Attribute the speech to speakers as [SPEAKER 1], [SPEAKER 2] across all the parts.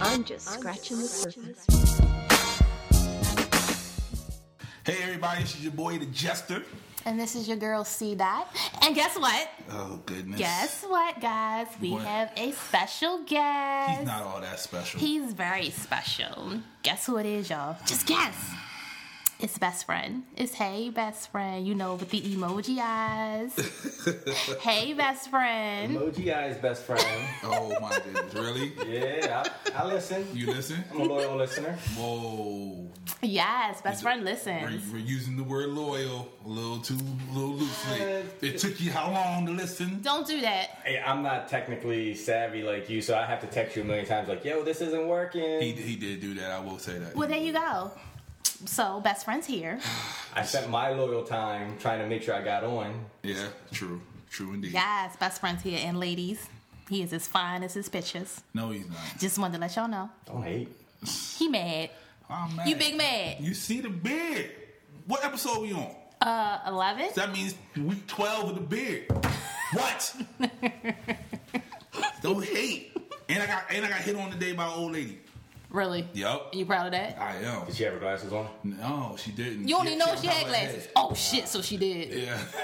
[SPEAKER 1] I'm just scratching the surface.
[SPEAKER 2] Hey everybody, this is your boy the Jester.
[SPEAKER 3] And this is your girl C Dot. And guess what?
[SPEAKER 2] Oh goodness.
[SPEAKER 3] Guess what, guys? We
[SPEAKER 2] What?
[SPEAKER 3] have a special
[SPEAKER 2] He's
[SPEAKER 3] guest.
[SPEAKER 2] not all that special.
[SPEAKER 3] He's very special. Guess who it is, y'all? Just guess. It's best friend. It's hey best friend. You know, with the emoji eyes. hey best friend.
[SPEAKER 4] Emoji Eyes best friend.
[SPEAKER 2] oh my goodness. Really?
[SPEAKER 4] Yeah, I, I listen.
[SPEAKER 2] You listen?
[SPEAKER 4] I'm a loyal listener.
[SPEAKER 2] Whoa.
[SPEAKER 3] Yes, best friend
[SPEAKER 2] We're,
[SPEAKER 3] listens.
[SPEAKER 2] we're using the word loyal a little too a little loosely.
[SPEAKER 4] Uh,
[SPEAKER 2] It took you how long to listen?
[SPEAKER 3] Don't do that.
[SPEAKER 4] Hey, I'm not technically savvy like you, so I have to text you a million times like, yo, this isn't
[SPEAKER 2] He,
[SPEAKER 4] working.
[SPEAKER 2] he did do that, I will say that.
[SPEAKER 3] Well, there you go. So, best friend's here.
[SPEAKER 4] I spent my loyal time trying to make sure I got on.
[SPEAKER 2] Yeah, true. True indeed.
[SPEAKER 3] Yes, best friend's here. And ladies, he is as fine as his pictures.
[SPEAKER 2] No, he's not.
[SPEAKER 3] Just wanted to let y'all know.
[SPEAKER 4] Don't hate.
[SPEAKER 3] He mad.
[SPEAKER 2] I'm mad.
[SPEAKER 3] You big mad.
[SPEAKER 2] Oh, You see the beard. What episode we on?
[SPEAKER 3] Uh, 11?
[SPEAKER 2] That means week 12 of the beard. What? Don't hate. And I got and I got hit on today by an old lady.
[SPEAKER 3] Really?
[SPEAKER 2] Yup.
[SPEAKER 3] You proud of that?
[SPEAKER 2] I am.
[SPEAKER 4] Did she have her glasses on?
[SPEAKER 2] No, she didn't.
[SPEAKER 3] You only know she had
[SPEAKER 2] was
[SPEAKER 3] glasses. Oh shit, so she did.
[SPEAKER 2] Yeah.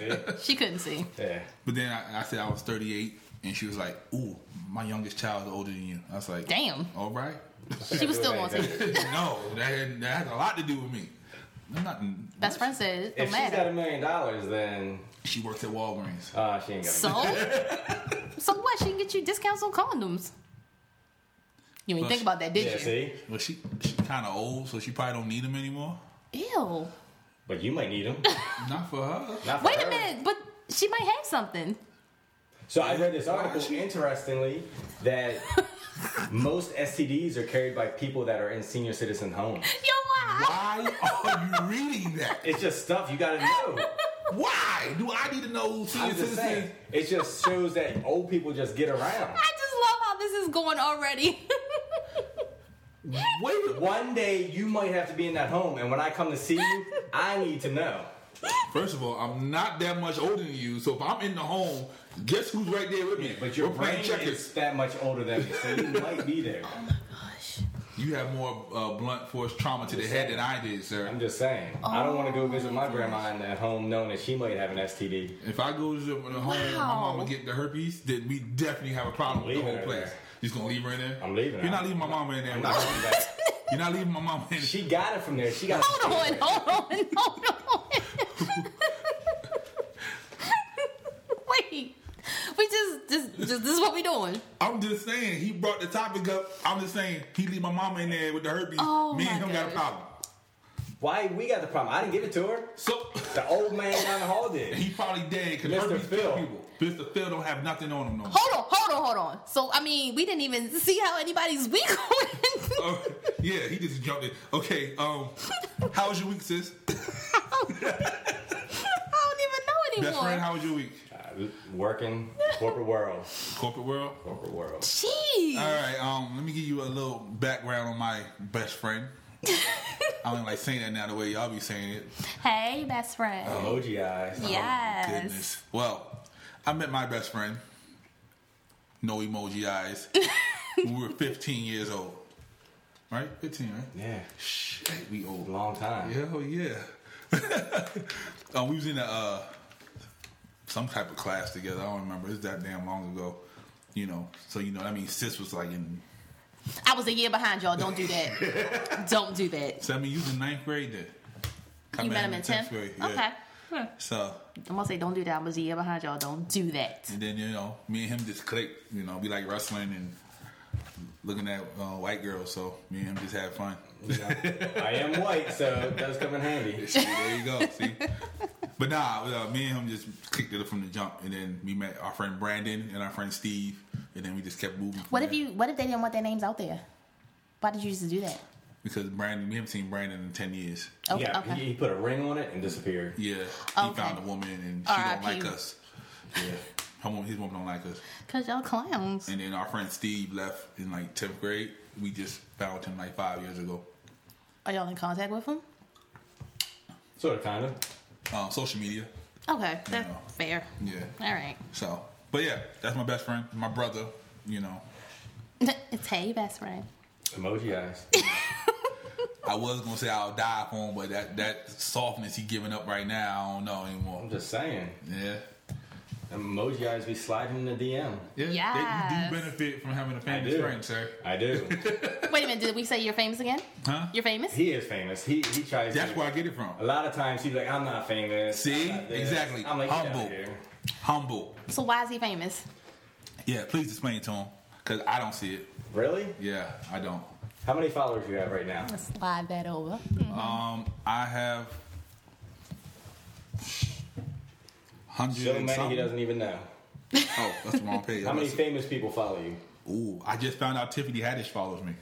[SPEAKER 4] Yeah, see?
[SPEAKER 3] She couldn't see.
[SPEAKER 4] yeah.
[SPEAKER 2] but then I, I said I was 38, and she was like, "Ooh, my youngest child is older than you." I was like,
[SPEAKER 3] Damn.
[SPEAKER 2] All right.
[SPEAKER 3] She was still gonna take it.
[SPEAKER 2] no, that had, that had a lot to do with me. I'm not.
[SPEAKER 3] Best friend said it
[SPEAKER 4] If
[SPEAKER 3] don't
[SPEAKER 4] she's got
[SPEAKER 3] matter.
[SPEAKER 4] a million dollars, then
[SPEAKER 2] She works at Walgreens.
[SPEAKER 4] uh, she ain't got.
[SPEAKER 3] So? So what? She can get you discounts on condoms. You ain't think about that,
[SPEAKER 4] yeah,
[SPEAKER 3] did you?
[SPEAKER 4] see,
[SPEAKER 2] Well, she she kind of old, so she probably don't need them anymore.
[SPEAKER 3] Ew.
[SPEAKER 4] but you might need them.
[SPEAKER 2] Not for her.
[SPEAKER 4] Not for
[SPEAKER 3] Wait a
[SPEAKER 4] her.
[SPEAKER 3] minute, but she might have something.
[SPEAKER 4] So I read this article,
[SPEAKER 2] She-
[SPEAKER 4] interestingly, that most STDs are carried by people that are in senior citizen homes.
[SPEAKER 3] Yo, why?
[SPEAKER 2] Why are you reading that?
[SPEAKER 4] It's just stuff you gotta know.
[SPEAKER 2] Why do I need to know who
[SPEAKER 4] I'm
[SPEAKER 2] senior
[SPEAKER 4] just
[SPEAKER 2] citizens?
[SPEAKER 4] saying. It just shows that old people just get around.
[SPEAKER 3] I just love how this is going already.
[SPEAKER 2] Wait a
[SPEAKER 4] One day you might have to be in that home, and when I come to see you, I need to know.
[SPEAKER 2] First of all, I'm not that much older than you, so if I'm in the home, guess who's right there with me?
[SPEAKER 4] But your
[SPEAKER 2] We're
[SPEAKER 4] brain
[SPEAKER 2] playing
[SPEAKER 4] is
[SPEAKER 2] checkers.
[SPEAKER 4] that much older than me, so you might be there.
[SPEAKER 2] You have more uh, blunt force trauma to the head than I did, sir.
[SPEAKER 4] I'm just saying. I don't want to go visit my grandma in that home knowing that she might have an STD.
[SPEAKER 2] If I go to the the home and my
[SPEAKER 3] Wow.
[SPEAKER 2] mama get the herpes, then we definitely have a problem with the
[SPEAKER 4] Leaving
[SPEAKER 2] whole
[SPEAKER 4] her
[SPEAKER 2] place.
[SPEAKER 4] there.
[SPEAKER 2] You just gonna leave her in there?
[SPEAKER 4] I'm leaving her.
[SPEAKER 2] You're not leaving my mama in there.
[SPEAKER 4] I'm not going back.
[SPEAKER 2] You're not leaving my mama in there.
[SPEAKER 4] She got it from there. She got
[SPEAKER 3] Hold on, hold on, hold on. Wait. We just this, just this is what we doing.
[SPEAKER 2] I'm just saying, he brought the topic up. I'm just saying, he leave my mama in there with the herpes.
[SPEAKER 3] Oh,
[SPEAKER 2] me
[SPEAKER 3] my
[SPEAKER 2] and him got a
[SPEAKER 3] gosh.
[SPEAKER 2] problem.
[SPEAKER 4] Why we got the problem? I didn't give it to her.
[SPEAKER 2] So,
[SPEAKER 4] The old man down the hall did.
[SPEAKER 2] he probably dead because
[SPEAKER 4] Mr.
[SPEAKER 2] herpes kill
[SPEAKER 4] Phil.
[SPEAKER 2] people. Mr. Phil don't have nothing on him no more.
[SPEAKER 3] Hold on, hold on, hold on. So I mean, we didn't even see how anybody's week went.
[SPEAKER 2] Oh, yeah, he just jumped in. Okay, um, how was your week, sis?
[SPEAKER 3] I don't even know
[SPEAKER 2] Best
[SPEAKER 3] anymore.
[SPEAKER 2] friend, how was your week?
[SPEAKER 4] Uh, Working corporate world,
[SPEAKER 2] Corporate world.
[SPEAKER 4] corporate world.
[SPEAKER 3] Jeez.
[SPEAKER 2] All right, um, let me give you a little background on my best friend. I don't like saying that now the way y'all be saying it.
[SPEAKER 3] hey, best friend.
[SPEAKER 4] Emoji eyes.
[SPEAKER 3] yes.
[SPEAKER 2] Oh, Goodness. Well, I met my best friend, no emoji eyes, when we were 15 years old. Right? 15, right?
[SPEAKER 4] Yeah,
[SPEAKER 2] Shit, we old.
[SPEAKER 4] long time.
[SPEAKER 2] Yeah, oh yeah. uh, we was in a uh, some type of class together. I don't remember. It's that damn long ago. You know, so you know. I mean, sis was like in.
[SPEAKER 3] I was a year behind y'all. Don't do that. don't do that.
[SPEAKER 2] So I mean, you was in ninth grade then. I
[SPEAKER 3] You met him in 10th?
[SPEAKER 2] grade.
[SPEAKER 3] Okay. Hmm.
[SPEAKER 2] So
[SPEAKER 3] I'm gonna say don't do that. I was a year behind y'all. Don't do that.
[SPEAKER 2] and then you know, me and him just clicked. You know, we like wrestling and looking at uh, white girls. So me and him just had fun.
[SPEAKER 4] You know, I am white, so it does come in handy.
[SPEAKER 2] See, there you go. See, but nah, uh, me and him just clicked it from the jump, and then we met our friend Brandon and our friend Steve, and then we just kept moving. from
[SPEAKER 3] What if
[SPEAKER 2] there.
[SPEAKER 3] you? What if they didn't want their names out there? Why did you just do that?
[SPEAKER 2] Because Brandon, we haven't seen Brandon in ten years.
[SPEAKER 3] Okay.
[SPEAKER 4] yeah,
[SPEAKER 3] Oh, okay.
[SPEAKER 4] He, he put a ring on it and disappeared.
[SPEAKER 2] Yeah, he
[SPEAKER 3] Okay.
[SPEAKER 2] found a woman and she don't
[SPEAKER 3] R.I.P..
[SPEAKER 2] like us. Yeah, her woman, his woman don't like us.
[SPEAKER 3] Cause y'all clowns.
[SPEAKER 2] And then our friend Steve left in like tenth grade. We just found him like five years ago.
[SPEAKER 3] Are y'all in contact with him?
[SPEAKER 4] Sort of, kind of.
[SPEAKER 2] Um, social media.
[SPEAKER 3] Okay, that's
[SPEAKER 2] No.
[SPEAKER 3] fair.
[SPEAKER 2] Yeah.
[SPEAKER 3] All right.
[SPEAKER 2] So, but yeah, that's my best friend, my brother. You know,
[SPEAKER 3] it's hey best friend.
[SPEAKER 4] Emoji eyes.
[SPEAKER 2] I was gonna say I'll die for him, but that that softness he giving up right now, I don't know anymore.
[SPEAKER 4] I'm just saying.
[SPEAKER 2] Yeah.
[SPEAKER 4] Emoji eyes be sliding in the DM.
[SPEAKER 2] Yeah,
[SPEAKER 3] Yes.
[SPEAKER 2] that- you do benefit from having a famous
[SPEAKER 4] do.
[SPEAKER 2] friend, sir.
[SPEAKER 4] I do.
[SPEAKER 3] Wait a minute, did we say you're famous again?
[SPEAKER 2] Huh?
[SPEAKER 3] You're famous?
[SPEAKER 4] he is famous. He he tries.
[SPEAKER 2] That's
[SPEAKER 4] to,
[SPEAKER 2] where I get it from.
[SPEAKER 4] A lot of times he's like, I'm not famous.
[SPEAKER 2] See?
[SPEAKER 4] I'm not this."
[SPEAKER 2] Exactly.
[SPEAKER 4] I'm like, "Get outta
[SPEAKER 2] Humble.
[SPEAKER 4] here."
[SPEAKER 2] Humble.
[SPEAKER 3] So why is he famous?
[SPEAKER 2] Yeah, please explain it to him because I don't see it.
[SPEAKER 4] Really?
[SPEAKER 2] Yeah, I don't.
[SPEAKER 4] How many followers you have right now?
[SPEAKER 3] Slide that over.
[SPEAKER 2] Um, I have hundred.
[SPEAKER 4] So
[SPEAKER 2] and
[SPEAKER 4] many he
[SPEAKER 2] something.
[SPEAKER 4] doesn't even know.
[SPEAKER 2] Oh, that's the wrong page.
[SPEAKER 4] How many
[SPEAKER 2] That's-
[SPEAKER 4] famous people follow you?
[SPEAKER 2] Ooh, I just found out Tiffany Haddish follows me.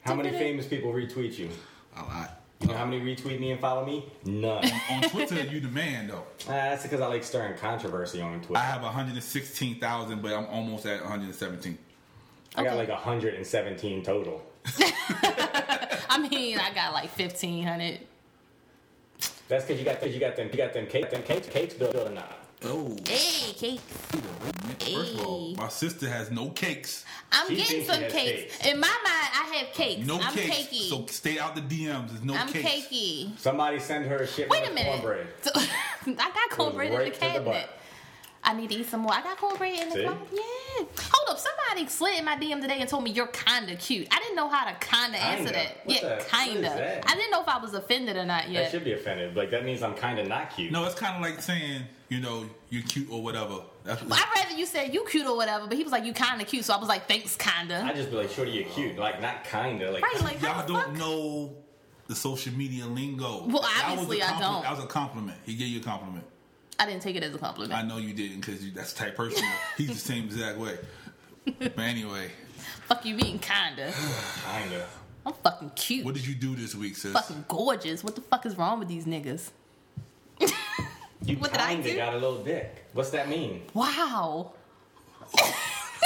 [SPEAKER 4] How many
[SPEAKER 3] Dun-dun-dun.
[SPEAKER 4] famous people retweet you?
[SPEAKER 2] A lot.
[SPEAKER 4] You know how many retweet me and follow me? None. Ah,
[SPEAKER 2] On Twitter, you the man though.
[SPEAKER 4] that's because I like stirring controversy on Twitter.
[SPEAKER 2] I
[SPEAKER 4] I,
[SPEAKER 2] have 116,000, but I'm almost at 117.
[SPEAKER 4] got
[SPEAKER 3] Okay.
[SPEAKER 4] like 117 total.
[SPEAKER 3] I mean, I got like fifteen hundred.
[SPEAKER 4] That's because you got you got them you got them cake them cakes cakes building up.
[SPEAKER 2] Oh,
[SPEAKER 3] Hey, cake.
[SPEAKER 2] first of all, my sister has no cakes,
[SPEAKER 3] I'm
[SPEAKER 4] She
[SPEAKER 3] getting
[SPEAKER 4] thinks
[SPEAKER 3] some
[SPEAKER 4] she has
[SPEAKER 3] cakes.
[SPEAKER 4] cakes.
[SPEAKER 3] In my mind, I have cakes.
[SPEAKER 2] no
[SPEAKER 3] I'm
[SPEAKER 2] cakes.
[SPEAKER 3] cakey.
[SPEAKER 2] So stay out the DMs. There's no
[SPEAKER 3] I'm
[SPEAKER 2] cakes.
[SPEAKER 3] cakey.
[SPEAKER 4] Somebody send her a shipment
[SPEAKER 3] Wait a
[SPEAKER 4] of
[SPEAKER 3] minute.
[SPEAKER 4] cornbread.
[SPEAKER 3] So- I got cornbread
[SPEAKER 4] right
[SPEAKER 3] in the
[SPEAKER 4] to the
[SPEAKER 3] cabinet.
[SPEAKER 4] butt.
[SPEAKER 3] I need to eat some more. I got cornbread in the
[SPEAKER 4] See?
[SPEAKER 3] cabinet. Yeah. Hold up. Somebody slid in my DM today and told me you're kinda cute. I didn't know how to kinda, answer
[SPEAKER 4] Kinda?
[SPEAKER 3] that.
[SPEAKER 4] What
[SPEAKER 3] yeah,
[SPEAKER 4] the- what is
[SPEAKER 3] kinda.
[SPEAKER 4] that?
[SPEAKER 3] I didn't know if I was offended or not
[SPEAKER 4] I
[SPEAKER 3] yet.
[SPEAKER 4] should be offended. Like that means I'm kind of not cute.
[SPEAKER 2] No, it's kind of like saying, you know, you're cute or whatever. That's
[SPEAKER 3] Well, I'd rather you said you cute or whatever, but he was like you kinda cute, so I was like thanks
[SPEAKER 4] I
[SPEAKER 3] kinda.
[SPEAKER 4] just be like, shorty, you're cute. Like not kinda. Like
[SPEAKER 3] Right, like how
[SPEAKER 2] Y'all
[SPEAKER 3] the
[SPEAKER 2] don't
[SPEAKER 3] fuck?
[SPEAKER 2] know the social media lingo.
[SPEAKER 3] Well,
[SPEAKER 2] That was a
[SPEAKER 3] obviously I
[SPEAKER 2] compliment-
[SPEAKER 3] don't.
[SPEAKER 2] That was a compliment. He gave you a compliment.
[SPEAKER 3] I didn't take it as a compliment.
[SPEAKER 2] I know you didn't because that's the type of person. He's the same exact way. But anyway,
[SPEAKER 3] Fuck you being kinda.
[SPEAKER 4] kinda.
[SPEAKER 3] I'm fucking cute.
[SPEAKER 2] what did you do this week, sis?
[SPEAKER 3] fucking gorgeous. What the fuck is wrong with these niggas?
[SPEAKER 4] You
[SPEAKER 3] What did I
[SPEAKER 4] kinda
[SPEAKER 3] do?
[SPEAKER 4] got a little dick. What's that mean?
[SPEAKER 3] Wow.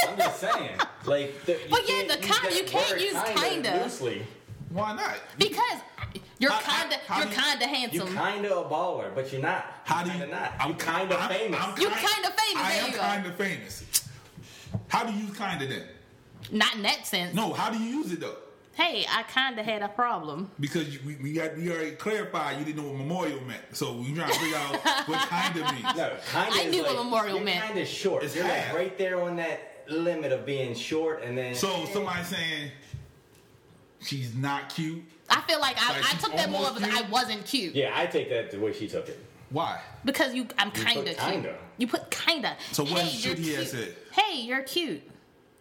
[SPEAKER 4] I'm just saying. Like, the, you
[SPEAKER 3] But yeah,
[SPEAKER 4] can't
[SPEAKER 3] the
[SPEAKER 4] use
[SPEAKER 3] kind-
[SPEAKER 4] that
[SPEAKER 3] you can't
[SPEAKER 4] word
[SPEAKER 3] use kinda.
[SPEAKER 4] loosely.
[SPEAKER 2] Why not?
[SPEAKER 3] Because you're
[SPEAKER 2] How- how-
[SPEAKER 3] kinda
[SPEAKER 2] how
[SPEAKER 3] you're
[SPEAKER 2] do-
[SPEAKER 3] kinda
[SPEAKER 4] You
[SPEAKER 3] handsome.
[SPEAKER 4] kinda a baller, but you're not.
[SPEAKER 2] How do you?
[SPEAKER 4] kinda not? you kinda
[SPEAKER 2] I'm-
[SPEAKER 4] famous.
[SPEAKER 2] I'm
[SPEAKER 3] You
[SPEAKER 2] kind-
[SPEAKER 3] kinda famous,
[SPEAKER 2] I
[SPEAKER 3] there
[SPEAKER 2] am
[SPEAKER 3] you go.
[SPEAKER 2] kind of famous. How do you use kinda then?
[SPEAKER 3] Not in that sense.
[SPEAKER 2] No, how do you use it though?
[SPEAKER 3] Hey, I kinda had a problem.
[SPEAKER 2] Because you- we, we got we already clarified you didn't know what memorial meant, so we trying to figure out what kind of means.
[SPEAKER 4] no, kinda.
[SPEAKER 3] I
[SPEAKER 4] is
[SPEAKER 3] knew what
[SPEAKER 4] like,
[SPEAKER 3] Memorial
[SPEAKER 4] you're
[SPEAKER 3] meant.
[SPEAKER 4] Kinda short.
[SPEAKER 2] It's
[SPEAKER 4] you're
[SPEAKER 2] half.
[SPEAKER 4] like right there on that limit of being short, and then
[SPEAKER 2] So somebody saying she's not cute.
[SPEAKER 3] I feel like I,
[SPEAKER 2] Like,
[SPEAKER 3] I took that more of
[SPEAKER 2] almost
[SPEAKER 3] as I
[SPEAKER 2] you?
[SPEAKER 3] wasn't cute.
[SPEAKER 4] Yeah, I take that the way she took it.
[SPEAKER 2] Why?
[SPEAKER 3] Because you I'm
[SPEAKER 4] You put
[SPEAKER 3] kinda cute.
[SPEAKER 4] kinda.
[SPEAKER 3] You put kinda.
[SPEAKER 2] So what
[SPEAKER 3] hey,
[SPEAKER 2] should
[SPEAKER 3] you're
[SPEAKER 2] he have
[SPEAKER 3] cute.
[SPEAKER 2] said?
[SPEAKER 3] Hey, you're cute.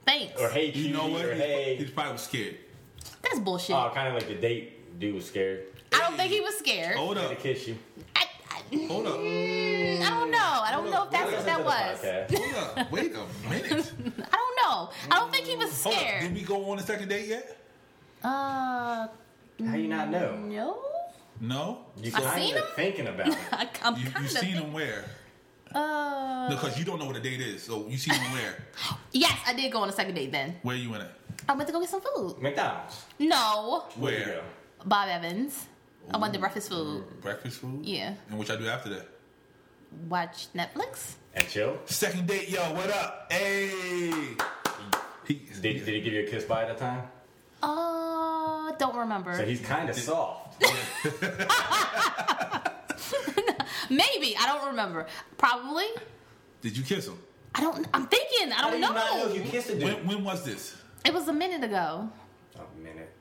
[SPEAKER 3] Thanks.
[SPEAKER 4] Or hey,
[SPEAKER 2] You know
[SPEAKER 4] cutie,
[SPEAKER 2] what?
[SPEAKER 4] Or
[SPEAKER 2] He's-
[SPEAKER 4] hey,
[SPEAKER 2] He's probably scared.
[SPEAKER 3] That's bullshit.
[SPEAKER 4] oh, kind of like the date dude was scared.
[SPEAKER 3] I don't think he was scared.
[SPEAKER 2] Hold
[SPEAKER 4] Had to
[SPEAKER 2] up.
[SPEAKER 4] kiss you.
[SPEAKER 3] I, I,
[SPEAKER 2] Oh. Hold up.
[SPEAKER 3] Mm, I don't know. I don't
[SPEAKER 2] Hold
[SPEAKER 3] know
[SPEAKER 2] up.
[SPEAKER 3] if that's what
[SPEAKER 4] Listen
[SPEAKER 3] that
[SPEAKER 4] to the
[SPEAKER 3] was.
[SPEAKER 4] podcast.
[SPEAKER 2] Hold up. Wait a minute.
[SPEAKER 3] I don't know. I don't think he was
[SPEAKER 2] Hold up. Did
[SPEAKER 3] scared.
[SPEAKER 2] we go on a second date yet?
[SPEAKER 3] Uh,
[SPEAKER 4] How you not know?
[SPEAKER 3] no.
[SPEAKER 2] No.
[SPEAKER 4] You
[SPEAKER 3] I seen
[SPEAKER 4] kinda
[SPEAKER 3] him.
[SPEAKER 4] thinking about it.
[SPEAKER 3] I, I'm
[SPEAKER 2] You,
[SPEAKER 3] kind
[SPEAKER 2] you
[SPEAKER 3] of.
[SPEAKER 2] seen him where?
[SPEAKER 3] Uh,
[SPEAKER 2] Because you don't know what a date is, so you seen him where?
[SPEAKER 3] yes, I did go on a second date. Then
[SPEAKER 2] Where you went at?
[SPEAKER 3] I went to go get some food.
[SPEAKER 4] McDonald's.
[SPEAKER 3] No,
[SPEAKER 4] Where'd you
[SPEAKER 2] Where?
[SPEAKER 4] go?
[SPEAKER 3] Bob Evans. I went to breakfast food.
[SPEAKER 2] Breakfast food.
[SPEAKER 3] Yeah.
[SPEAKER 2] And what y'all do after that?
[SPEAKER 3] Watch Netflix.
[SPEAKER 4] And chill.
[SPEAKER 2] Second date, yo. What up? Hey. He,
[SPEAKER 4] Did, did he give you a kiss by that time?
[SPEAKER 3] Uh, don't remember.
[SPEAKER 4] So he's kind of soft.
[SPEAKER 3] Maybe I don't remember. Probably.
[SPEAKER 2] did you kiss him?
[SPEAKER 3] I don't. I'm thinking. I
[SPEAKER 4] How do
[SPEAKER 3] don't
[SPEAKER 4] you
[SPEAKER 3] know.
[SPEAKER 4] not know if you kissed a dude?
[SPEAKER 2] When, when was this?
[SPEAKER 3] It was a minute ago.
[SPEAKER 4] A minute.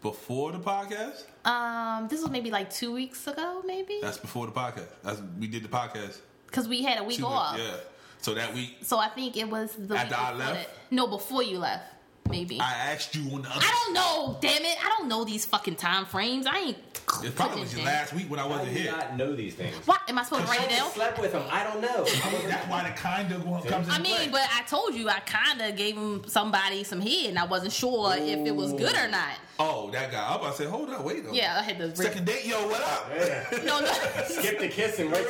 [SPEAKER 2] Before the podcast?
[SPEAKER 3] Um, this was maybe like two weeks ago, maybe,
[SPEAKER 2] That's before the podcast. That's we did the podcast.
[SPEAKER 3] because we had a week
[SPEAKER 2] Two weeks-
[SPEAKER 3] off.
[SPEAKER 2] Yeah. So that week,
[SPEAKER 3] So I think it was the
[SPEAKER 2] After
[SPEAKER 3] week
[SPEAKER 2] I
[SPEAKER 3] before
[SPEAKER 2] left?
[SPEAKER 3] that- No, before you left, maybe.
[SPEAKER 2] I
[SPEAKER 3] I,
[SPEAKER 2] asked you on the other.
[SPEAKER 3] don't know. Damn it, I don't know these fucking time frames. I ain't.
[SPEAKER 2] It probably was
[SPEAKER 3] clicking
[SPEAKER 2] last week when I
[SPEAKER 4] How
[SPEAKER 2] wasn't
[SPEAKER 4] do you
[SPEAKER 2] here.
[SPEAKER 4] not know these things?
[SPEAKER 3] things. What am I supposed to
[SPEAKER 2] Cause
[SPEAKER 3] write it
[SPEAKER 4] I
[SPEAKER 3] down?
[SPEAKER 4] just slept with him. I don't know.
[SPEAKER 2] I mean, that's why the kind of one comes in
[SPEAKER 3] I mean,
[SPEAKER 2] play.
[SPEAKER 3] but I told you I kind of gave him somebody some head, and I wasn't sure if it was good or not.
[SPEAKER 2] oh, that guy. I'm about to say, hold up, wait up.
[SPEAKER 3] Yeah, I had to. Re-
[SPEAKER 2] Second date, yo, what up?
[SPEAKER 3] No, no,
[SPEAKER 4] Skip the kissing right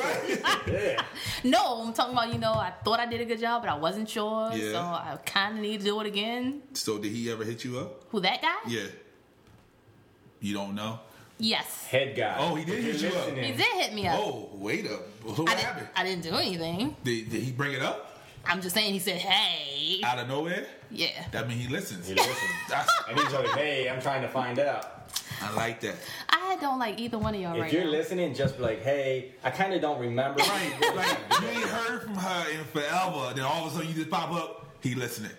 [SPEAKER 4] there. Yeah.
[SPEAKER 3] no. I'm talking about you know. I thought I did a good job, but I wasn't sure,
[SPEAKER 2] Yeah.
[SPEAKER 3] so I kind of need to do it again.
[SPEAKER 2] So did he ever hit you up?
[SPEAKER 3] Who that guy?
[SPEAKER 2] Yeah. You don't know?
[SPEAKER 3] Yes,
[SPEAKER 4] Head guy.
[SPEAKER 2] Oh, he did
[SPEAKER 4] If
[SPEAKER 2] hit
[SPEAKER 4] you're
[SPEAKER 2] you up.
[SPEAKER 4] listening,
[SPEAKER 3] he did hit me up.
[SPEAKER 2] Oh, wait up. What
[SPEAKER 3] I, didn't,
[SPEAKER 2] happened?
[SPEAKER 3] I didn't do anything.
[SPEAKER 2] Did, did he bring it up?
[SPEAKER 3] I'm just saying. He said, "Hey,
[SPEAKER 2] Out of nowhere,
[SPEAKER 3] yeah."
[SPEAKER 2] that means he listens.
[SPEAKER 4] He listens.
[SPEAKER 2] That's,
[SPEAKER 4] And he's like, hey, I'm trying to find out.
[SPEAKER 2] I like that.
[SPEAKER 3] I don't like either one of y'all
[SPEAKER 4] If
[SPEAKER 3] right
[SPEAKER 4] you're
[SPEAKER 3] now.
[SPEAKER 4] listening, just be like, hey, I kind of don't remember.
[SPEAKER 2] Right, like you ain't heard from her in forever. Then all of a sudden you just pop up. He listening.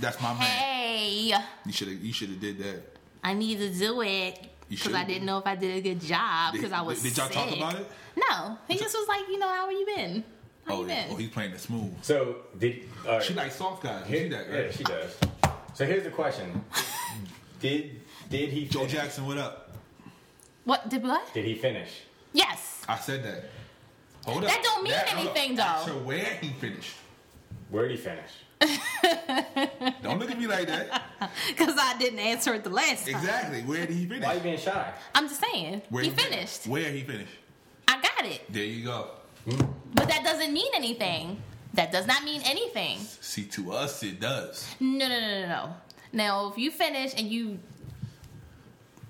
[SPEAKER 2] That's my man.
[SPEAKER 3] hey,
[SPEAKER 2] You should have. You should have did that.
[SPEAKER 3] I need to do it
[SPEAKER 2] You
[SPEAKER 3] because I
[SPEAKER 2] should.
[SPEAKER 3] didn't know if I did a good job
[SPEAKER 2] Did-
[SPEAKER 3] because I was.
[SPEAKER 2] did y'all
[SPEAKER 3] sick.
[SPEAKER 2] talk about it?
[SPEAKER 3] No, he just was like, you know, how have you been? How
[SPEAKER 2] oh,
[SPEAKER 3] you
[SPEAKER 2] yeah.
[SPEAKER 3] been?
[SPEAKER 2] oh, he's playing it smooth.
[SPEAKER 4] So, did. All right.
[SPEAKER 2] She like soft guys. You
[SPEAKER 4] Here-
[SPEAKER 2] see that,
[SPEAKER 4] Yeah,
[SPEAKER 2] right?
[SPEAKER 4] she does. So here's the question: Did did he
[SPEAKER 2] Joe
[SPEAKER 4] finish?
[SPEAKER 2] Jackson, what up?
[SPEAKER 3] what did what?
[SPEAKER 4] Did he finish?
[SPEAKER 3] Yes,
[SPEAKER 2] I said that. Hold up.
[SPEAKER 3] That don't mean
[SPEAKER 2] hold up.
[SPEAKER 3] anything, though.
[SPEAKER 2] Ask her where he finished.
[SPEAKER 4] Where did he finish?
[SPEAKER 2] Don't look at me like that.
[SPEAKER 3] because I didn't answer it the last time.
[SPEAKER 2] Exactly. Where did he finish?
[SPEAKER 4] Why you being shy?
[SPEAKER 3] I'm just saying.
[SPEAKER 2] Where
[SPEAKER 3] he finished.
[SPEAKER 2] Where he finished?
[SPEAKER 3] I got it,
[SPEAKER 2] There you go.
[SPEAKER 3] but that doesn't mean anything. That does not mean anything.
[SPEAKER 2] See, to us it does.
[SPEAKER 3] No, no, no, no, no. Now, if you finish and you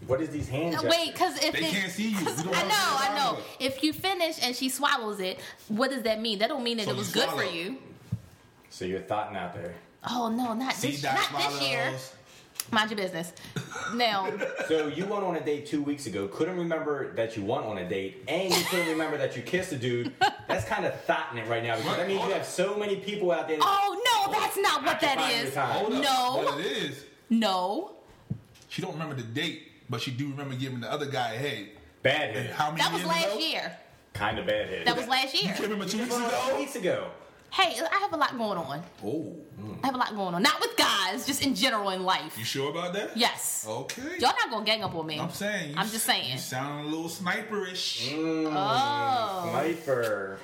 [SPEAKER 4] What is these hand gestures?
[SPEAKER 3] Wait, because if
[SPEAKER 2] They
[SPEAKER 3] it-
[SPEAKER 2] can't see you.
[SPEAKER 3] 'cause
[SPEAKER 2] You
[SPEAKER 3] I
[SPEAKER 2] don't
[SPEAKER 3] know,
[SPEAKER 2] have to
[SPEAKER 3] I know.
[SPEAKER 2] swallow it.
[SPEAKER 3] If you finish and she swallows it, what does that mean? That don't mean that
[SPEAKER 2] So
[SPEAKER 3] it
[SPEAKER 2] you
[SPEAKER 3] was good for
[SPEAKER 2] swallow.
[SPEAKER 3] you.
[SPEAKER 4] So you're thoughting out there.
[SPEAKER 3] Oh no, not
[SPEAKER 2] See,
[SPEAKER 3] this, not this year. Mind your business. Now,
[SPEAKER 4] So you went on a date two weeks ago, couldn't remember that you went on a date, and you couldn't remember that you kissed a dude. That's kind of thoughting it right now because that means you have so many people out there. That
[SPEAKER 3] oh no, that's not what that
[SPEAKER 4] Occupying your
[SPEAKER 3] is.
[SPEAKER 4] time.
[SPEAKER 2] Hold up.
[SPEAKER 3] No.
[SPEAKER 2] What it is,
[SPEAKER 3] No,
[SPEAKER 2] she don't remember the date, but she do remember giving the other guy a head.
[SPEAKER 4] bad
[SPEAKER 2] And
[SPEAKER 4] head.
[SPEAKER 2] how many
[SPEAKER 3] that was
[SPEAKER 2] years
[SPEAKER 3] last
[SPEAKER 2] ago?
[SPEAKER 3] year.
[SPEAKER 4] Kind of bad head.
[SPEAKER 3] That was last
[SPEAKER 2] You
[SPEAKER 3] year.
[SPEAKER 2] can't remember two
[SPEAKER 4] You
[SPEAKER 2] weeks
[SPEAKER 4] went on two
[SPEAKER 2] ago?
[SPEAKER 4] weeks ago.
[SPEAKER 3] Hey, I have a lot going on.
[SPEAKER 2] Oh,
[SPEAKER 3] I have a lot going on. Not with guys, just in general in life.
[SPEAKER 2] you sure about that?
[SPEAKER 3] Yes.
[SPEAKER 2] Okay.
[SPEAKER 3] Y'all not gonna gang up on me.
[SPEAKER 2] Oh. I'm saying. you-
[SPEAKER 3] I'm just saying.
[SPEAKER 2] You sound a little sniperish.
[SPEAKER 3] oh.
[SPEAKER 4] Sniper.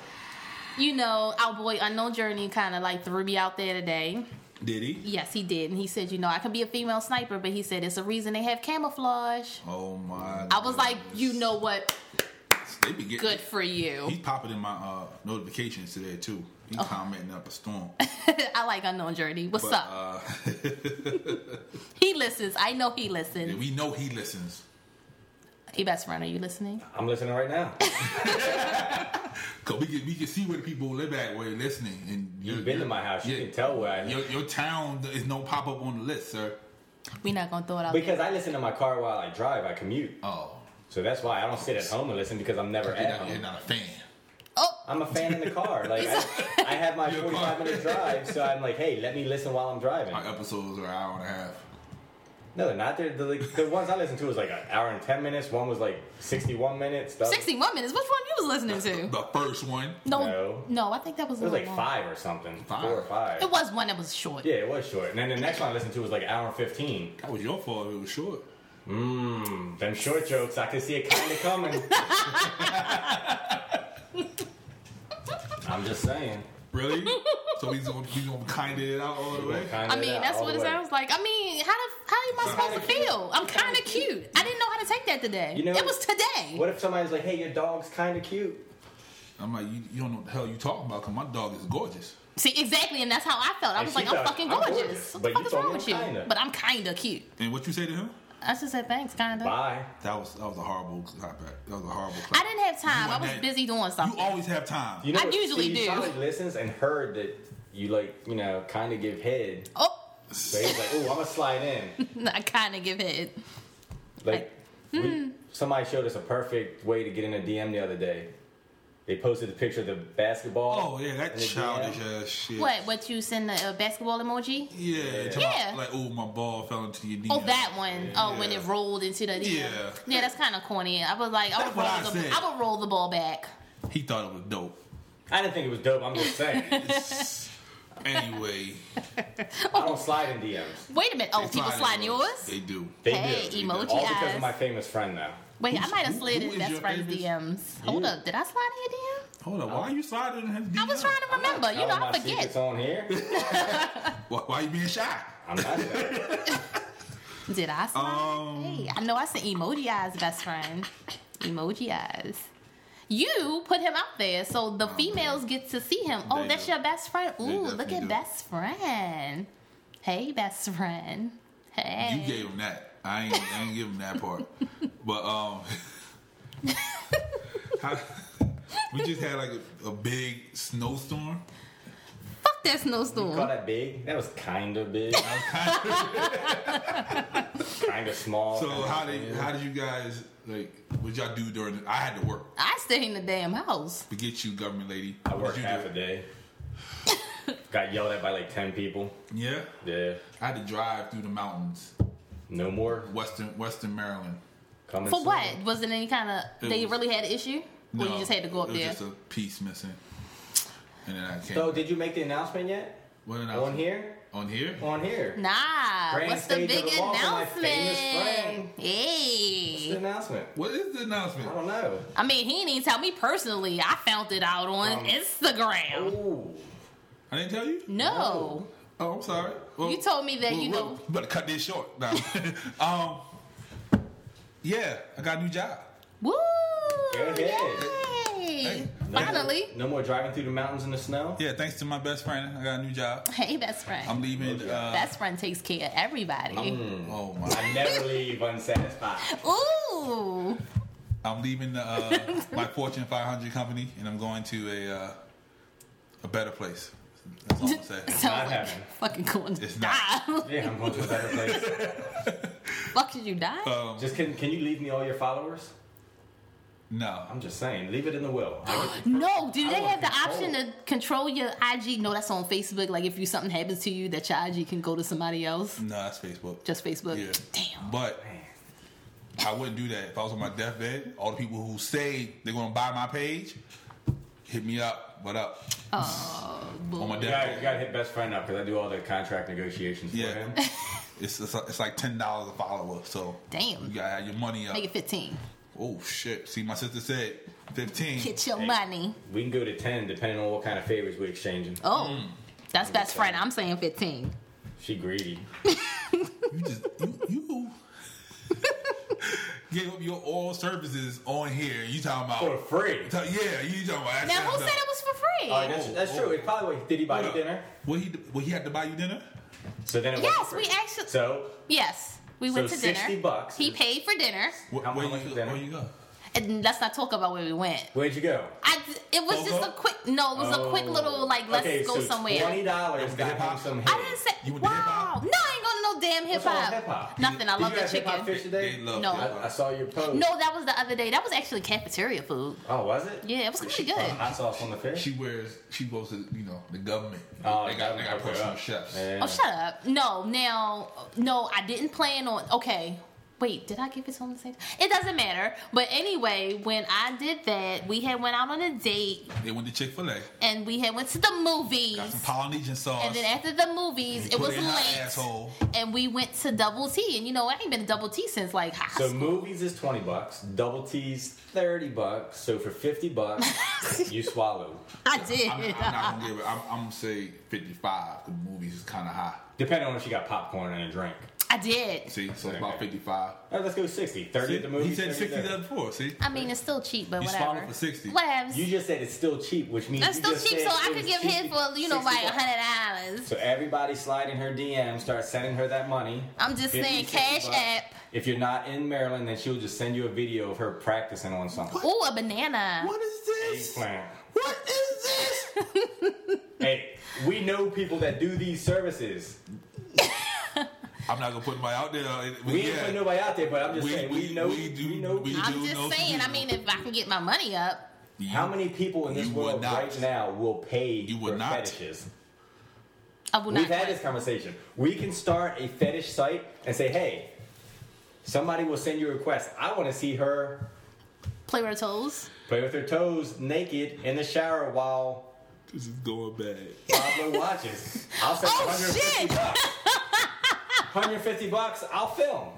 [SPEAKER 3] You know, our boy Unknown Journey kind of like threw me out there today.
[SPEAKER 2] Did he?
[SPEAKER 3] Yes, he did. And he said, you know, I could be a female sniper, but he said it's a reason they have camouflage.
[SPEAKER 2] Oh my.
[SPEAKER 3] I was like,
[SPEAKER 2] goodness.
[SPEAKER 3] you know what?
[SPEAKER 2] they be getting
[SPEAKER 3] Good for you.
[SPEAKER 2] He's popping in my uh, notifications today too. He
[SPEAKER 3] Oh.
[SPEAKER 2] commenting up a storm.
[SPEAKER 3] I like Unknown Journey. What's
[SPEAKER 2] But
[SPEAKER 3] up?
[SPEAKER 2] uh,
[SPEAKER 3] He listens. I know he listens.
[SPEAKER 2] uh, we know he listens
[SPEAKER 3] Hey, best friend, are you listening?
[SPEAKER 4] I'm listening right now.
[SPEAKER 2] because we can we can see where the people live at where they're listening. And
[SPEAKER 4] You've been to my house. You
[SPEAKER 2] yeah.
[SPEAKER 4] can tell where I live.
[SPEAKER 2] Your, your town is no pop up on the list, sir.
[SPEAKER 3] We're not going to throw it out there.
[SPEAKER 4] Because I listen to my car while I drive, I commute.
[SPEAKER 2] Oh,
[SPEAKER 4] So that's why I don't sit at home and listen because I'm never
[SPEAKER 2] you're
[SPEAKER 4] at
[SPEAKER 2] not, you're
[SPEAKER 4] home.
[SPEAKER 2] not a fan.
[SPEAKER 3] Oh,
[SPEAKER 4] I'm a fan in the car. Like I, I have my
[SPEAKER 2] You're a
[SPEAKER 4] 45
[SPEAKER 2] car.
[SPEAKER 4] minute drive, so I'm like, hey, let me listen while I'm driving.
[SPEAKER 2] My episodes are an hour and a half.
[SPEAKER 4] No, they're not. They're, the- like, the ones I listened to was like an hour and 10 minutes. One was like 61 minutes. The other-
[SPEAKER 3] 61 minutes. Which one you was listening to?
[SPEAKER 2] The first one,
[SPEAKER 3] No.
[SPEAKER 4] No.
[SPEAKER 3] No, I think that was a
[SPEAKER 4] It was
[SPEAKER 3] little
[SPEAKER 4] like
[SPEAKER 3] long.
[SPEAKER 4] five or something. Four or five.
[SPEAKER 3] It was one that was short.
[SPEAKER 4] Yeah, it was short. And then the next one I listened to was like an hour and 15.
[SPEAKER 2] that was your fault. It was short.
[SPEAKER 4] Them short jokes, I could see it kind of coming. I'm just saying.
[SPEAKER 2] Really? so he's gonna he's gonna kind it out all the way.
[SPEAKER 4] Kinda
[SPEAKER 3] I mean,
[SPEAKER 4] that
[SPEAKER 3] that's
[SPEAKER 4] all
[SPEAKER 3] what
[SPEAKER 4] the
[SPEAKER 3] it
[SPEAKER 4] way.
[SPEAKER 3] sounds like. I mean, how the, how am I supposed to
[SPEAKER 4] cute.
[SPEAKER 3] feel? I'm kind of cute. I didn't know how to take that today.
[SPEAKER 4] You know-
[SPEAKER 3] it was today.
[SPEAKER 4] What if somebody's like, hey, your dog's kind of cute?
[SPEAKER 2] I'm like, you, you don't know what the hell you talking about because my dog is gorgeous.
[SPEAKER 3] See, exactly, and that's how I felt. I
[SPEAKER 4] And
[SPEAKER 3] was
[SPEAKER 4] she
[SPEAKER 3] like, I'm
[SPEAKER 4] thought,
[SPEAKER 3] fucking
[SPEAKER 4] "I'm
[SPEAKER 3] gorgeous.
[SPEAKER 4] gorgeous,
[SPEAKER 3] What the
[SPEAKER 4] but you
[SPEAKER 3] fuck is
[SPEAKER 4] told
[SPEAKER 3] wrong
[SPEAKER 4] me
[SPEAKER 3] with you?
[SPEAKER 4] I'm kinda."
[SPEAKER 3] But I'm kinda cute.
[SPEAKER 2] And what you say to him?
[SPEAKER 3] I should say thanks, kinda.
[SPEAKER 4] Bye.
[SPEAKER 2] That was that was a horrible clapback. That was a horrible. Clapback.
[SPEAKER 3] I didn't have time.
[SPEAKER 2] You
[SPEAKER 3] I
[SPEAKER 2] want
[SPEAKER 3] was
[SPEAKER 2] that-
[SPEAKER 3] busy doing
[SPEAKER 2] You
[SPEAKER 3] something.
[SPEAKER 2] always have time.
[SPEAKER 4] You know
[SPEAKER 3] I
[SPEAKER 4] what?
[SPEAKER 3] usually
[SPEAKER 4] See,
[SPEAKER 3] do.
[SPEAKER 4] Solid listens and heard that you like, you know, kind of give head.
[SPEAKER 3] oh,
[SPEAKER 4] So he's like, "Ooh, I'm gonna slide in."
[SPEAKER 3] I kinda give head.
[SPEAKER 4] Like,
[SPEAKER 3] hmm.
[SPEAKER 4] we, somebody showed us a perfect way to get in a DM the other day. They posted a picture of the basketball.
[SPEAKER 2] Oh yeah, that
[SPEAKER 4] in the
[SPEAKER 2] childish
[SPEAKER 4] DM.
[SPEAKER 2] ass shit.
[SPEAKER 3] What? What you send the uh, basketball emoji?
[SPEAKER 2] Yeah, talking
[SPEAKER 3] Yeah.
[SPEAKER 2] about, like oh my ball fell into your knee.
[SPEAKER 3] Oh, that one. Oh, when
[SPEAKER 2] Yeah.
[SPEAKER 3] it rolled into the
[SPEAKER 2] Yeah.
[SPEAKER 3] yeah. That's kind of corny. I was like, I
[SPEAKER 2] That's
[SPEAKER 3] would,
[SPEAKER 2] what
[SPEAKER 3] roll
[SPEAKER 2] I
[SPEAKER 3] the,
[SPEAKER 2] said.
[SPEAKER 3] I would roll the ball back.
[SPEAKER 2] He thought it was dope.
[SPEAKER 4] I didn't think it was dope. I'm just saying, I
[SPEAKER 2] anyway,
[SPEAKER 4] don't slide in DMs.
[SPEAKER 3] Wait a minute. Oh,
[SPEAKER 2] they
[SPEAKER 3] people
[SPEAKER 2] slide
[SPEAKER 3] sliding
[SPEAKER 2] in
[SPEAKER 3] yours?
[SPEAKER 2] They do.
[SPEAKER 4] They
[SPEAKER 3] Hey,
[SPEAKER 4] do.
[SPEAKER 3] emoji
[SPEAKER 4] All because
[SPEAKER 3] eyes.
[SPEAKER 4] of my famous friend, though.
[SPEAKER 3] Wait, I
[SPEAKER 2] Who's-
[SPEAKER 3] might have
[SPEAKER 2] who-
[SPEAKER 3] slid
[SPEAKER 2] who
[SPEAKER 3] in
[SPEAKER 2] is
[SPEAKER 3] best
[SPEAKER 2] your
[SPEAKER 3] friend's
[SPEAKER 2] famous-
[SPEAKER 3] DMs. Hold
[SPEAKER 4] You.
[SPEAKER 3] up, did I slide in your DM?
[SPEAKER 2] Hold on, why are you sliding in his DM?
[SPEAKER 3] I was trying to remember. You know,
[SPEAKER 4] Telling
[SPEAKER 3] I
[SPEAKER 4] my secrets
[SPEAKER 3] forget.
[SPEAKER 4] on here.
[SPEAKER 2] Why, why you being shy?
[SPEAKER 4] I'm not. saying.
[SPEAKER 3] Did I slide?
[SPEAKER 2] Um,
[SPEAKER 3] hey, I know I said emoji eyes, best friend. Emoji eyes. You put him out there, so the females get to see him. Oh,
[SPEAKER 2] Oh, They
[SPEAKER 3] that's
[SPEAKER 2] do.
[SPEAKER 3] your best friend. Ooh, look
[SPEAKER 2] definitely
[SPEAKER 3] at
[SPEAKER 2] do.
[SPEAKER 3] best friend. Hey, best friend. Hey.
[SPEAKER 2] You gave him that. I ain't. I ain't give him that part. But um, how, we just had like a, a big snowstorm.
[SPEAKER 3] Fuck that
[SPEAKER 4] Call
[SPEAKER 3] snowstorm.
[SPEAKER 4] that big? That was kind of big. kind of small.
[SPEAKER 2] So how did how did you guys like? What y'all do during? The, I had to work.
[SPEAKER 3] I stay in the damn house.
[SPEAKER 2] to get you, government lady.
[SPEAKER 4] I
[SPEAKER 2] What
[SPEAKER 4] worked
[SPEAKER 2] did you
[SPEAKER 4] half
[SPEAKER 2] do?
[SPEAKER 4] a day. Got yelled at by like ten people.
[SPEAKER 2] Yeah,
[SPEAKER 4] Yeah.
[SPEAKER 2] I had to drive through the mountains,
[SPEAKER 4] No more
[SPEAKER 2] western Western Maryland.
[SPEAKER 4] coming.
[SPEAKER 3] For
[SPEAKER 4] soon.
[SPEAKER 3] what? Was it any kind of?
[SPEAKER 2] It
[SPEAKER 3] They
[SPEAKER 2] was-
[SPEAKER 3] really had an issue, or you just had to go up
[SPEAKER 2] it was
[SPEAKER 3] there?
[SPEAKER 2] Just a piece missing, and then I came.
[SPEAKER 4] So did you make the announcement yet?
[SPEAKER 2] what did I-
[SPEAKER 4] On here?
[SPEAKER 2] On here?
[SPEAKER 4] On here.
[SPEAKER 3] Nah.
[SPEAKER 4] Grand
[SPEAKER 3] what's the
[SPEAKER 4] stage
[SPEAKER 3] big
[SPEAKER 4] of the law for my famous
[SPEAKER 3] announcement?
[SPEAKER 4] friend. What's the
[SPEAKER 3] Hey.
[SPEAKER 4] announcement?
[SPEAKER 2] What is the announcement?
[SPEAKER 4] I don't know.
[SPEAKER 3] I mean, he didn't tell me personally. I found it out on
[SPEAKER 4] Um,
[SPEAKER 2] Oh.
[SPEAKER 3] Instagram.
[SPEAKER 4] Ooh.
[SPEAKER 2] I didn't tell you.
[SPEAKER 3] No.
[SPEAKER 2] Oh, I'm sorry. Well,
[SPEAKER 3] You told me that,
[SPEAKER 2] well,
[SPEAKER 3] you
[SPEAKER 2] well,
[SPEAKER 3] know.
[SPEAKER 2] you better cut this short. Nah. um, yeah, I got a new job.
[SPEAKER 3] Woo!
[SPEAKER 4] Go ahead.
[SPEAKER 3] Yay!
[SPEAKER 2] Hey.
[SPEAKER 4] No
[SPEAKER 3] Finally.
[SPEAKER 4] More, no more driving through the mountains in the snow.
[SPEAKER 2] Yeah, thanks to my best friend, I got a new job.
[SPEAKER 3] Hey, best friend.
[SPEAKER 2] I'm leaving. Uh,
[SPEAKER 3] best friend takes care of everybody.
[SPEAKER 2] oh my!
[SPEAKER 4] I never leave unsatisfied.
[SPEAKER 3] Ooh.
[SPEAKER 2] I'm leaving the, uh, my Fortune 500 company, and I'm going to a uh, a better place. That's all I'm saying.
[SPEAKER 4] Not
[SPEAKER 3] Sounds like
[SPEAKER 4] happening.
[SPEAKER 3] fucking going to
[SPEAKER 2] It's
[SPEAKER 3] die.
[SPEAKER 2] not.
[SPEAKER 4] Yeah, I'm going to a better place.
[SPEAKER 3] Fuck, did you die?
[SPEAKER 4] Just can can you leave me all your followers?
[SPEAKER 2] No,
[SPEAKER 4] I'm just saying, leave it in the will. I get
[SPEAKER 3] No, do
[SPEAKER 4] I
[SPEAKER 3] they
[SPEAKER 4] want
[SPEAKER 3] have the
[SPEAKER 4] control.
[SPEAKER 3] option to control your IG? No, that's on Facebook. Like if you something happens to you, that your IG can go to somebody else.
[SPEAKER 2] no, that's Facebook.
[SPEAKER 3] Just Facebook.
[SPEAKER 2] yeah.
[SPEAKER 3] Damn.
[SPEAKER 2] But
[SPEAKER 4] Man.
[SPEAKER 2] I wouldn't do that if I was on my deathbed. All the people who say they're going to buy my page, hit me up. What up?
[SPEAKER 3] Oh,
[SPEAKER 2] On my
[SPEAKER 3] boy.
[SPEAKER 4] You gotta,
[SPEAKER 2] deathbed.
[SPEAKER 4] you gotta hit best friend up because I do all the contract negotiations
[SPEAKER 2] Yeah.
[SPEAKER 4] for him.
[SPEAKER 2] It's, it's it's like ten dollars a follower, so you
[SPEAKER 3] Damn.
[SPEAKER 2] gotta have your money up.
[SPEAKER 3] Make it fifteen.
[SPEAKER 2] Oh shit! See, my sister said fifteen.
[SPEAKER 3] Get your money.
[SPEAKER 4] We can go to ten depending on what kind of favors we're exchanging.
[SPEAKER 3] Oh,
[SPEAKER 4] Mm.
[SPEAKER 3] that's best friend. I'm saying fifteen.
[SPEAKER 4] She greedy.
[SPEAKER 2] You just you you gave up your all services on here. You talking
[SPEAKER 4] For
[SPEAKER 2] about?
[SPEAKER 4] free.
[SPEAKER 2] Ta- yeah, you talking about?
[SPEAKER 3] Now who said it was for free?
[SPEAKER 4] Oh, that's,
[SPEAKER 2] Oh,
[SPEAKER 4] that's true. It probably was- did he buy you dinner?
[SPEAKER 2] Well, he well he had to buy you dinner.
[SPEAKER 4] So then it was
[SPEAKER 3] yes,
[SPEAKER 4] free.
[SPEAKER 3] we actually.
[SPEAKER 4] So
[SPEAKER 3] yes, we
[SPEAKER 4] So
[SPEAKER 3] went to dinner.
[SPEAKER 4] 60 bucks.
[SPEAKER 3] He paid for dinner.
[SPEAKER 2] Wh-
[SPEAKER 4] How-
[SPEAKER 2] where
[SPEAKER 4] how much
[SPEAKER 2] you
[SPEAKER 4] was dinner?
[SPEAKER 2] where you go?
[SPEAKER 3] And let's not talk about where we went.
[SPEAKER 4] where'd you go?
[SPEAKER 3] I, it was just a
[SPEAKER 2] Coco?
[SPEAKER 3] quick. No, it was a quick
[SPEAKER 4] Oh.
[SPEAKER 3] little like let's
[SPEAKER 4] Okay,
[SPEAKER 3] go
[SPEAKER 4] so
[SPEAKER 3] somewhere.
[SPEAKER 4] Twenty dollars got him
[SPEAKER 2] hip-hop?
[SPEAKER 4] some.
[SPEAKER 3] I
[SPEAKER 4] head.
[SPEAKER 3] didn't say.
[SPEAKER 2] You went to
[SPEAKER 3] wow.
[SPEAKER 2] hip-hop?
[SPEAKER 3] No, I ain't going to no damn hip
[SPEAKER 4] What's wrong with
[SPEAKER 3] hop.
[SPEAKER 4] hip-hop?
[SPEAKER 3] Nothing. I
[SPEAKER 4] Did
[SPEAKER 3] love
[SPEAKER 4] you
[SPEAKER 3] that
[SPEAKER 4] have hip-hop
[SPEAKER 3] chicken.
[SPEAKER 4] fish today?
[SPEAKER 2] They love
[SPEAKER 3] No.
[SPEAKER 2] hip
[SPEAKER 4] I, I
[SPEAKER 2] hop.
[SPEAKER 4] saw your post.
[SPEAKER 3] No, that was the other day. That was actually cafeteria food.
[SPEAKER 4] Oh, was it?
[SPEAKER 3] Yeah, it was pretty good.
[SPEAKER 4] Oh, hot sauce on the fish.
[SPEAKER 2] She wears. She goes to you know the government.
[SPEAKER 4] Oh,
[SPEAKER 2] they got they got
[SPEAKER 4] okay,
[SPEAKER 2] personal
[SPEAKER 4] up.
[SPEAKER 2] chefs.
[SPEAKER 4] Yeah.
[SPEAKER 3] Oh, shut up. No, now, no, I didn't plan on. Okay. Wait, did I give it to him the same It doesn't matter. But anyway, when I did that, we had went out on a date
[SPEAKER 2] They went to Chick Fil A.
[SPEAKER 3] and we had went to the movies.
[SPEAKER 2] Got some Polynesian sauce.
[SPEAKER 3] And then after the movies, it
[SPEAKER 2] Put
[SPEAKER 3] was
[SPEAKER 2] in her
[SPEAKER 3] late.
[SPEAKER 2] Asshole.
[SPEAKER 3] And we went to Double T. And you know, I ain't been to Double T since like high
[SPEAKER 4] So
[SPEAKER 3] school.
[SPEAKER 4] movies is twenty bucks, double T's thirty bucks. So for fifty bucks, you swallow.
[SPEAKER 3] I did.
[SPEAKER 2] I'm, I'm not gonna give it. I'm, I'm gonna say 55. The movies is kind of high.
[SPEAKER 4] Depending on if you got popcorn and a drink.
[SPEAKER 3] I did.
[SPEAKER 2] See, so it's about
[SPEAKER 4] Okay.
[SPEAKER 2] 55.
[SPEAKER 4] All right, let's go 60. 30 at the movie.
[SPEAKER 2] he said
[SPEAKER 4] 30
[SPEAKER 2] 60
[SPEAKER 4] there.
[SPEAKER 2] the other before. See,
[SPEAKER 3] I mean, it's still cheap, but
[SPEAKER 2] You swallow
[SPEAKER 3] whatever.
[SPEAKER 2] for 60.
[SPEAKER 3] Whatevs.
[SPEAKER 4] You just said it's still cheap, which means
[SPEAKER 3] That's
[SPEAKER 4] you
[SPEAKER 3] still
[SPEAKER 4] just
[SPEAKER 3] cheap, so
[SPEAKER 4] said
[SPEAKER 3] I
[SPEAKER 4] it
[SPEAKER 3] could
[SPEAKER 4] was
[SPEAKER 3] give him
[SPEAKER 4] cheap.
[SPEAKER 3] for you know
[SPEAKER 4] 60
[SPEAKER 3] like a
[SPEAKER 4] bucks.
[SPEAKER 3] hundred dollars.
[SPEAKER 4] So everybody slide in her DM, start sending her that money.
[SPEAKER 3] I'm just
[SPEAKER 4] 50,
[SPEAKER 3] saying,
[SPEAKER 4] 60
[SPEAKER 3] Cash
[SPEAKER 4] bucks.
[SPEAKER 3] App.
[SPEAKER 4] If you're not in Maryland, then she'll just send you a video of her practicing on something.
[SPEAKER 3] Ooh, a banana.
[SPEAKER 2] what is this?
[SPEAKER 4] Eggplant.
[SPEAKER 2] What is this?
[SPEAKER 4] Hey, we know people that do these services.
[SPEAKER 2] I'm not gonna put my out there. It-
[SPEAKER 4] We ain't
[SPEAKER 2] yeah.
[SPEAKER 4] put nobody out there, but I'm just
[SPEAKER 2] We-
[SPEAKER 4] saying we,
[SPEAKER 2] we-
[SPEAKER 4] know
[SPEAKER 2] we do-
[SPEAKER 4] know
[SPEAKER 2] we
[SPEAKER 4] people.
[SPEAKER 2] do.
[SPEAKER 3] I'm
[SPEAKER 2] know
[SPEAKER 3] just saying. I
[SPEAKER 2] people.
[SPEAKER 3] mean, if I can get my money up,
[SPEAKER 2] You-
[SPEAKER 4] How many people in this
[SPEAKER 2] You would
[SPEAKER 4] world
[SPEAKER 2] not.
[SPEAKER 4] right now will pay
[SPEAKER 2] You would
[SPEAKER 4] for
[SPEAKER 2] not.
[SPEAKER 4] fetishes?
[SPEAKER 3] I will
[SPEAKER 4] We've
[SPEAKER 3] not.
[SPEAKER 4] had this conversation. We can start a fetish site and say, hey, somebody will send you a request. I want to see her
[SPEAKER 3] play with her toes.
[SPEAKER 4] play with her toes naked in the shower while
[SPEAKER 2] This is going bad.
[SPEAKER 4] Pablo watches. I'll send
[SPEAKER 3] Oh,
[SPEAKER 4] 150
[SPEAKER 3] shit!
[SPEAKER 4] bucks. 150 bucks, I'll film.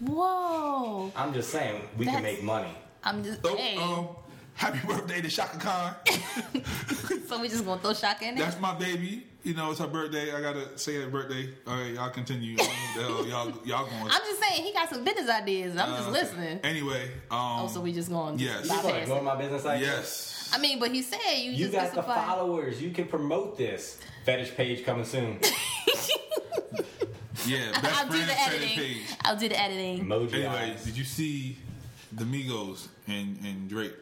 [SPEAKER 3] Whoa.
[SPEAKER 4] I'm just saying, we can
[SPEAKER 3] That's-
[SPEAKER 4] make money.
[SPEAKER 3] I'm just
[SPEAKER 2] So,
[SPEAKER 3] hey.
[SPEAKER 2] um, happy birthday to Shaka Khan.
[SPEAKER 3] so we just gonna throw shock in there.
[SPEAKER 2] That's my baby. You know, it's her birthday. I gotta say her birthday. All right, y'all continue. I don't know what the hell y'all y'all going?
[SPEAKER 3] I'm just saying he got some business ideas. I'm just
[SPEAKER 2] Uh,
[SPEAKER 3] listening.
[SPEAKER 2] Anyway, um,
[SPEAKER 3] Oh, so we just going to
[SPEAKER 2] yes.
[SPEAKER 4] You just want to
[SPEAKER 3] bypass
[SPEAKER 4] ignore
[SPEAKER 3] it.
[SPEAKER 4] my business idea?
[SPEAKER 2] yes.
[SPEAKER 3] I mean, but he said you,
[SPEAKER 4] You
[SPEAKER 3] just
[SPEAKER 4] got the
[SPEAKER 3] specified-
[SPEAKER 4] followers. You can promote this. Fetish page coming soon.
[SPEAKER 2] Yeah, best
[SPEAKER 3] I'll do
[SPEAKER 2] friend
[SPEAKER 3] the
[SPEAKER 2] fetish
[SPEAKER 3] editing.
[SPEAKER 2] page.
[SPEAKER 3] I'll do the editing.
[SPEAKER 4] Emoji.
[SPEAKER 2] Anyway,
[SPEAKER 4] eyes.
[SPEAKER 2] did you see the Migos and, and Drake?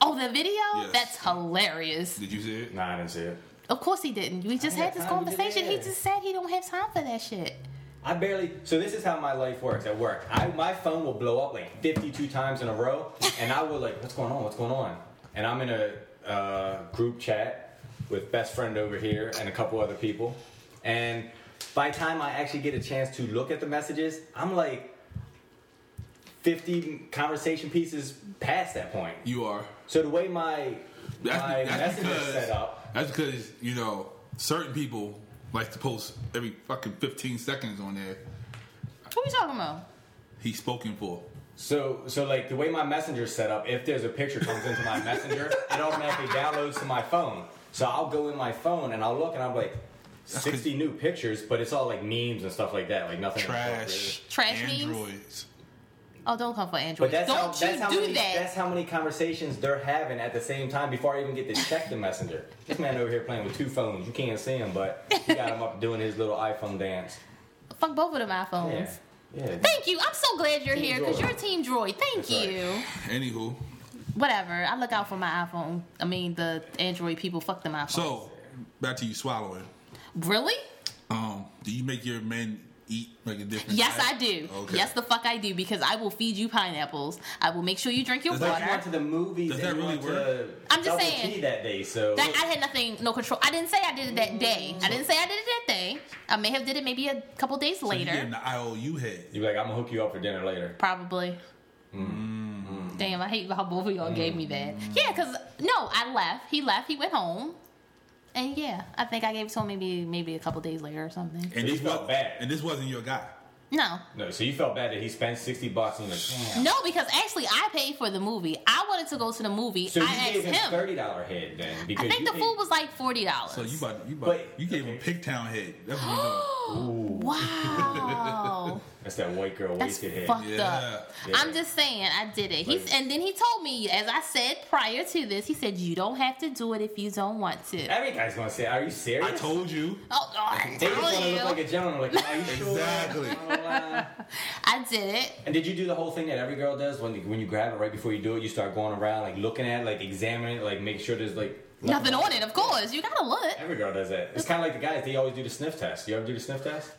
[SPEAKER 3] oh, the video?
[SPEAKER 2] Yes.
[SPEAKER 3] That's hilarious.
[SPEAKER 2] Did you see it?
[SPEAKER 4] Nah, I didn't see it.
[SPEAKER 3] Of course he didn't. We just had
[SPEAKER 4] I ain't
[SPEAKER 3] this
[SPEAKER 4] got time to do
[SPEAKER 3] conversation. He
[SPEAKER 4] that.
[SPEAKER 3] just said he don't have time for that shit.
[SPEAKER 4] I barely. So this is how my life works at work. I my phone will blow up like 52 times in a row, and I will like, what's going on? What's going on? And I'm in a uh, group chat with best friend over here and a couple other people, and by the time I actually get a chance to look at the messages, I'm like 50 conversation pieces past that point.
[SPEAKER 2] You are.
[SPEAKER 4] So the way my
[SPEAKER 2] That's,
[SPEAKER 4] my
[SPEAKER 2] that's
[SPEAKER 4] message is
[SPEAKER 2] because
[SPEAKER 4] set up,
[SPEAKER 2] that's because you know certain people like to post every fucking 15 seconds on there.
[SPEAKER 3] What are you talking about?
[SPEAKER 2] He's spoken for.
[SPEAKER 4] so so like the way my messenger's set up, if there's a picture comes into my messenger, it automatically downloads to my phone. So I'll go in my phone and I'll look and I'm like. 60 new pictures, but it's all like memes and stuff like that, like nothing.
[SPEAKER 2] Trash.
[SPEAKER 3] Trash memes?
[SPEAKER 2] androids.
[SPEAKER 3] Oh, don't come for Android.
[SPEAKER 4] But that's
[SPEAKER 3] don't
[SPEAKER 4] how,
[SPEAKER 3] you
[SPEAKER 4] that's, how
[SPEAKER 3] do
[SPEAKER 4] many,
[SPEAKER 3] that.
[SPEAKER 4] that's how many conversations they're having at the same time before I even get to check the messenger. This man over here playing with two phones. You can't see him, but he got him up doing his little iPhone dance.
[SPEAKER 3] Fuck both of them iPhones.
[SPEAKER 4] Yeah. yeah.
[SPEAKER 3] Thank you. I'm so glad you're
[SPEAKER 4] Team
[SPEAKER 3] here because
[SPEAKER 4] Droid.
[SPEAKER 3] you're a Team Droid. Thank
[SPEAKER 4] That's right.
[SPEAKER 3] you.
[SPEAKER 2] Anywho,
[SPEAKER 3] Whatever. I look out for my iPhone. I mean, the Android people. Fuck them iPhone.
[SPEAKER 2] so back to you swallowing.
[SPEAKER 3] really?
[SPEAKER 2] Um, do you make your men eat like a different?
[SPEAKER 3] Yes,
[SPEAKER 2] diet?
[SPEAKER 3] I do.
[SPEAKER 2] Okay.
[SPEAKER 3] Yes, the fuck I do because I will feed you pineapples. I will make sure you drink your
[SPEAKER 2] Does that
[SPEAKER 4] But
[SPEAKER 3] water.
[SPEAKER 4] you went to the movies.
[SPEAKER 2] Does
[SPEAKER 4] and
[SPEAKER 2] that
[SPEAKER 4] you
[SPEAKER 2] really
[SPEAKER 4] went to
[SPEAKER 3] I'm just
[SPEAKER 4] Double
[SPEAKER 3] saying.
[SPEAKER 4] T that day, so
[SPEAKER 3] That I had nothing, no control. I didn't say I did it that day. I didn't say I did it that day. I may have did it maybe a couple days
[SPEAKER 2] So you getting
[SPEAKER 3] later,
[SPEAKER 2] the IOU head?
[SPEAKER 4] you're like, I'm gonna hook you up for dinner later.
[SPEAKER 3] probably. Damn, I hate how both of y'all gave me that. Yeah, cause no, I left. He left. He went home, and yeah, I think I gave it to him maybe maybe a couple days later or something.
[SPEAKER 2] And
[SPEAKER 4] you
[SPEAKER 2] this
[SPEAKER 4] felt
[SPEAKER 2] was
[SPEAKER 4] bad.
[SPEAKER 2] and this wasn't your guy.
[SPEAKER 3] No,
[SPEAKER 4] No, so you felt bad that he spent sixty bucks and you're like, damn.
[SPEAKER 3] no, because actually I paid for the movie. I wanted to go to the movie.
[SPEAKER 4] So you
[SPEAKER 3] I asked
[SPEAKER 4] gave him
[SPEAKER 3] him.
[SPEAKER 4] thirty dollar head then because
[SPEAKER 3] I think
[SPEAKER 4] you
[SPEAKER 3] the
[SPEAKER 4] paid-
[SPEAKER 3] food was like forty dollars.
[SPEAKER 2] So you about you about
[SPEAKER 4] But-
[SPEAKER 2] you gave him Pigtown head. That's what you
[SPEAKER 3] wow.
[SPEAKER 4] that's that white girl
[SPEAKER 3] That's
[SPEAKER 4] wasted head.
[SPEAKER 3] fucked
[SPEAKER 2] Yeah.
[SPEAKER 3] up.
[SPEAKER 4] Yeah.
[SPEAKER 3] I'm just saying, I did it. He's
[SPEAKER 4] Like-
[SPEAKER 3] and then he told me, as I said prior to this, he said, "You don't have to do it if you don't want to."
[SPEAKER 4] Every guy's gonna say, "Are you serious?"
[SPEAKER 2] I told you.
[SPEAKER 3] oh, oh, I
[SPEAKER 4] They just want
[SPEAKER 3] tell
[SPEAKER 4] to
[SPEAKER 3] you,
[SPEAKER 4] look like a gentleman. Like, are you sure?
[SPEAKER 2] Exactly.
[SPEAKER 4] Uh,
[SPEAKER 3] I did it.
[SPEAKER 4] and did you do the whole thing that every girl does when you, when you grab it right before you do it? You start going around, like looking at, it, like examining, it, like make sure there's like
[SPEAKER 3] Nothing on it, of course. You gotta look.
[SPEAKER 4] Every girl does that. It's kind of like the guys. They always do the sniff test. You ever do the sniff test?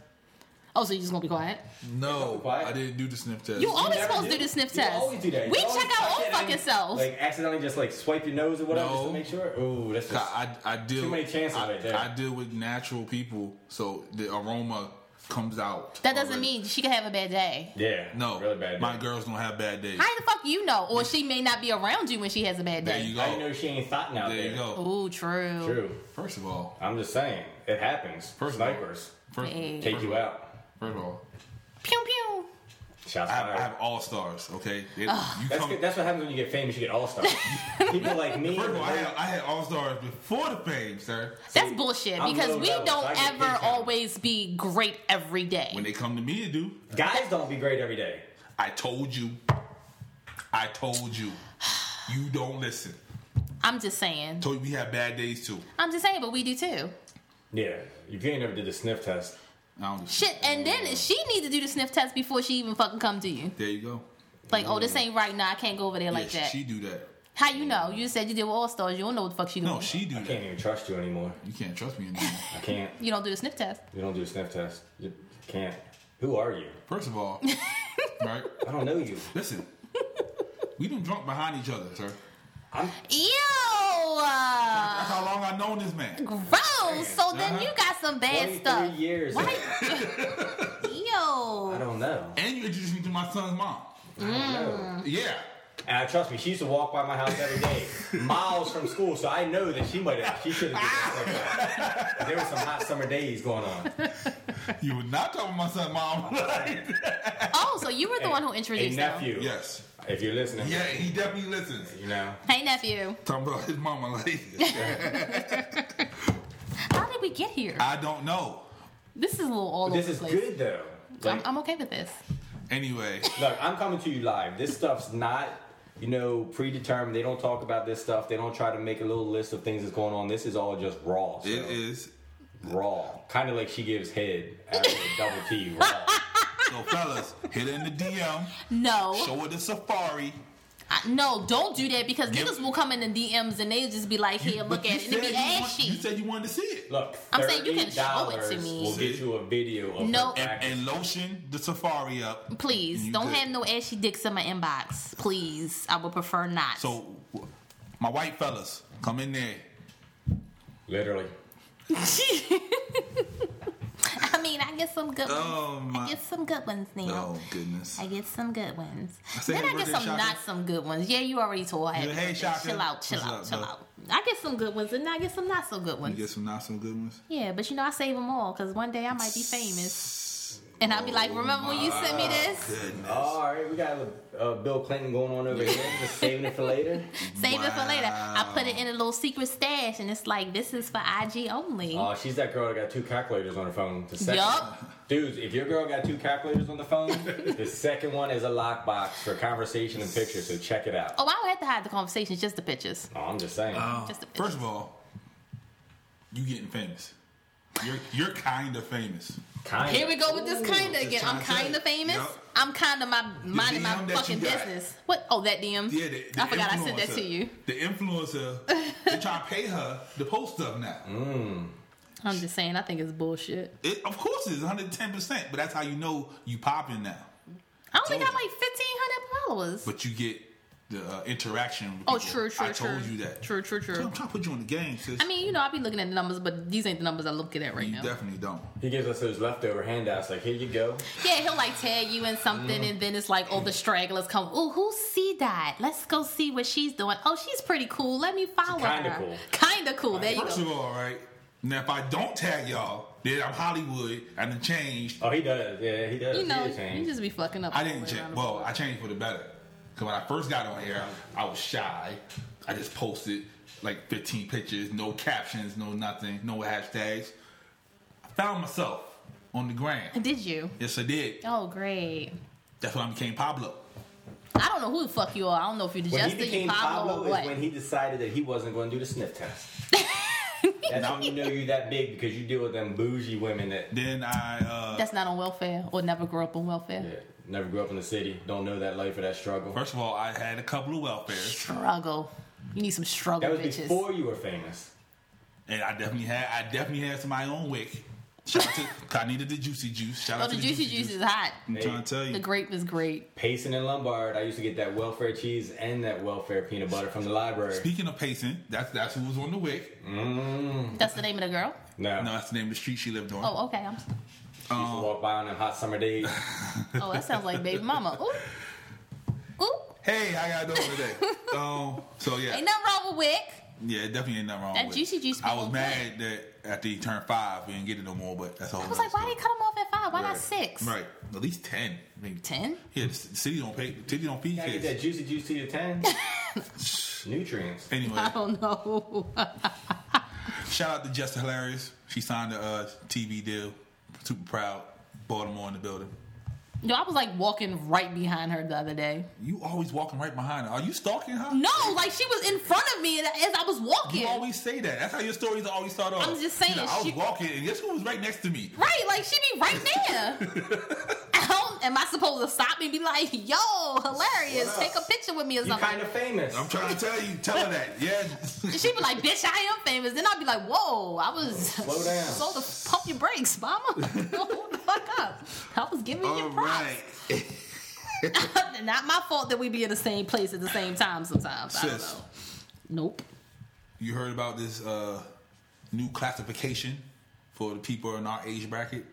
[SPEAKER 3] Oh, so you just gonna be quiet?
[SPEAKER 2] No,
[SPEAKER 4] Quiet.
[SPEAKER 2] I didn't do the sniff test.
[SPEAKER 3] You always
[SPEAKER 4] never
[SPEAKER 3] supposed to do the sniff test.
[SPEAKER 4] You always do that. You
[SPEAKER 3] We
[SPEAKER 4] always
[SPEAKER 3] check our
[SPEAKER 4] touch
[SPEAKER 3] own
[SPEAKER 4] it and
[SPEAKER 3] fucking
[SPEAKER 4] then,
[SPEAKER 3] selves.
[SPEAKER 4] Like accidentally, just like swipe your nose or whatever, just
[SPEAKER 2] No.
[SPEAKER 4] to make sure. Ooh, that's just.
[SPEAKER 2] I, I I deal
[SPEAKER 4] Too many chances
[SPEAKER 2] I,
[SPEAKER 4] right there.
[SPEAKER 2] I deal with natural people, so the aroma comes out.
[SPEAKER 3] that doesn't
[SPEAKER 2] already.
[SPEAKER 3] mean she could have a bad day.
[SPEAKER 4] yeah.
[SPEAKER 2] no.
[SPEAKER 4] Really bad.
[SPEAKER 2] My
[SPEAKER 4] dude.
[SPEAKER 2] girls don't have bad days.
[SPEAKER 3] How the fuck you know? Or she may not be around you when she has a bad
[SPEAKER 2] there you
[SPEAKER 3] day.
[SPEAKER 2] go.
[SPEAKER 4] How you know she ain't thought now?
[SPEAKER 2] there you go.
[SPEAKER 3] Ooh, true.
[SPEAKER 4] True.
[SPEAKER 2] First of all,
[SPEAKER 4] I'm just saying, it happens.
[SPEAKER 2] First of all-
[SPEAKER 4] Snipers
[SPEAKER 2] first,
[SPEAKER 3] Hey.
[SPEAKER 4] take you out.
[SPEAKER 2] first of all,
[SPEAKER 3] Pew pew.
[SPEAKER 4] Shots
[SPEAKER 2] I have,
[SPEAKER 4] fired.
[SPEAKER 2] I have all stars. Okay, They- you
[SPEAKER 4] That's
[SPEAKER 2] come.
[SPEAKER 4] good. that's what happens when you get famous. You get all stars. People like me.
[SPEAKER 2] First of all, I had, I had all stars before the fame, sir.
[SPEAKER 3] That's bullshit
[SPEAKER 4] I'm
[SPEAKER 3] because
[SPEAKER 4] low
[SPEAKER 3] we
[SPEAKER 4] level, so I
[SPEAKER 3] don't
[SPEAKER 4] get
[SPEAKER 3] ever
[SPEAKER 4] discounted.
[SPEAKER 3] always be great every day.
[SPEAKER 2] When they come to me to do,
[SPEAKER 4] Guys don't be great every day.
[SPEAKER 2] I told you, I told you, you don't listen.
[SPEAKER 3] I'm just saying.
[SPEAKER 2] Told you we have bad days too.
[SPEAKER 3] I'm just saying, but we do too.
[SPEAKER 4] Yeah, if you ain't never did the sniff test,
[SPEAKER 2] I don't
[SPEAKER 3] Shit, and then
[SPEAKER 2] Mm.
[SPEAKER 3] she needs to do the sniff test before she even fucking come to you.
[SPEAKER 2] There you go.
[SPEAKER 3] Like, oh, this ain't right now. I can't go over there like
[SPEAKER 2] Mm. yeah,
[SPEAKER 3] that.
[SPEAKER 2] she do that.
[SPEAKER 3] How you know? You said you did with All Stars. You don't know what the fuck she doing.
[SPEAKER 2] No, she do
[SPEAKER 4] I
[SPEAKER 2] that.
[SPEAKER 4] can't even trust you anymore.
[SPEAKER 2] You can't trust me anymore.
[SPEAKER 4] I can't.
[SPEAKER 3] you don't do the sniff test.
[SPEAKER 4] You don't do a sniff test. You can't. Who are you?
[SPEAKER 2] First of all, right?
[SPEAKER 4] I don't know you.
[SPEAKER 2] Listen, we done drunk behind each other, sir.
[SPEAKER 4] I'm,
[SPEAKER 3] Ew.
[SPEAKER 2] That's how long I known this man.
[SPEAKER 3] Gross. So then
[SPEAKER 2] Uh-huh.
[SPEAKER 3] you got some bad
[SPEAKER 4] 23
[SPEAKER 3] stuff.
[SPEAKER 4] years.
[SPEAKER 3] Why?
[SPEAKER 4] I
[SPEAKER 3] Ew.
[SPEAKER 4] don't know.
[SPEAKER 2] And you introduced me to my son's mom.
[SPEAKER 4] I don't
[SPEAKER 3] Mm.
[SPEAKER 4] know.
[SPEAKER 2] Yeah.
[SPEAKER 4] And I trust me, she used to walk by my house every day, miles from school. So I know that she might have. She should have. did the sniff test. There were some hot summer days going on.
[SPEAKER 2] You were not talking about my son's mom.
[SPEAKER 3] Oh, so you were the one who
[SPEAKER 4] A
[SPEAKER 3] introduced him.
[SPEAKER 4] nephew.
[SPEAKER 2] yes.
[SPEAKER 4] If you're listening.
[SPEAKER 2] Yeah, he definitely listens.
[SPEAKER 4] You know.
[SPEAKER 3] Hey, nephew.
[SPEAKER 2] Talking about his mama like
[SPEAKER 3] How did we get here?
[SPEAKER 2] I don't know.
[SPEAKER 3] This is a little all
[SPEAKER 4] This
[SPEAKER 3] over
[SPEAKER 4] is
[SPEAKER 3] the place.
[SPEAKER 4] good though.
[SPEAKER 3] I'm,
[SPEAKER 4] Like,
[SPEAKER 3] I'm okay with this.
[SPEAKER 2] Anyway,
[SPEAKER 4] look, I'm coming to you live. This stuff's not, you know, predetermined. They don't talk about this stuff. They don't try to make a little list of things that's going on. This is all just raw. So
[SPEAKER 2] it is.
[SPEAKER 4] raw. Kind of like she gives head after a double T. Raw.
[SPEAKER 2] So fellas, hit it in the DM.
[SPEAKER 3] No.
[SPEAKER 2] Show it the Safari.
[SPEAKER 3] I, no, don't do that because niggas will come in the DMs and they just be like, here, look
[SPEAKER 2] you
[SPEAKER 3] at it. And it
[SPEAKER 2] said
[SPEAKER 3] be
[SPEAKER 2] you want- You
[SPEAKER 3] ashy.
[SPEAKER 2] said you wanted to see it.
[SPEAKER 4] Look,
[SPEAKER 3] I'm saying you can show it to
[SPEAKER 4] $30
[SPEAKER 3] me.
[SPEAKER 4] Will get you a video of
[SPEAKER 3] No.
[SPEAKER 4] no.
[SPEAKER 2] And, and lotion the safari up.
[SPEAKER 3] Please,
[SPEAKER 2] You
[SPEAKER 3] don't
[SPEAKER 2] good.
[SPEAKER 3] have no ashy dicks in my inbox. Please, I would prefer not.
[SPEAKER 2] So, my white fellas, come in there.
[SPEAKER 4] Literally.
[SPEAKER 3] I mean, I get some good ones.
[SPEAKER 2] Oh,
[SPEAKER 3] I
[SPEAKER 2] my-
[SPEAKER 3] get some good ones now.
[SPEAKER 2] Oh goodness.
[SPEAKER 3] I get some good ones.
[SPEAKER 2] said
[SPEAKER 3] Then
[SPEAKER 2] happy
[SPEAKER 3] I get
[SPEAKER 2] birthday,
[SPEAKER 3] some
[SPEAKER 2] Shaka.
[SPEAKER 3] not some good ones. Yeah, you already told I had.
[SPEAKER 2] Yeah, hey, Shaka.
[SPEAKER 3] chill out, chill
[SPEAKER 2] What's
[SPEAKER 3] out,
[SPEAKER 2] up,
[SPEAKER 3] chill
[SPEAKER 2] bro?
[SPEAKER 3] out. I get some good ones, and I get some not so good
[SPEAKER 2] You
[SPEAKER 3] ones.
[SPEAKER 2] get some not some good ones.
[SPEAKER 3] Yeah, but you know I save them all because one day I might be famous, and I'll be
[SPEAKER 2] Oh
[SPEAKER 3] like, "Remember when you sent me this?
[SPEAKER 2] Goodness.
[SPEAKER 4] All right, we got uh, Bill Clinton going on over here. Just saving it for later.
[SPEAKER 3] Save it for later." I
[SPEAKER 2] Wow.
[SPEAKER 3] put it in a little secret stash, and it's like, "This is for IG only."
[SPEAKER 4] Oh, she's that girl that got two calculators on her phone. The second,
[SPEAKER 3] Yup.
[SPEAKER 4] Dudes, if your girl got two calculators on the phone, the second one is a lockbox for conversation and pictures, so check it out.
[SPEAKER 3] Oh, I don't have to hide the conversations, just the pictures.
[SPEAKER 4] Oh, I'm just saying.
[SPEAKER 2] Uh,
[SPEAKER 3] Just a bit.
[SPEAKER 2] first of all, you getting famous. You're you're kind of famous.
[SPEAKER 4] Kinda.
[SPEAKER 3] Here we go with this
[SPEAKER 2] Ooh,
[SPEAKER 3] kind of
[SPEAKER 2] just
[SPEAKER 3] again. I'm
[SPEAKER 2] trying to
[SPEAKER 3] kind of
[SPEAKER 2] tell you.
[SPEAKER 3] famous.
[SPEAKER 2] Yup.
[SPEAKER 3] I'm kind of my minding my
[SPEAKER 2] DM that
[SPEAKER 3] fucking
[SPEAKER 2] you got.
[SPEAKER 3] business. What? Oh, that DM.
[SPEAKER 2] Yeah, the, the
[SPEAKER 3] I forgot I sent that
[SPEAKER 2] influencer-
[SPEAKER 3] to you.
[SPEAKER 2] The influencer, they trying to pay her to post stuff now.
[SPEAKER 3] I'm just saying. I think it's bullshit.
[SPEAKER 2] It, of course, it's 110, percent but that's how you know you popping now.
[SPEAKER 3] I only got
[SPEAKER 2] Told
[SPEAKER 3] like 1,500 followers.
[SPEAKER 2] But you get the uh, interaction. With
[SPEAKER 3] oh,
[SPEAKER 2] people.
[SPEAKER 3] true, true,
[SPEAKER 2] I
[SPEAKER 3] true.
[SPEAKER 2] told you that.
[SPEAKER 3] True, true,
[SPEAKER 2] I'm
[SPEAKER 3] true.
[SPEAKER 2] trying to put you on the game, sis.
[SPEAKER 3] I mean, you know, I be looking at the numbers, but these ain't the numbers I look at right
[SPEAKER 2] you
[SPEAKER 3] now.
[SPEAKER 2] definitely don't.
[SPEAKER 4] He gives us those leftover handouts, like, here you go.
[SPEAKER 3] Yeah, he'll like tag you in something,
[SPEAKER 2] Mm.
[SPEAKER 3] and then it's like, oh, the stragglers come. Ooh, who's see that? Let's go see what she's doing. Oh, she's pretty cool. Let me follow
[SPEAKER 4] kinda
[SPEAKER 3] her.
[SPEAKER 4] cool.
[SPEAKER 3] Kinda cool. There you
[SPEAKER 2] First of
[SPEAKER 3] go.
[SPEAKER 2] all, right now, if I don't tag y'all, then I'm Hollywood. I done changed.
[SPEAKER 4] Oh, he does. Yeah, he does.
[SPEAKER 3] You know,
[SPEAKER 4] he is
[SPEAKER 3] you
[SPEAKER 4] changed.
[SPEAKER 3] just be fucking up.
[SPEAKER 2] I
[SPEAKER 3] all
[SPEAKER 2] didn't
[SPEAKER 3] the way around
[SPEAKER 2] change.
[SPEAKER 3] the
[SPEAKER 2] Well,
[SPEAKER 3] board.
[SPEAKER 2] I changed for the better. Cause when I first got on here, I was shy. I just posted like 15 pictures, no captions, no nothing, no hashtags. I found myself on the gram.
[SPEAKER 3] Did you?
[SPEAKER 2] Yes, I did.
[SPEAKER 3] Oh, great.
[SPEAKER 2] That's when I became Pablo.
[SPEAKER 3] I don't know who the fuck you are. I don't know if you
[SPEAKER 4] when he
[SPEAKER 3] Justin, you
[SPEAKER 4] became
[SPEAKER 3] Pablo,
[SPEAKER 4] Pablo
[SPEAKER 3] or what.
[SPEAKER 4] is when he decided that he wasn't going to do the sniff test. That's when you know you're that big because you deal with them bougie women that
[SPEAKER 2] Then I uh,
[SPEAKER 3] That's not on welfare or never grew up on welfare.
[SPEAKER 4] yeah, never grew up in the city, don't know that life or that struggle.
[SPEAKER 2] first of all I had a couple of welfares,
[SPEAKER 3] Struggle. You need some struggle
[SPEAKER 4] that was
[SPEAKER 3] bitches.
[SPEAKER 4] before you were famous.
[SPEAKER 2] and I definitely had I definitely had somebody on wick. Shout out to 'cause I needed the juicy juice. Shout
[SPEAKER 3] Oh,
[SPEAKER 2] out
[SPEAKER 3] the
[SPEAKER 2] to
[SPEAKER 3] juicy juice is hot.
[SPEAKER 2] I'm trying to tell you.
[SPEAKER 3] The grape is great.
[SPEAKER 4] Payson and Lombard, I used to get that welfare cheese and that welfare peanut butter from the library.
[SPEAKER 2] Speaking of pacing, that's that's who was on the wick.
[SPEAKER 3] That's the name of the girl.
[SPEAKER 4] No,
[SPEAKER 2] No, that's the name of the street she lived on.
[SPEAKER 3] Oh, okay. I'm,
[SPEAKER 4] I used to walk by on them hot summer days.
[SPEAKER 3] oh, that sounds like baby mama. Ooh, ooh.
[SPEAKER 2] Hey, how y'all doing today? um, so yeah,
[SPEAKER 3] Ain't nothing wrong with Wick.
[SPEAKER 2] yeah, definitely ain't nothing wrong.
[SPEAKER 3] That
[SPEAKER 2] with
[SPEAKER 3] Juicy
[SPEAKER 2] it.
[SPEAKER 3] Juice
[SPEAKER 2] I was
[SPEAKER 3] people
[SPEAKER 2] mad that after he turned five, we didn't get it no more. But that's all.
[SPEAKER 3] I was like, why they cut him off at five? Why not
[SPEAKER 4] Right.
[SPEAKER 3] six?
[SPEAKER 2] Right, at least ten. I mean,
[SPEAKER 3] Ten?
[SPEAKER 2] Yeah, the c- city don't pay. City don't feed
[SPEAKER 4] Can I get
[SPEAKER 2] kids.
[SPEAKER 4] that juicy juice to your ten? Nutrients.
[SPEAKER 2] Anyway,
[SPEAKER 3] I don't know.
[SPEAKER 2] shout out to Jessica Hilarious. She signed a uh, TV deal. Super proud. Baltimore in the building.
[SPEAKER 3] Yo, I was like walking right behind her the other day.
[SPEAKER 2] You always walking right behind her. Are you stalking her?
[SPEAKER 3] No, like she was in front of me as I was walking.
[SPEAKER 2] You always say that. That's how your stories always start off.
[SPEAKER 3] I'm just saying,
[SPEAKER 2] You know, I was
[SPEAKER 3] she-
[SPEAKER 2] walking, and guess who was right next to me?
[SPEAKER 3] Right, like she be right there. I don't- Am I supposed to stop and be like, yo, hilarious,
[SPEAKER 4] What up?
[SPEAKER 3] take a picture with me or
[SPEAKER 4] You
[SPEAKER 3] something?
[SPEAKER 4] kind of famous.
[SPEAKER 2] I'm trying to tell you. Tell her that. Yeah.
[SPEAKER 3] And she be like, bitch, I am famous. Then I'd be like, whoa, I was
[SPEAKER 4] Slow down.
[SPEAKER 3] So to pump your brakes, mama. Hold the fuck up. I was giving you
[SPEAKER 2] All
[SPEAKER 3] props.
[SPEAKER 2] right.
[SPEAKER 3] Not my fault that we be in the same place at the same time sometimes. I don't
[SPEAKER 2] Sis.
[SPEAKER 3] know. Nope.
[SPEAKER 2] You heard about this uh, new classification for the people in our age bracket?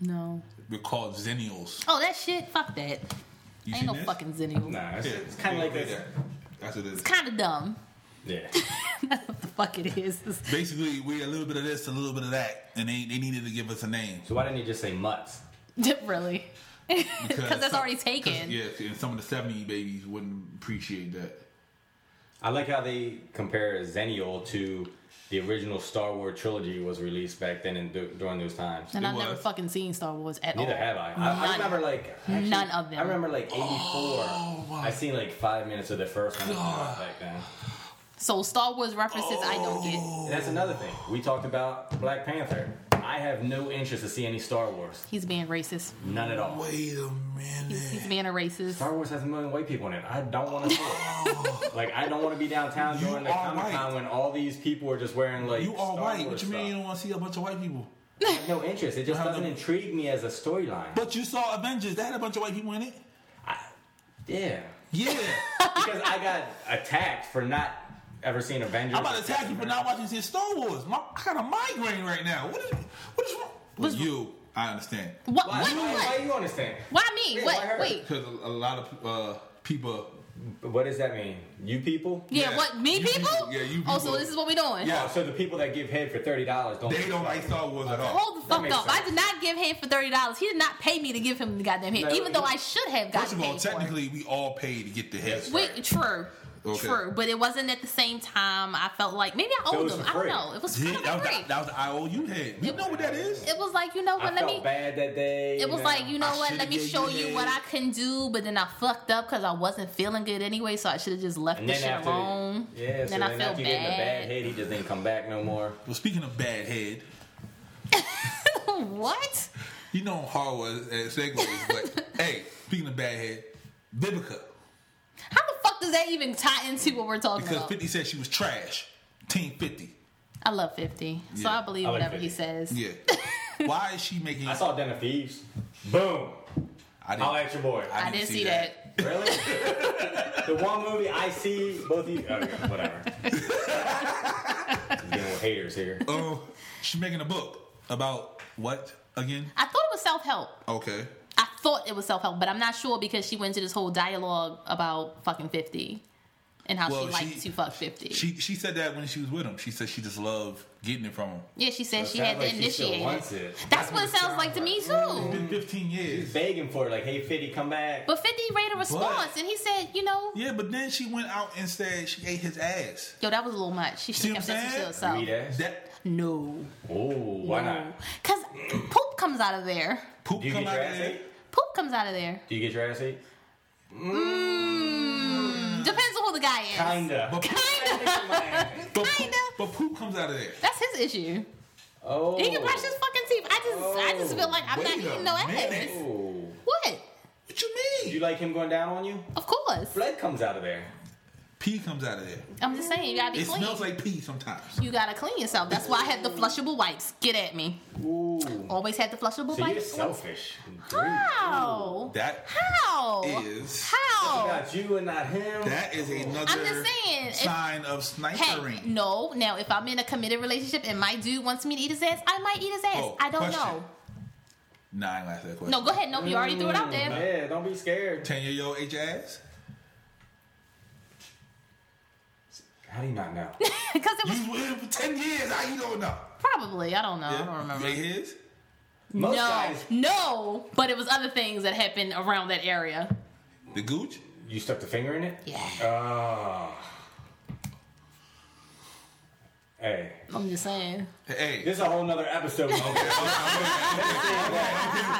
[SPEAKER 3] No.
[SPEAKER 2] We're called Zennials.
[SPEAKER 3] Oh, that shit. Fuck that.
[SPEAKER 2] You
[SPEAKER 3] Ain't
[SPEAKER 2] seen
[SPEAKER 3] no
[SPEAKER 2] this?
[SPEAKER 3] fucking zinnial.
[SPEAKER 4] Nah, it's,
[SPEAKER 2] Yeah,
[SPEAKER 4] it's kind of like
[SPEAKER 2] yeah,
[SPEAKER 4] this.
[SPEAKER 2] That's what it is.
[SPEAKER 3] Kind of dumb.
[SPEAKER 4] Yeah.
[SPEAKER 3] That's what the fuck it is.
[SPEAKER 2] Basically, we're a little bit of this, a little bit of that, and they, they needed to give us a name
[SPEAKER 4] So why didn't you just say mutts?
[SPEAKER 3] really. Because that's
[SPEAKER 2] some-
[SPEAKER 3] already
[SPEAKER 2] 'cause,
[SPEAKER 3] taken.
[SPEAKER 2] Yeah, and some of the seventy babies wouldn't appreciate that.
[SPEAKER 4] I like how they compare Xennial to the original Star Wars trilogy was released back then and du- during those times.
[SPEAKER 3] And
[SPEAKER 2] It
[SPEAKER 3] I've never
[SPEAKER 2] was.
[SPEAKER 3] fucking seen Star Wars at
[SPEAKER 4] Neither
[SPEAKER 3] all.
[SPEAKER 4] have I. I, I
[SPEAKER 3] None.
[SPEAKER 4] remember like actually,
[SPEAKER 3] None of them.
[SPEAKER 4] I remember like '84.
[SPEAKER 2] Oh,
[SPEAKER 4] I seen like five minutes of the first one back then.
[SPEAKER 2] Oh.
[SPEAKER 3] So Star Wars references I don't get.
[SPEAKER 4] Oh. And that's another thing we talked about Black Panther. I have no interest to see any Star Wars.
[SPEAKER 3] He's being racist.
[SPEAKER 4] None at all.
[SPEAKER 2] Wait a minute.
[SPEAKER 3] He's, he's being a racist.
[SPEAKER 4] Star Wars has a million white people in it. I don't want to see it. like, I don't want to be downtown
[SPEAKER 2] Oh. You
[SPEAKER 4] during the
[SPEAKER 2] are
[SPEAKER 4] Comic Con
[SPEAKER 2] white.
[SPEAKER 4] when all these people are just wearing like.
[SPEAKER 2] You are
[SPEAKER 4] Star
[SPEAKER 2] white. What
[SPEAKER 4] Wars
[SPEAKER 2] you mean you
[SPEAKER 4] stuff.
[SPEAKER 2] don't want to see a bunch of white people?
[SPEAKER 4] I have no interest. It just
[SPEAKER 2] I have
[SPEAKER 4] doesn't
[SPEAKER 2] no-
[SPEAKER 4] intrigue me as a storyline.
[SPEAKER 2] But you saw Avengers. That had a bunch of white people in it.
[SPEAKER 4] Yeah.
[SPEAKER 2] Yeah.
[SPEAKER 4] because I got attacked for not ever seeing Avengers.
[SPEAKER 2] I'm about to attack you for not watching this Star Wars. My, I got a migraine right now. What is what is wrong?
[SPEAKER 3] What's-
[SPEAKER 2] With you, I understand.
[SPEAKER 3] What?
[SPEAKER 4] Why,
[SPEAKER 3] What?
[SPEAKER 4] why, why you understand?
[SPEAKER 3] Why me?
[SPEAKER 4] Yeah, why
[SPEAKER 3] what?
[SPEAKER 4] her?
[SPEAKER 3] Wait.
[SPEAKER 2] Because a, a lot of uh, people.
[SPEAKER 4] What does that mean? You people?
[SPEAKER 3] Yeah,
[SPEAKER 2] Yeah.
[SPEAKER 3] What? Me
[SPEAKER 2] You
[SPEAKER 3] people?
[SPEAKER 2] people- yeah, you
[SPEAKER 3] Oh, so
[SPEAKER 2] people.
[SPEAKER 3] this is what we doing?
[SPEAKER 2] Yeah.
[SPEAKER 4] Oh, so the people that give head for thirty dollars don't.
[SPEAKER 2] They don't like Star Wars at all.
[SPEAKER 3] Hold the
[SPEAKER 4] That
[SPEAKER 3] fuck
[SPEAKER 4] makes
[SPEAKER 3] up!
[SPEAKER 4] sense.
[SPEAKER 3] I did not give head for thirty dollars. He did not pay me to give him the goddamn head,
[SPEAKER 4] No,
[SPEAKER 3] even
[SPEAKER 4] he-
[SPEAKER 3] though I should have gotten
[SPEAKER 2] First of all,
[SPEAKER 3] paid for it.
[SPEAKER 2] technically, we all paid to get the head.
[SPEAKER 4] Yes.
[SPEAKER 3] Wait, true.
[SPEAKER 2] Okay.
[SPEAKER 3] True, but it wasn't at the same time. I felt like maybe I
[SPEAKER 4] That
[SPEAKER 3] owed
[SPEAKER 4] was
[SPEAKER 3] them.
[SPEAKER 4] for
[SPEAKER 3] I don't
[SPEAKER 4] free.
[SPEAKER 3] know. It was
[SPEAKER 2] Yeah,
[SPEAKER 3] kind of
[SPEAKER 2] that, was
[SPEAKER 3] free.
[SPEAKER 2] the, that was the IOU head. You know what that is?
[SPEAKER 3] it was like you know what?
[SPEAKER 4] I
[SPEAKER 3] Let
[SPEAKER 4] felt
[SPEAKER 3] me.
[SPEAKER 4] bad that day.
[SPEAKER 3] It was
[SPEAKER 4] know.
[SPEAKER 3] like you know
[SPEAKER 2] I
[SPEAKER 3] what?
[SPEAKER 2] shoulda
[SPEAKER 3] Let me
[SPEAKER 2] gave
[SPEAKER 3] show
[SPEAKER 2] you
[SPEAKER 3] you
[SPEAKER 2] head.
[SPEAKER 3] what I can do, but then I fucked up because I wasn't feeling good anyway, so I should have just left
[SPEAKER 4] And
[SPEAKER 3] the
[SPEAKER 4] then
[SPEAKER 3] shit
[SPEAKER 4] after,
[SPEAKER 3] alone.
[SPEAKER 4] yeah, so
[SPEAKER 3] then
[SPEAKER 4] then,
[SPEAKER 3] I felt
[SPEAKER 4] after you getting the bad
[SPEAKER 3] bad.
[SPEAKER 4] head, he just didn't come back no more.
[SPEAKER 2] Well, speaking of bad head,
[SPEAKER 3] what?
[SPEAKER 2] you know how hard at segues, but hey, speaking of bad head, Vivica.
[SPEAKER 3] How the fuck does that even tie into what we're talking
[SPEAKER 2] Because
[SPEAKER 3] about?
[SPEAKER 2] 50 said she was trash. Team 50.
[SPEAKER 3] I love Fifty, so
[SPEAKER 2] Yeah,
[SPEAKER 3] I believe
[SPEAKER 4] I like
[SPEAKER 3] whatever he
[SPEAKER 4] 50.
[SPEAKER 3] says.
[SPEAKER 2] Yeah. Why is she making.
[SPEAKER 4] I saw Den of Thieves. Boom!
[SPEAKER 2] I
[SPEAKER 4] I'll at your boy.
[SPEAKER 3] I didn't see that.
[SPEAKER 4] Really? the one movie I see both of you. Oh, yeah, whatever. Dealing with haters here.
[SPEAKER 2] Oh, she's making a book about what again?
[SPEAKER 3] I thought it was self help.
[SPEAKER 2] Okay.
[SPEAKER 3] I thought it was self help, but I'm not sure because she went into this whole dialogue about fucking 50 and how
[SPEAKER 2] Well,
[SPEAKER 3] she
[SPEAKER 2] she-
[SPEAKER 3] liked to fuck 50.
[SPEAKER 2] She she said that when she was with him. She said she just loved getting it from him.
[SPEAKER 3] yeah, she said
[SPEAKER 4] It
[SPEAKER 3] she
[SPEAKER 4] sounds
[SPEAKER 3] had to
[SPEAKER 4] like she still
[SPEAKER 3] initiate
[SPEAKER 4] wants
[SPEAKER 3] it.
[SPEAKER 4] it.
[SPEAKER 3] That's what it sounds like to me, too.
[SPEAKER 2] Been 15 years.
[SPEAKER 4] Begging for it, like, hey, Fitty, come back.
[SPEAKER 3] But 50 made a response and he said, you know,
[SPEAKER 2] Yeah, but then she went out and said she ate his ass.
[SPEAKER 3] yo, that was a little much. She
[SPEAKER 2] See
[SPEAKER 3] should
[SPEAKER 2] what
[SPEAKER 3] have
[SPEAKER 2] I'm
[SPEAKER 3] kept that Mm. to
[SPEAKER 2] saying?
[SPEAKER 3] herself.
[SPEAKER 4] Meat ass.
[SPEAKER 2] That
[SPEAKER 3] No.
[SPEAKER 4] Oh, why not?
[SPEAKER 3] Because poop comes out of there.
[SPEAKER 2] poop
[SPEAKER 4] Do you
[SPEAKER 2] come
[SPEAKER 4] get
[SPEAKER 2] out
[SPEAKER 4] your
[SPEAKER 2] of
[SPEAKER 4] ass
[SPEAKER 2] there.
[SPEAKER 4] ate?
[SPEAKER 3] Poop comes out of there.
[SPEAKER 4] Do you get your ass ate?
[SPEAKER 3] Depends on who the guy is.
[SPEAKER 4] Kinda.
[SPEAKER 2] But,
[SPEAKER 3] Kinda.
[SPEAKER 2] but, poop,
[SPEAKER 3] Kinda.
[SPEAKER 2] but poop comes out of there.
[SPEAKER 3] That's his issue.
[SPEAKER 4] Oh.
[SPEAKER 3] He can brush his fucking teeth. I just, I just feel like I'm not
[SPEAKER 2] Oh, Wait a
[SPEAKER 3] eating no ass.
[SPEAKER 2] minute.
[SPEAKER 4] Oh.
[SPEAKER 3] What?
[SPEAKER 2] What you
[SPEAKER 4] Do
[SPEAKER 2] mean?
[SPEAKER 4] you like him going down on you?
[SPEAKER 3] Of course.
[SPEAKER 4] Blood comes out of there.
[SPEAKER 2] Pee comes out of there.
[SPEAKER 3] I'm just saying, you gotta be
[SPEAKER 2] It
[SPEAKER 3] clean.
[SPEAKER 2] smells like pee sometimes.
[SPEAKER 3] you gotta clean yourself. That's why I had the flushable wipes. Get at me.
[SPEAKER 4] Ooh.
[SPEAKER 3] Always had the flushable
[SPEAKER 4] So you're
[SPEAKER 3] wipes.
[SPEAKER 4] selfish.
[SPEAKER 3] Oh How?
[SPEAKER 2] That
[SPEAKER 3] How?
[SPEAKER 2] is-
[SPEAKER 3] How?
[SPEAKER 4] Not you and not him.
[SPEAKER 2] that is another
[SPEAKER 3] I'm just saying, if-
[SPEAKER 2] sign of snipering.
[SPEAKER 3] Hey, no. Now, if I'm in a committed relationship and my dude wants me to eat his ass, I might eat his ass.
[SPEAKER 2] Oh,
[SPEAKER 3] I don't
[SPEAKER 2] question.
[SPEAKER 3] know.
[SPEAKER 2] Nah, I ain't gonna ask that question.
[SPEAKER 3] No, go ahead. Nope, you already threw it out there.
[SPEAKER 4] Yeah, don't be scared.
[SPEAKER 2] Ten year old H ass.
[SPEAKER 4] How do you not know?
[SPEAKER 3] Because it
[SPEAKER 2] Mm. You was
[SPEAKER 3] was
[SPEAKER 2] with him for ten years. How you don't know?
[SPEAKER 3] probably, I don't know. I don't remember.
[SPEAKER 2] You ate his?
[SPEAKER 4] Most
[SPEAKER 3] no,
[SPEAKER 4] guys,
[SPEAKER 3] no. But it was other things that happened around that area.
[SPEAKER 2] The gooch?
[SPEAKER 4] you stuck the finger in it.
[SPEAKER 3] Yeah.
[SPEAKER 4] Oh. Hey,
[SPEAKER 3] I'm just saying.
[SPEAKER 2] Hey.
[SPEAKER 4] this is a whole nother episode.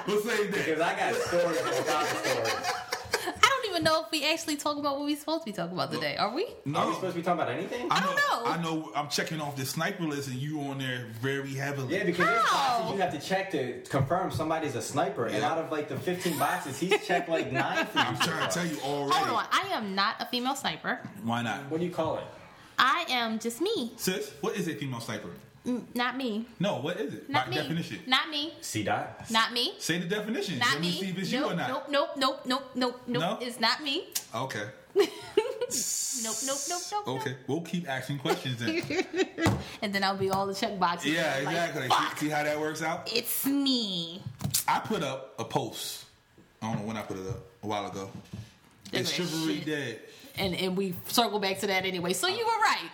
[SPEAKER 2] We'll save that.
[SPEAKER 4] Because I got stories on top of stories.
[SPEAKER 3] I don't even know if we actually talking about what we supposed to be talking about today. Are we?
[SPEAKER 4] Are we
[SPEAKER 2] No.
[SPEAKER 4] supposed to be talking about anything?
[SPEAKER 2] I
[SPEAKER 3] don't know.
[SPEAKER 2] I know I'm checking off the sniper list and you on there very heavily.
[SPEAKER 4] Yeah, because there's
[SPEAKER 3] How?
[SPEAKER 4] boxes you have to check to confirm somebody's a sniper. And
[SPEAKER 2] Yeah.
[SPEAKER 4] out of like the 15 boxes, he's checked like nine for you.
[SPEAKER 2] I'm trying to tell you already.
[SPEAKER 3] Hold on. I am not a female sniper.
[SPEAKER 2] Why not?
[SPEAKER 4] What do you call it?
[SPEAKER 3] I am just me.
[SPEAKER 2] Sis, what is a female sniper?
[SPEAKER 3] Mm, Not me.
[SPEAKER 2] No, what is it?
[SPEAKER 3] Not
[SPEAKER 2] By
[SPEAKER 3] me.
[SPEAKER 2] definition.
[SPEAKER 3] Not me.
[SPEAKER 4] C dot.
[SPEAKER 3] Not me.
[SPEAKER 2] Say the definition.
[SPEAKER 3] Not
[SPEAKER 2] Let
[SPEAKER 3] me.
[SPEAKER 2] me see if it's
[SPEAKER 3] nope,
[SPEAKER 2] you or not.
[SPEAKER 3] nope, nope, nope, nope, nope, nope.
[SPEAKER 2] No?
[SPEAKER 3] It's not me.
[SPEAKER 2] Okay.
[SPEAKER 3] Nope, nope, nope, nope. nope.
[SPEAKER 2] Okay. We'll keep asking questions then.
[SPEAKER 3] And then I'll be all the check boxes.
[SPEAKER 2] yeah,
[SPEAKER 3] Like,
[SPEAKER 2] exactly.
[SPEAKER 3] fuck,
[SPEAKER 2] see how that works out?
[SPEAKER 3] it's me.
[SPEAKER 2] I put up a post. I don't know when I put it up. A while ago.
[SPEAKER 3] Look
[SPEAKER 2] It's
[SPEAKER 3] at that
[SPEAKER 2] chivalry
[SPEAKER 3] shit.
[SPEAKER 2] dead.
[SPEAKER 3] And and we circle back to that anyway. So you were right.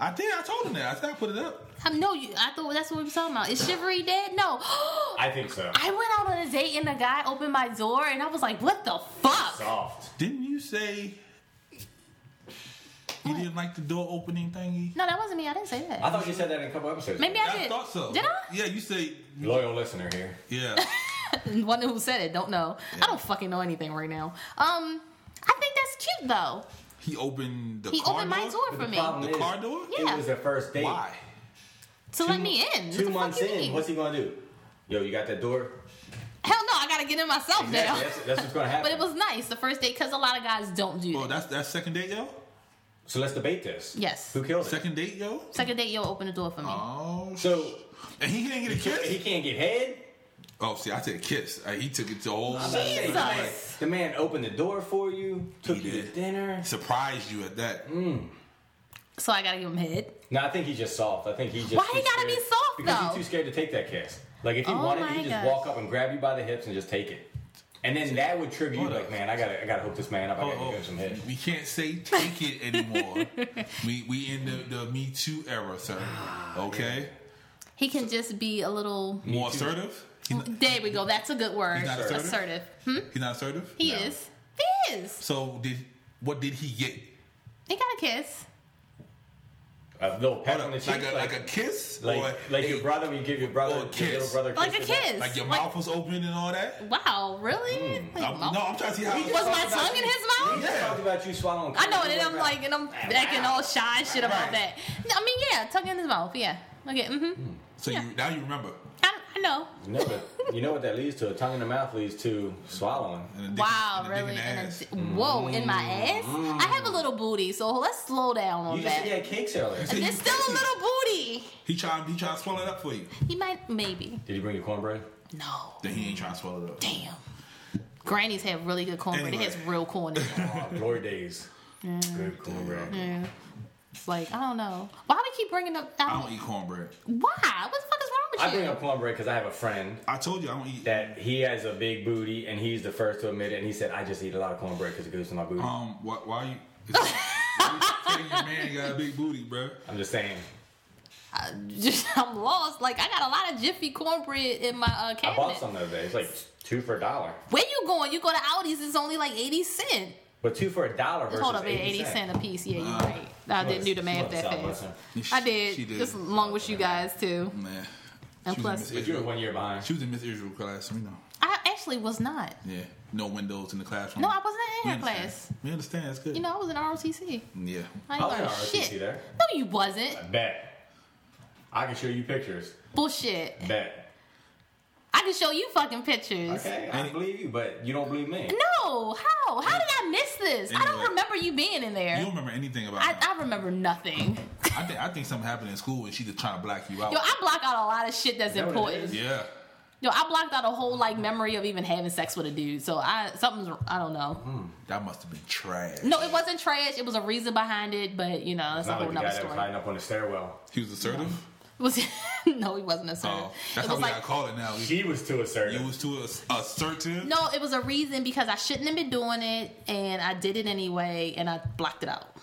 [SPEAKER 2] I did. I told him that. I said I put it up.
[SPEAKER 3] I know you. I thought that's what we were talking about. Is chivalry dead? No.
[SPEAKER 4] I think so.
[SPEAKER 3] I went out on a date and a guy opened my door and I was like, what the fuck?
[SPEAKER 4] Soft.
[SPEAKER 2] Didn't you say you didn't like the door opening thingy?
[SPEAKER 3] No, that wasn't me. I didn't say that.
[SPEAKER 4] I thought you said that in a couple episodes.
[SPEAKER 3] Maybe I,
[SPEAKER 2] I
[SPEAKER 3] did.
[SPEAKER 2] thought so.
[SPEAKER 3] Did I?
[SPEAKER 2] Yeah, you say
[SPEAKER 4] Loyal listener here.
[SPEAKER 2] yeah.
[SPEAKER 3] Wonder who said it. Don't know. I don't fucking know anything right now. Um, I think that's cute though.
[SPEAKER 2] he opened the
[SPEAKER 3] He
[SPEAKER 2] car
[SPEAKER 3] opened
[SPEAKER 2] door.
[SPEAKER 3] my door
[SPEAKER 4] But
[SPEAKER 3] for
[SPEAKER 4] the
[SPEAKER 3] me.
[SPEAKER 4] problem
[SPEAKER 2] The
[SPEAKER 4] is,
[SPEAKER 2] car door?
[SPEAKER 3] Yeah.
[SPEAKER 4] It was the first date.
[SPEAKER 2] Why?
[SPEAKER 3] to let me in. What the
[SPEAKER 4] Two
[SPEAKER 3] fuck
[SPEAKER 4] months
[SPEAKER 3] you
[SPEAKER 4] in,
[SPEAKER 3] mean?
[SPEAKER 4] what's he gonna do? Yo, you got that door?
[SPEAKER 3] Hell no, I gotta get in myself
[SPEAKER 4] Exactly.
[SPEAKER 3] now.
[SPEAKER 4] That's, that's what's gonna happen.
[SPEAKER 3] But it was nice the first date because a lot of guys don't do
[SPEAKER 2] Oh,
[SPEAKER 3] that.
[SPEAKER 2] that's that's second date, yo.
[SPEAKER 4] so let's debate this.
[SPEAKER 3] Yes.
[SPEAKER 4] Who killed it?
[SPEAKER 2] Second date, yo.
[SPEAKER 3] Second date, you'll open the door for me.
[SPEAKER 2] Oh, sh-
[SPEAKER 4] So
[SPEAKER 2] and he didn't get a
[SPEAKER 4] he
[SPEAKER 2] kiss.
[SPEAKER 4] can't get head.
[SPEAKER 2] Oh, see, I said kiss. Uh, he took it to a whole.
[SPEAKER 3] Jesus.
[SPEAKER 2] Like,
[SPEAKER 4] The man opened the door for you, took
[SPEAKER 2] He
[SPEAKER 4] you to
[SPEAKER 2] did.
[SPEAKER 4] dinner.
[SPEAKER 2] surprised you at that.
[SPEAKER 3] So I gotta give him head.
[SPEAKER 4] No, I think he's just soft. I think he just.
[SPEAKER 3] Why
[SPEAKER 4] too
[SPEAKER 3] he gotta
[SPEAKER 4] scared-
[SPEAKER 3] be soft,
[SPEAKER 4] Because
[SPEAKER 3] though?
[SPEAKER 4] he's too scared to take that kiss. Like if he
[SPEAKER 3] Oh
[SPEAKER 4] wanted,
[SPEAKER 3] my
[SPEAKER 4] he'd just
[SPEAKER 3] gosh.
[SPEAKER 4] walk up and grab you by the hips and just take it. And then that would trigger you,
[SPEAKER 2] Hold
[SPEAKER 4] like,
[SPEAKER 2] up.
[SPEAKER 4] man, I gotta, I gotta hook this man up. I
[SPEAKER 2] Oh,
[SPEAKER 4] gotta give him some
[SPEAKER 2] oh,
[SPEAKER 4] head.
[SPEAKER 2] we can't say take it anymore. we we in the, the Me Too era, sir. Okay,
[SPEAKER 3] He can just be a little.
[SPEAKER 2] more
[SPEAKER 4] Ah, Too.
[SPEAKER 2] assertive. He's not,
[SPEAKER 3] There we go. That's a good word.
[SPEAKER 2] He's not
[SPEAKER 3] assertive.
[SPEAKER 2] assertive?
[SPEAKER 3] Hmm?
[SPEAKER 2] he's not assertive.
[SPEAKER 3] He
[SPEAKER 4] No.
[SPEAKER 3] is. He is.
[SPEAKER 2] So did what did he get?
[SPEAKER 3] He got a kiss.
[SPEAKER 4] A little pat
[SPEAKER 2] Hold
[SPEAKER 4] on the
[SPEAKER 2] up,
[SPEAKER 4] cheek,
[SPEAKER 2] like a like a kiss,
[SPEAKER 4] like,
[SPEAKER 2] or
[SPEAKER 4] like
[SPEAKER 2] a-
[SPEAKER 4] your brother when you give your brother
[SPEAKER 2] or a
[SPEAKER 4] your little
[SPEAKER 2] kiss.
[SPEAKER 4] brother
[SPEAKER 3] Like a
[SPEAKER 4] in the back.
[SPEAKER 3] kiss.
[SPEAKER 2] like your Mm,
[SPEAKER 3] Like-
[SPEAKER 2] mouth was open and all that.
[SPEAKER 3] Wow, really? Like,
[SPEAKER 2] I'm-
[SPEAKER 3] mouth-
[SPEAKER 2] no, I'm trying to see how.
[SPEAKER 3] was my
[SPEAKER 4] Talked about
[SPEAKER 3] tongue in
[SPEAKER 4] you-
[SPEAKER 3] his mouth?
[SPEAKER 4] We just
[SPEAKER 2] Yeah.
[SPEAKER 4] talked about you swallowing.
[SPEAKER 3] I know,
[SPEAKER 4] cookies
[SPEAKER 3] and then
[SPEAKER 4] in
[SPEAKER 3] I'm
[SPEAKER 4] your
[SPEAKER 3] like,
[SPEAKER 4] mouth.
[SPEAKER 3] and I'm acting all shy and shit about
[SPEAKER 2] Right.
[SPEAKER 3] that. No, I mean, yeah, tongue in his mouth. Yeah. Okay. Mm-hmm.
[SPEAKER 2] So you now you remember.
[SPEAKER 3] I, I know.
[SPEAKER 4] You know, what, you know what that leads to? A tongue in the mouth leads to swallowing.
[SPEAKER 2] And a dick-
[SPEAKER 3] Wow,
[SPEAKER 2] and a dick in
[SPEAKER 3] really?
[SPEAKER 2] the
[SPEAKER 3] And a
[SPEAKER 2] ass. Mm.
[SPEAKER 3] di- whoa, in my ass? I have a little booty, so let's slow down on
[SPEAKER 4] You just
[SPEAKER 3] that.
[SPEAKER 4] said you had cakes earlier.
[SPEAKER 2] said-
[SPEAKER 3] There's still a little booty.
[SPEAKER 2] He tried. He tried to swallow it up for you.
[SPEAKER 3] He might, maybe.
[SPEAKER 4] Did you bring your cornbread?
[SPEAKER 3] No.
[SPEAKER 2] Then he ain't trying to swallow it up.
[SPEAKER 3] Damn. Grannies have really good cornbread.
[SPEAKER 2] Anyway.
[SPEAKER 3] It has real corn in it.
[SPEAKER 4] Oh, glory days. Good cornbread.
[SPEAKER 3] Yeah. It's like, I don't know. Why do we keep bringing up. I
[SPEAKER 2] I
[SPEAKER 3] don't-
[SPEAKER 2] don't eat cornbread.
[SPEAKER 3] Why? What the fuck is wrong with
[SPEAKER 4] I
[SPEAKER 3] you?
[SPEAKER 4] bring up cornbread because I have a friend
[SPEAKER 2] I told you I don't eat.
[SPEAKER 4] that he has a big booty and he's the first to admit it. And he said, I just eat a lot of cornbread because it goes to my booty.
[SPEAKER 2] Um, why, why you? why you saying your man got a big booty, bruh?
[SPEAKER 4] I'm just saying.
[SPEAKER 3] I just, I'm lost. Like, I got a lot of Jiffy cornbread in my uh,
[SPEAKER 4] I
[SPEAKER 3] cabinet.
[SPEAKER 4] bought some the other day. It's like two for a dollar.
[SPEAKER 3] Where you going? You go to Aldi's, it's only like 80 cents.
[SPEAKER 4] But two for a dollar versus
[SPEAKER 3] Hold up,
[SPEAKER 4] 80,
[SPEAKER 3] yeah, 80
[SPEAKER 4] cents.
[SPEAKER 3] cent a piece. Yeah,
[SPEAKER 4] Uh,
[SPEAKER 3] you're right. I didn't do the math that fast. I did,
[SPEAKER 2] She did.
[SPEAKER 3] just along with you guys too.
[SPEAKER 2] Man,
[SPEAKER 3] And
[SPEAKER 2] she was, in
[SPEAKER 3] plus-
[SPEAKER 2] Miss
[SPEAKER 4] But you were
[SPEAKER 2] Israel.
[SPEAKER 4] one year behind.
[SPEAKER 2] she was in Miss Israel class. We know.
[SPEAKER 3] I actually was not.
[SPEAKER 2] Yeah, no windows in the classroom.
[SPEAKER 3] No, I wasn't in
[SPEAKER 2] We
[SPEAKER 3] her
[SPEAKER 2] understand.
[SPEAKER 3] class.
[SPEAKER 2] We understand. That's good.
[SPEAKER 3] You know, I was in ROTC.
[SPEAKER 2] Yeah.
[SPEAKER 3] I ain't
[SPEAKER 4] I was in
[SPEAKER 3] learned
[SPEAKER 4] ROTC
[SPEAKER 3] shit.
[SPEAKER 4] there.
[SPEAKER 3] No, you wasn't.
[SPEAKER 4] Bet. I can show you pictures.
[SPEAKER 3] Bullshit.
[SPEAKER 4] Bet.
[SPEAKER 3] I can show you fucking pictures.
[SPEAKER 4] Okay, I believe you, but you don't believe me.
[SPEAKER 3] No, how? How did I miss this? I
[SPEAKER 2] Anyway.
[SPEAKER 3] don't remember you being in
[SPEAKER 2] You
[SPEAKER 3] there.
[SPEAKER 2] don't remember anything about.
[SPEAKER 3] I,
[SPEAKER 2] her.
[SPEAKER 3] I remember nothing.
[SPEAKER 2] I think I think something happened in school and she just trying to black you out.
[SPEAKER 3] Yo, I block out a lot of shit that's
[SPEAKER 4] That what it
[SPEAKER 3] important.
[SPEAKER 4] is?
[SPEAKER 2] yeah.
[SPEAKER 3] Yo, I blocked out a whole like memory of even having sex with a dude. So I something's I don't know.
[SPEAKER 4] Hmm.
[SPEAKER 2] That must have been trash.
[SPEAKER 3] No, it wasn't trash. It was a reason behind it, but you know, that's a
[SPEAKER 4] Not like
[SPEAKER 3] whole
[SPEAKER 4] the guy
[SPEAKER 3] nother
[SPEAKER 4] that was
[SPEAKER 3] story.
[SPEAKER 4] hiding up on the stairwell.
[SPEAKER 2] He was assertive.
[SPEAKER 3] It was no, he wasn't assertive.
[SPEAKER 2] Oh, that's
[SPEAKER 3] it
[SPEAKER 2] how
[SPEAKER 3] was
[SPEAKER 2] we
[SPEAKER 3] like
[SPEAKER 2] gotta call it now.
[SPEAKER 4] She was too assertive.
[SPEAKER 2] You was too ass- assertive.
[SPEAKER 3] no, it was a reason because I shouldn't have been doing it, and I did it anyway, and I blocked it out.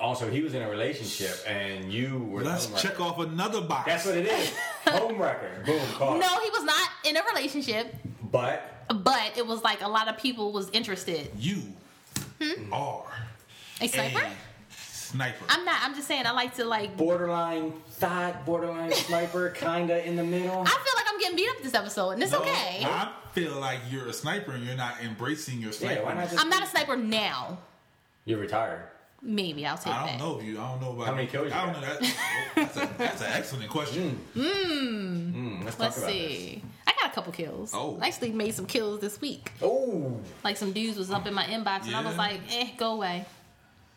[SPEAKER 4] also, he was in a relationship, and you were.
[SPEAKER 2] Let's
[SPEAKER 4] homewrecker.
[SPEAKER 2] check off another box.
[SPEAKER 4] That's what it is. Homewrecker. Boom. Car.
[SPEAKER 3] No, he was not in a relationship,
[SPEAKER 4] But
[SPEAKER 3] but it was like a lot of people was interested.
[SPEAKER 2] you are
[SPEAKER 3] A Hmm? sniper?
[SPEAKER 2] a sniper.
[SPEAKER 3] I'm not. I'm just saying. I like to like.
[SPEAKER 4] borderline thought, borderline sniper, kinda in the middle.
[SPEAKER 3] I feel like I'm getting beat up this episode, and it's
[SPEAKER 2] No,
[SPEAKER 3] okay.
[SPEAKER 2] I feel like you're a sniper and you're not embracing your sniper.
[SPEAKER 4] Yeah, why not just?
[SPEAKER 3] I'm not a sniper now.
[SPEAKER 4] You're retired.
[SPEAKER 3] Maybe I'll take
[SPEAKER 2] I don't
[SPEAKER 3] that.
[SPEAKER 2] know if you. I don't know about
[SPEAKER 4] How many kills you
[SPEAKER 2] I don't know
[SPEAKER 4] got?
[SPEAKER 2] that. That's, a, that's an excellent question.
[SPEAKER 4] Mm, let's,
[SPEAKER 3] Let's
[SPEAKER 4] talk about
[SPEAKER 3] see. I got a couple kills.
[SPEAKER 2] Oh.
[SPEAKER 3] I actually made some kills this week.
[SPEAKER 4] this. Oh,
[SPEAKER 3] Like some dudes was up in my inbox, and I was
[SPEAKER 2] Yeah.
[SPEAKER 3] like, eh, go away.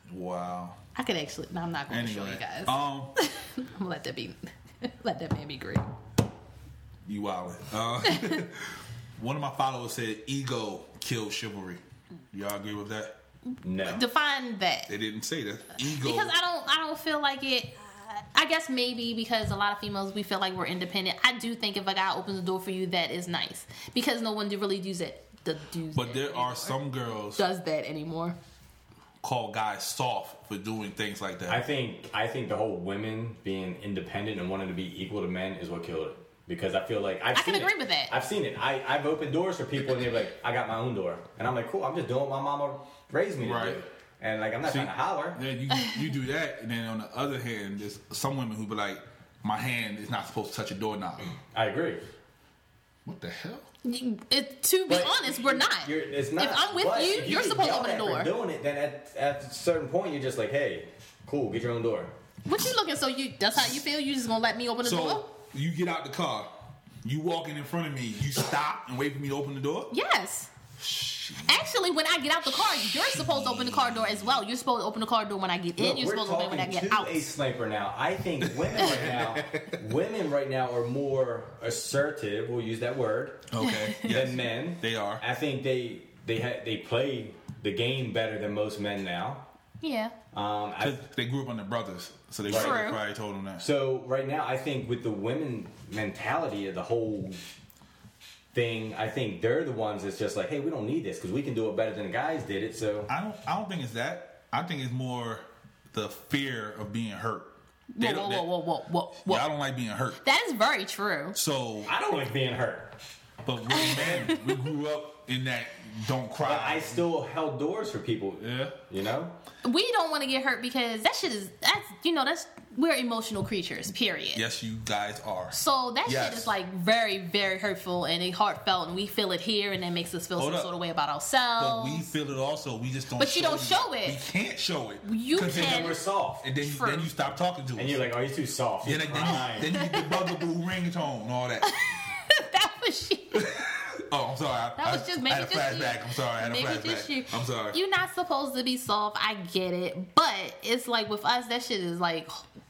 [SPEAKER 4] Hmm.
[SPEAKER 2] Wow.
[SPEAKER 3] I could actually. No, I'm not going to show you
[SPEAKER 2] Anyway,
[SPEAKER 3] guys.
[SPEAKER 2] um,
[SPEAKER 3] I'm gonna let that be. let that man be great.
[SPEAKER 2] you wildin'. Uh, one of my followers said, "Ego kills chivalry." Y'all agree with that?
[SPEAKER 4] no.
[SPEAKER 3] Define that
[SPEAKER 2] They didn't say that. Ego.
[SPEAKER 3] because I don't. I don't feel like it. I guess maybe because a lot of females we feel like we're independent. I do think if a guy opens the door for you, that is nice because no one do really does that. The dudes
[SPEAKER 2] but
[SPEAKER 3] that
[SPEAKER 2] there are
[SPEAKER 3] anymore.
[SPEAKER 2] some girls
[SPEAKER 3] does that anymore.
[SPEAKER 2] call guys soft for doing things like that.
[SPEAKER 4] I think I think the whole women being independent and wanting to be equal to men is what killed it. Because I feel like I've
[SPEAKER 3] I can
[SPEAKER 4] seen it.
[SPEAKER 3] agree with that.
[SPEAKER 4] I've seen it. I, I've opened doors for people and they're like, I got my own door. And I'm like, cool, I'm just doing what my mama raised me to
[SPEAKER 2] Right.
[SPEAKER 4] do. And like I'm not
[SPEAKER 2] See,
[SPEAKER 4] trying to holler.
[SPEAKER 2] Then you you do that, and then on the other hand, there's some women who be like, "My hand is not supposed to touch a doorknob."
[SPEAKER 4] I agree.
[SPEAKER 2] What the hell?
[SPEAKER 3] You- It, to be
[SPEAKER 4] But
[SPEAKER 3] honest, we're not.
[SPEAKER 4] You're, it's not.
[SPEAKER 3] If I'm with
[SPEAKER 4] But
[SPEAKER 3] you,
[SPEAKER 4] if
[SPEAKER 3] you're
[SPEAKER 4] get
[SPEAKER 3] supposed to
[SPEAKER 4] yelled
[SPEAKER 3] open the
[SPEAKER 4] at
[SPEAKER 3] door.
[SPEAKER 4] For doing it, then at, at a certain point, you're just like, hey, cool, get your own door.
[SPEAKER 3] What you looking? So you that's how you feel? You just gonna let me open the door?
[SPEAKER 2] So you get out the car, you walking in front of me, you stop and wait for me to open the door.
[SPEAKER 3] Yes. Actually, when I get out the car, you're supposed to open the car door as well. You're supposed to open the car door when I get in.
[SPEAKER 4] Look,
[SPEAKER 3] you're
[SPEAKER 4] we're
[SPEAKER 3] supposed to open
[SPEAKER 4] talking
[SPEAKER 3] it when I get
[SPEAKER 4] to
[SPEAKER 3] out.
[SPEAKER 4] a sniper now. I think women right now, women right now are more assertive. We'll use that word
[SPEAKER 2] Okay. Yes.
[SPEAKER 4] than men.
[SPEAKER 2] They are.
[SPEAKER 4] I think they they ha- they play the game better than most men now.
[SPEAKER 3] Yeah.
[SPEAKER 4] Um, I,
[SPEAKER 2] They grew up on the brothers, so they
[SPEAKER 4] Right.
[SPEAKER 2] probably,
[SPEAKER 3] True.
[SPEAKER 2] probably told them that.
[SPEAKER 4] so right now, I think with the women mentality of the whole thing, I think they're the ones that's just like, hey, we don't need this because we can do it better than the guys did it. So
[SPEAKER 2] I don't. I don't think it's that. I think it's more the fear of being hurt. They
[SPEAKER 3] Whoa,
[SPEAKER 2] don't-
[SPEAKER 3] whoa,
[SPEAKER 2] they-
[SPEAKER 3] whoa, whoa, whoa, whoa, whoa.
[SPEAKER 2] Y'all don't like being hurt.
[SPEAKER 3] That is very true.
[SPEAKER 2] So,
[SPEAKER 4] I don't like being hurt.
[SPEAKER 2] but we men, we grew up in that don't cry.
[SPEAKER 4] But I still held doors for people.
[SPEAKER 2] Yeah.
[SPEAKER 4] You know?
[SPEAKER 3] We don't want to get hurt because that shit is that's you know that's we're emotional creatures. Period.
[SPEAKER 2] yes, you guys are.
[SPEAKER 3] So that
[SPEAKER 2] Yes.
[SPEAKER 3] shit is like very, very hurtful and it heartfelt, and we feel it here, and it makes us feel
[SPEAKER 2] Hold
[SPEAKER 3] some
[SPEAKER 2] up.
[SPEAKER 3] sort of way about
[SPEAKER 2] But
[SPEAKER 3] ourselves.
[SPEAKER 2] we feel it also. We just don't.
[SPEAKER 3] But you don't show it.
[SPEAKER 2] We can't show it.
[SPEAKER 3] You
[SPEAKER 2] 'Cause then-
[SPEAKER 3] can-
[SPEAKER 4] And we're soft.
[SPEAKER 2] And then, you- then
[SPEAKER 3] True.
[SPEAKER 2] you stop talking to us.
[SPEAKER 4] And you're like, oh, you're too soft.
[SPEAKER 2] Yeah,
[SPEAKER 4] You're
[SPEAKER 2] then, then,
[SPEAKER 4] crying.
[SPEAKER 2] you, then you get the bugger boo ringtone and all that.
[SPEAKER 3] that was shit.
[SPEAKER 2] Oh, I'm sorry. I,
[SPEAKER 3] That was
[SPEAKER 2] I-
[SPEAKER 3] just
[SPEAKER 2] I
[SPEAKER 3] maybe
[SPEAKER 2] had a
[SPEAKER 3] just
[SPEAKER 2] flashback.
[SPEAKER 3] you.
[SPEAKER 2] I'm sorry. I had a
[SPEAKER 3] maybe
[SPEAKER 2] flashback.
[SPEAKER 3] just you.
[SPEAKER 2] I'm sorry.
[SPEAKER 3] You're not supposed to be soft. I get it, but it's like with us, that shit is like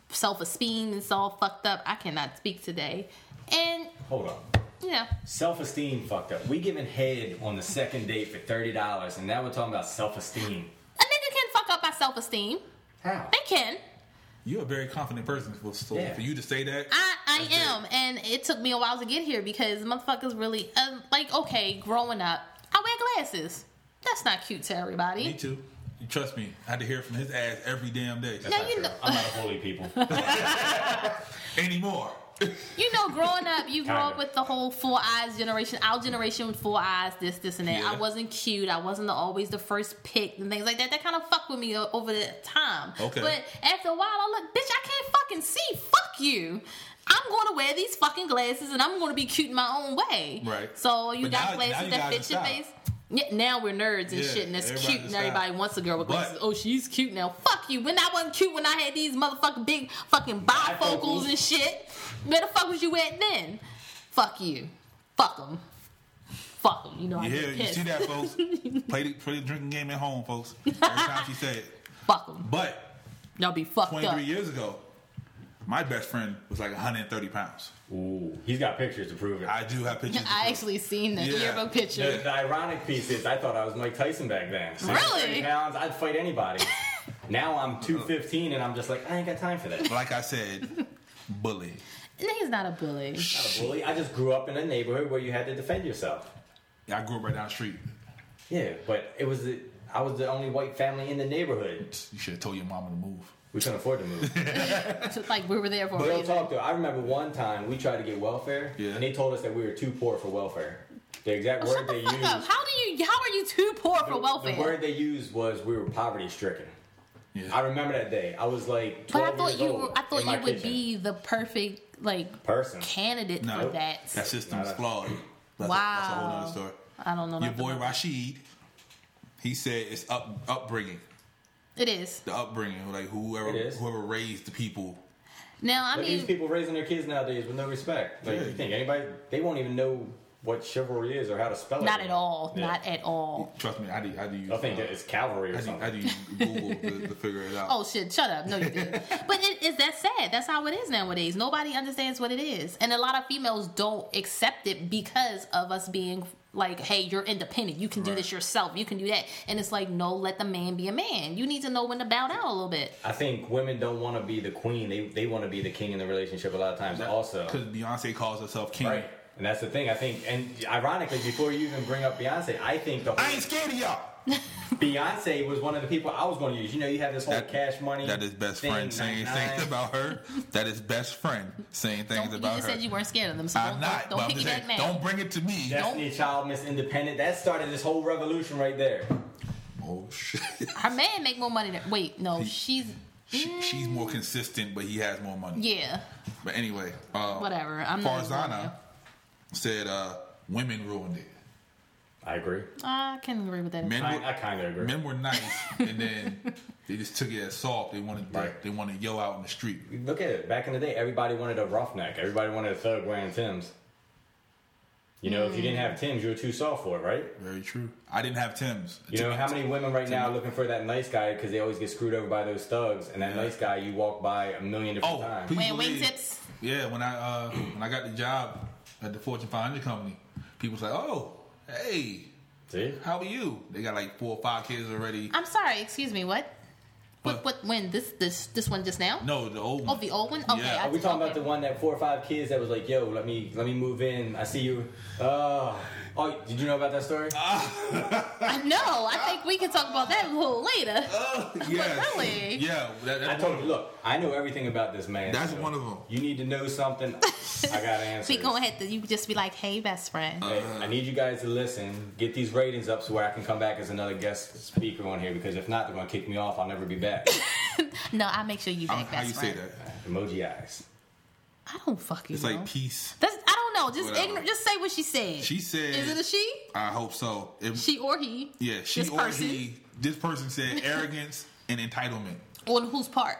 [SPEAKER 3] self esteem is all fucked up. I cannot speak today, and
[SPEAKER 4] Hold on.
[SPEAKER 3] you know,
[SPEAKER 4] Self esteem fucked up. We giving head on the second date for thirty dollars, and now we're talking about self esteem.
[SPEAKER 3] a nigga can fuck up my self esteem.
[SPEAKER 4] How?
[SPEAKER 3] They can.
[SPEAKER 2] You're a very confident person, for, so
[SPEAKER 4] Yeah.
[SPEAKER 2] for you to say that.
[SPEAKER 3] I, I
[SPEAKER 2] That's it.
[SPEAKER 3] am, and it took me a while to get here because motherfuckers really um, like. Okay, growing up, I wear glasses. That's not cute to everybody.
[SPEAKER 2] me too. You trust me. I had to hear from his ass every damn day
[SPEAKER 3] Now
[SPEAKER 4] Not
[SPEAKER 3] you
[SPEAKER 4] true.
[SPEAKER 3] know,
[SPEAKER 4] I'm not a bully, people.
[SPEAKER 2] anymore.
[SPEAKER 3] you know, growing up, you grow up
[SPEAKER 4] Kinda.
[SPEAKER 3] with the whole full eyes generation. Our generation with full eyes, this, this, and that.
[SPEAKER 2] Yeah.
[SPEAKER 3] I wasn't cute. I wasn't always the first pick and things like that. That kind of fucked with me o- over the time.
[SPEAKER 2] Okay.
[SPEAKER 3] But after a while, I look, bitch, I can't fucking see. Fuck you. I'm going to wear these fucking glasses and I'm going to be cute in my own way.
[SPEAKER 2] Right.
[SPEAKER 3] So you
[SPEAKER 2] But
[SPEAKER 3] got
[SPEAKER 2] now- now
[SPEAKER 3] glasses
[SPEAKER 2] you
[SPEAKER 3] that
[SPEAKER 2] guys
[SPEAKER 3] fit your
[SPEAKER 2] are
[SPEAKER 3] face. Yeah, now we're nerds
[SPEAKER 2] Yeah,
[SPEAKER 3] and shit, and that's
[SPEAKER 2] everybody
[SPEAKER 3] cute, and
[SPEAKER 2] just
[SPEAKER 3] everybody
[SPEAKER 2] style.
[SPEAKER 3] wants a girl with
[SPEAKER 2] But-
[SPEAKER 3] glasses. Oh, she's cute now. Fuck you. When I wasn't cute, when I had these motherfucking big fucking bifocals
[SPEAKER 4] Bifocals.
[SPEAKER 3] and shit, where the fuck was you at then? Fuck you. Fuck them. Fuck them. You know I
[SPEAKER 2] You hear?
[SPEAKER 3] get
[SPEAKER 2] You
[SPEAKER 3] pissed.
[SPEAKER 2] see that, folks? play, the, play the drinking game at home, folks. Every time she said it.
[SPEAKER 3] Fuck them.
[SPEAKER 2] But
[SPEAKER 3] Y'all be fucked
[SPEAKER 2] 23
[SPEAKER 3] up.
[SPEAKER 2] years ago, my best friend was like 130 pounds.
[SPEAKER 4] Ooh, he's got pictures to prove it.
[SPEAKER 2] I do have pictures. of
[SPEAKER 3] I
[SPEAKER 2] her.
[SPEAKER 3] actually seen the
[SPEAKER 2] Yeah.
[SPEAKER 3] yearbook
[SPEAKER 4] the,
[SPEAKER 3] picture.
[SPEAKER 4] the ironic piece is, I thought I was Mike Tyson back then. So
[SPEAKER 3] Really?
[SPEAKER 4] 30 Pounds, I'd fight anybody. now I'm two fifteen, and I'm just like, I ain't got time for that.
[SPEAKER 2] But like I said, bully.
[SPEAKER 3] And he's not a bully.
[SPEAKER 4] Not a bully. I just grew up in a neighborhood where you had to defend yourself.
[SPEAKER 2] I grew up right down the street.
[SPEAKER 4] Yeah, but it was the, I was the only white family in the neighborhood.
[SPEAKER 2] You should have told your mama to move.
[SPEAKER 4] We couldn't afford to move.
[SPEAKER 3] Just like we were there for a
[SPEAKER 4] Real
[SPEAKER 3] reason.
[SPEAKER 4] talk though, I remember one time we tried to get welfare,
[SPEAKER 2] Oh, Yeah.
[SPEAKER 4] and they told us that we were too poor for welfare. The exact
[SPEAKER 3] Oh,
[SPEAKER 4] word
[SPEAKER 3] shut
[SPEAKER 4] they
[SPEAKER 3] the fuck
[SPEAKER 4] used,
[SPEAKER 3] up. How do you? How are you too poor for
[SPEAKER 4] the word
[SPEAKER 3] welfare?
[SPEAKER 4] they used was we were poverty stricken.
[SPEAKER 2] Yeah.
[SPEAKER 4] I remember that day. I was like
[SPEAKER 3] But
[SPEAKER 4] twelve
[SPEAKER 3] I thought
[SPEAKER 4] years
[SPEAKER 3] you.
[SPEAKER 4] old
[SPEAKER 3] Were, I
[SPEAKER 4] in
[SPEAKER 3] thought
[SPEAKER 4] my
[SPEAKER 3] you would
[SPEAKER 4] kitchen.
[SPEAKER 3] be the perfect like
[SPEAKER 4] person.
[SPEAKER 3] candidate
[SPEAKER 2] no,
[SPEAKER 3] for that.
[SPEAKER 2] that system's
[SPEAKER 4] Not a-
[SPEAKER 2] flawed. That's A, that's a whole
[SPEAKER 3] Wow.
[SPEAKER 2] other story.
[SPEAKER 3] I don't know.
[SPEAKER 2] Your
[SPEAKER 3] nothing
[SPEAKER 2] boy
[SPEAKER 3] about-
[SPEAKER 2] Rashid, he said it's up upbringing,
[SPEAKER 3] It is
[SPEAKER 2] the upbringing, like whoever
[SPEAKER 4] It is.
[SPEAKER 2] whoever raised the people.
[SPEAKER 3] now. I
[SPEAKER 4] But these
[SPEAKER 3] mean,
[SPEAKER 4] people raising their kids nowadays with no respect. Like
[SPEAKER 2] Yeah.
[SPEAKER 4] you think anybody? They won't even know what chivalry is or how to spell it.
[SPEAKER 3] not at all.
[SPEAKER 4] Yeah.
[SPEAKER 3] Not at all.
[SPEAKER 2] Trust me, I do. I do. Use,
[SPEAKER 4] I think
[SPEAKER 2] uh,
[SPEAKER 4] it's cavalry or
[SPEAKER 2] I do,
[SPEAKER 4] something.
[SPEAKER 2] I do use Google to, to figure it out.
[SPEAKER 3] Oh shit! Shut up. No, you did. but it is that sad. That's how it is nowadays. Nobody understands what it is, and a lot of females don't accept it because of us being like, "Hey, you're independent. You can do
[SPEAKER 2] Right.
[SPEAKER 3] this yourself. You can do that." And it's like, no, let the man be a man. You need to know when to bow down a little bit.
[SPEAKER 4] I think women don't want to be the queen. They they want to be the king in the relationship a lot of times. also,
[SPEAKER 2] because Beyonce calls herself king.
[SPEAKER 4] Right. And that's the thing. I think, and ironically, before you even bring up Beyonce, I think the
[SPEAKER 2] I
[SPEAKER 4] whole
[SPEAKER 2] ain't scared of y'all.
[SPEAKER 4] Beyonce was one of the people I was going to use. You know, you have this whole
[SPEAKER 2] That-
[SPEAKER 4] cash money.
[SPEAKER 2] That is best
[SPEAKER 4] thing,
[SPEAKER 2] friend saying
[SPEAKER 4] 99.
[SPEAKER 2] things about her. That is best friend saying things
[SPEAKER 3] Don't, you
[SPEAKER 2] about
[SPEAKER 3] just
[SPEAKER 2] her.
[SPEAKER 3] said you weren't scared of them, so
[SPEAKER 2] I'm
[SPEAKER 3] don't,
[SPEAKER 2] not. but
[SPEAKER 3] don't, don't
[SPEAKER 2] I'm just saying,
[SPEAKER 3] piggyback now.
[SPEAKER 2] don't bring it to me.
[SPEAKER 4] Destiny Child, Miss Independent. That started this whole revolution right there.
[SPEAKER 2] Oh shit.
[SPEAKER 3] Her man make more money. Than, wait, no, she's
[SPEAKER 2] She, she's more consistent, but he has more money.
[SPEAKER 3] Ah. yeah.
[SPEAKER 2] But anyway, uh,
[SPEAKER 3] Whatever. I'm not.
[SPEAKER 2] Farzana said uh, women ruined it.
[SPEAKER 4] I agree.
[SPEAKER 3] I can agree with that.
[SPEAKER 2] Men
[SPEAKER 4] I,
[SPEAKER 2] were,
[SPEAKER 4] I kind of agree.
[SPEAKER 2] men were nice, and then they just took it as soft. They wanted to,
[SPEAKER 4] Right.
[SPEAKER 2] they wanted to yell out in the street.
[SPEAKER 4] Look at it. Back in the day, everybody wanted a roughneck. Everybody wanted a thug wearing Tim's. You know, if you didn't have Tim's, you were too soft for it, right?
[SPEAKER 2] Very true. I didn't have Tim's.
[SPEAKER 4] You know, how many women right now are looking for that nice guy because they always get screwed over by those thugs, and that nice guy you walk by a million different
[SPEAKER 2] Oh,
[SPEAKER 4] times.
[SPEAKER 2] please
[SPEAKER 3] Wearing
[SPEAKER 2] believe-
[SPEAKER 3] wingtips.
[SPEAKER 2] Yeah, when I uh, when I got the job at the Fortune 500 company, people was like, "Oh, hey,
[SPEAKER 4] See?
[SPEAKER 2] how are you?" They got like four or five kids already.
[SPEAKER 3] I'm sorry. Excuse me. What?
[SPEAKER 2] What?
[SPEAKER 3] What? What? When? This? This? This one just now?
[SPEAKER 2] No, the old
[SPEAKER 3] Oh,
[SPEAKER 2] one.
[SPEAKER 3] the old one. Okay.
[SPEAKER 2] Yeah.
[SPEAKER 3] I
[SPEAKER 4] Are we
[SPEAKER 3] just-
[SPEAKER 4] talking about
[SPEAKER 3] okay.
[SPEAKER 4] the one that four or five kids that was like, "Yo, let me let me move in. I see you." Uh, oh, did you know about that story?
[SPEAKER 3] I know. I think we can talk about that a little later.
[SPEAKER 2] Oh, yes.
[SPEAKER 3] really?
[SPEAKER 2] Yeah, that, that's
[SPEAKER 4] I told
[SPEAKER 2] one
[SPEAKER 4] you.
[SPEAKER 2] of-
[SPEAKER 4] Look, I know everything about this man.
[SPEAKER 2] That's
[SPEAKER 4] so
[SPEAKER 2] one of them.
[SPEAKER 4] You need to know something. I got answers.
[SPEAKER 3] We go ahead. To, you just be like, "Hey, best friend."
[SPEAKER 2] Uh,
[SPEAKER 4] Hey, I need you guys to listen. Get these ratings up so where I can come back as another guest speaker on here. Because if not, they're gonna kick me off. I'll never be back.
[SPEAKER 3] no, I make sure you
[SPEAKER 2] I don't
[SPEAKER 3] back
[SPEAKER 2] know how
[SPEAKER 3] best
[SPEAKER 2] you say
[SPEAKER 3] friend.
[SPEAKER 2] that.
[SPEAKER 4] Emoji eyes.
[SPEAKER 3] I don't fucking
[SPEAKER 2] It's
[SPEAKER 3] know.
[SPEAKER 2] like peace.
[SPEAKER 3] That's. I don't know. Just
[SPEAKER 2] Whatever.
[SPEAKER 3] ignorant. Just say what she said.
[SPEAKER 2] She said.
[SPEAKER 3] Is it a she?
[SPEAKER 2] I hope so. It-
[SPEAKER 3] She or he?
[SPEAKER 2] yeah, she
[SPEAKER 3] this
[SPEAKER 2] or
[SPEAKER 3] person?
[SPEAKER 2] he. This person said arrogance and entitlement.
[SPEAKER 3] On whose part?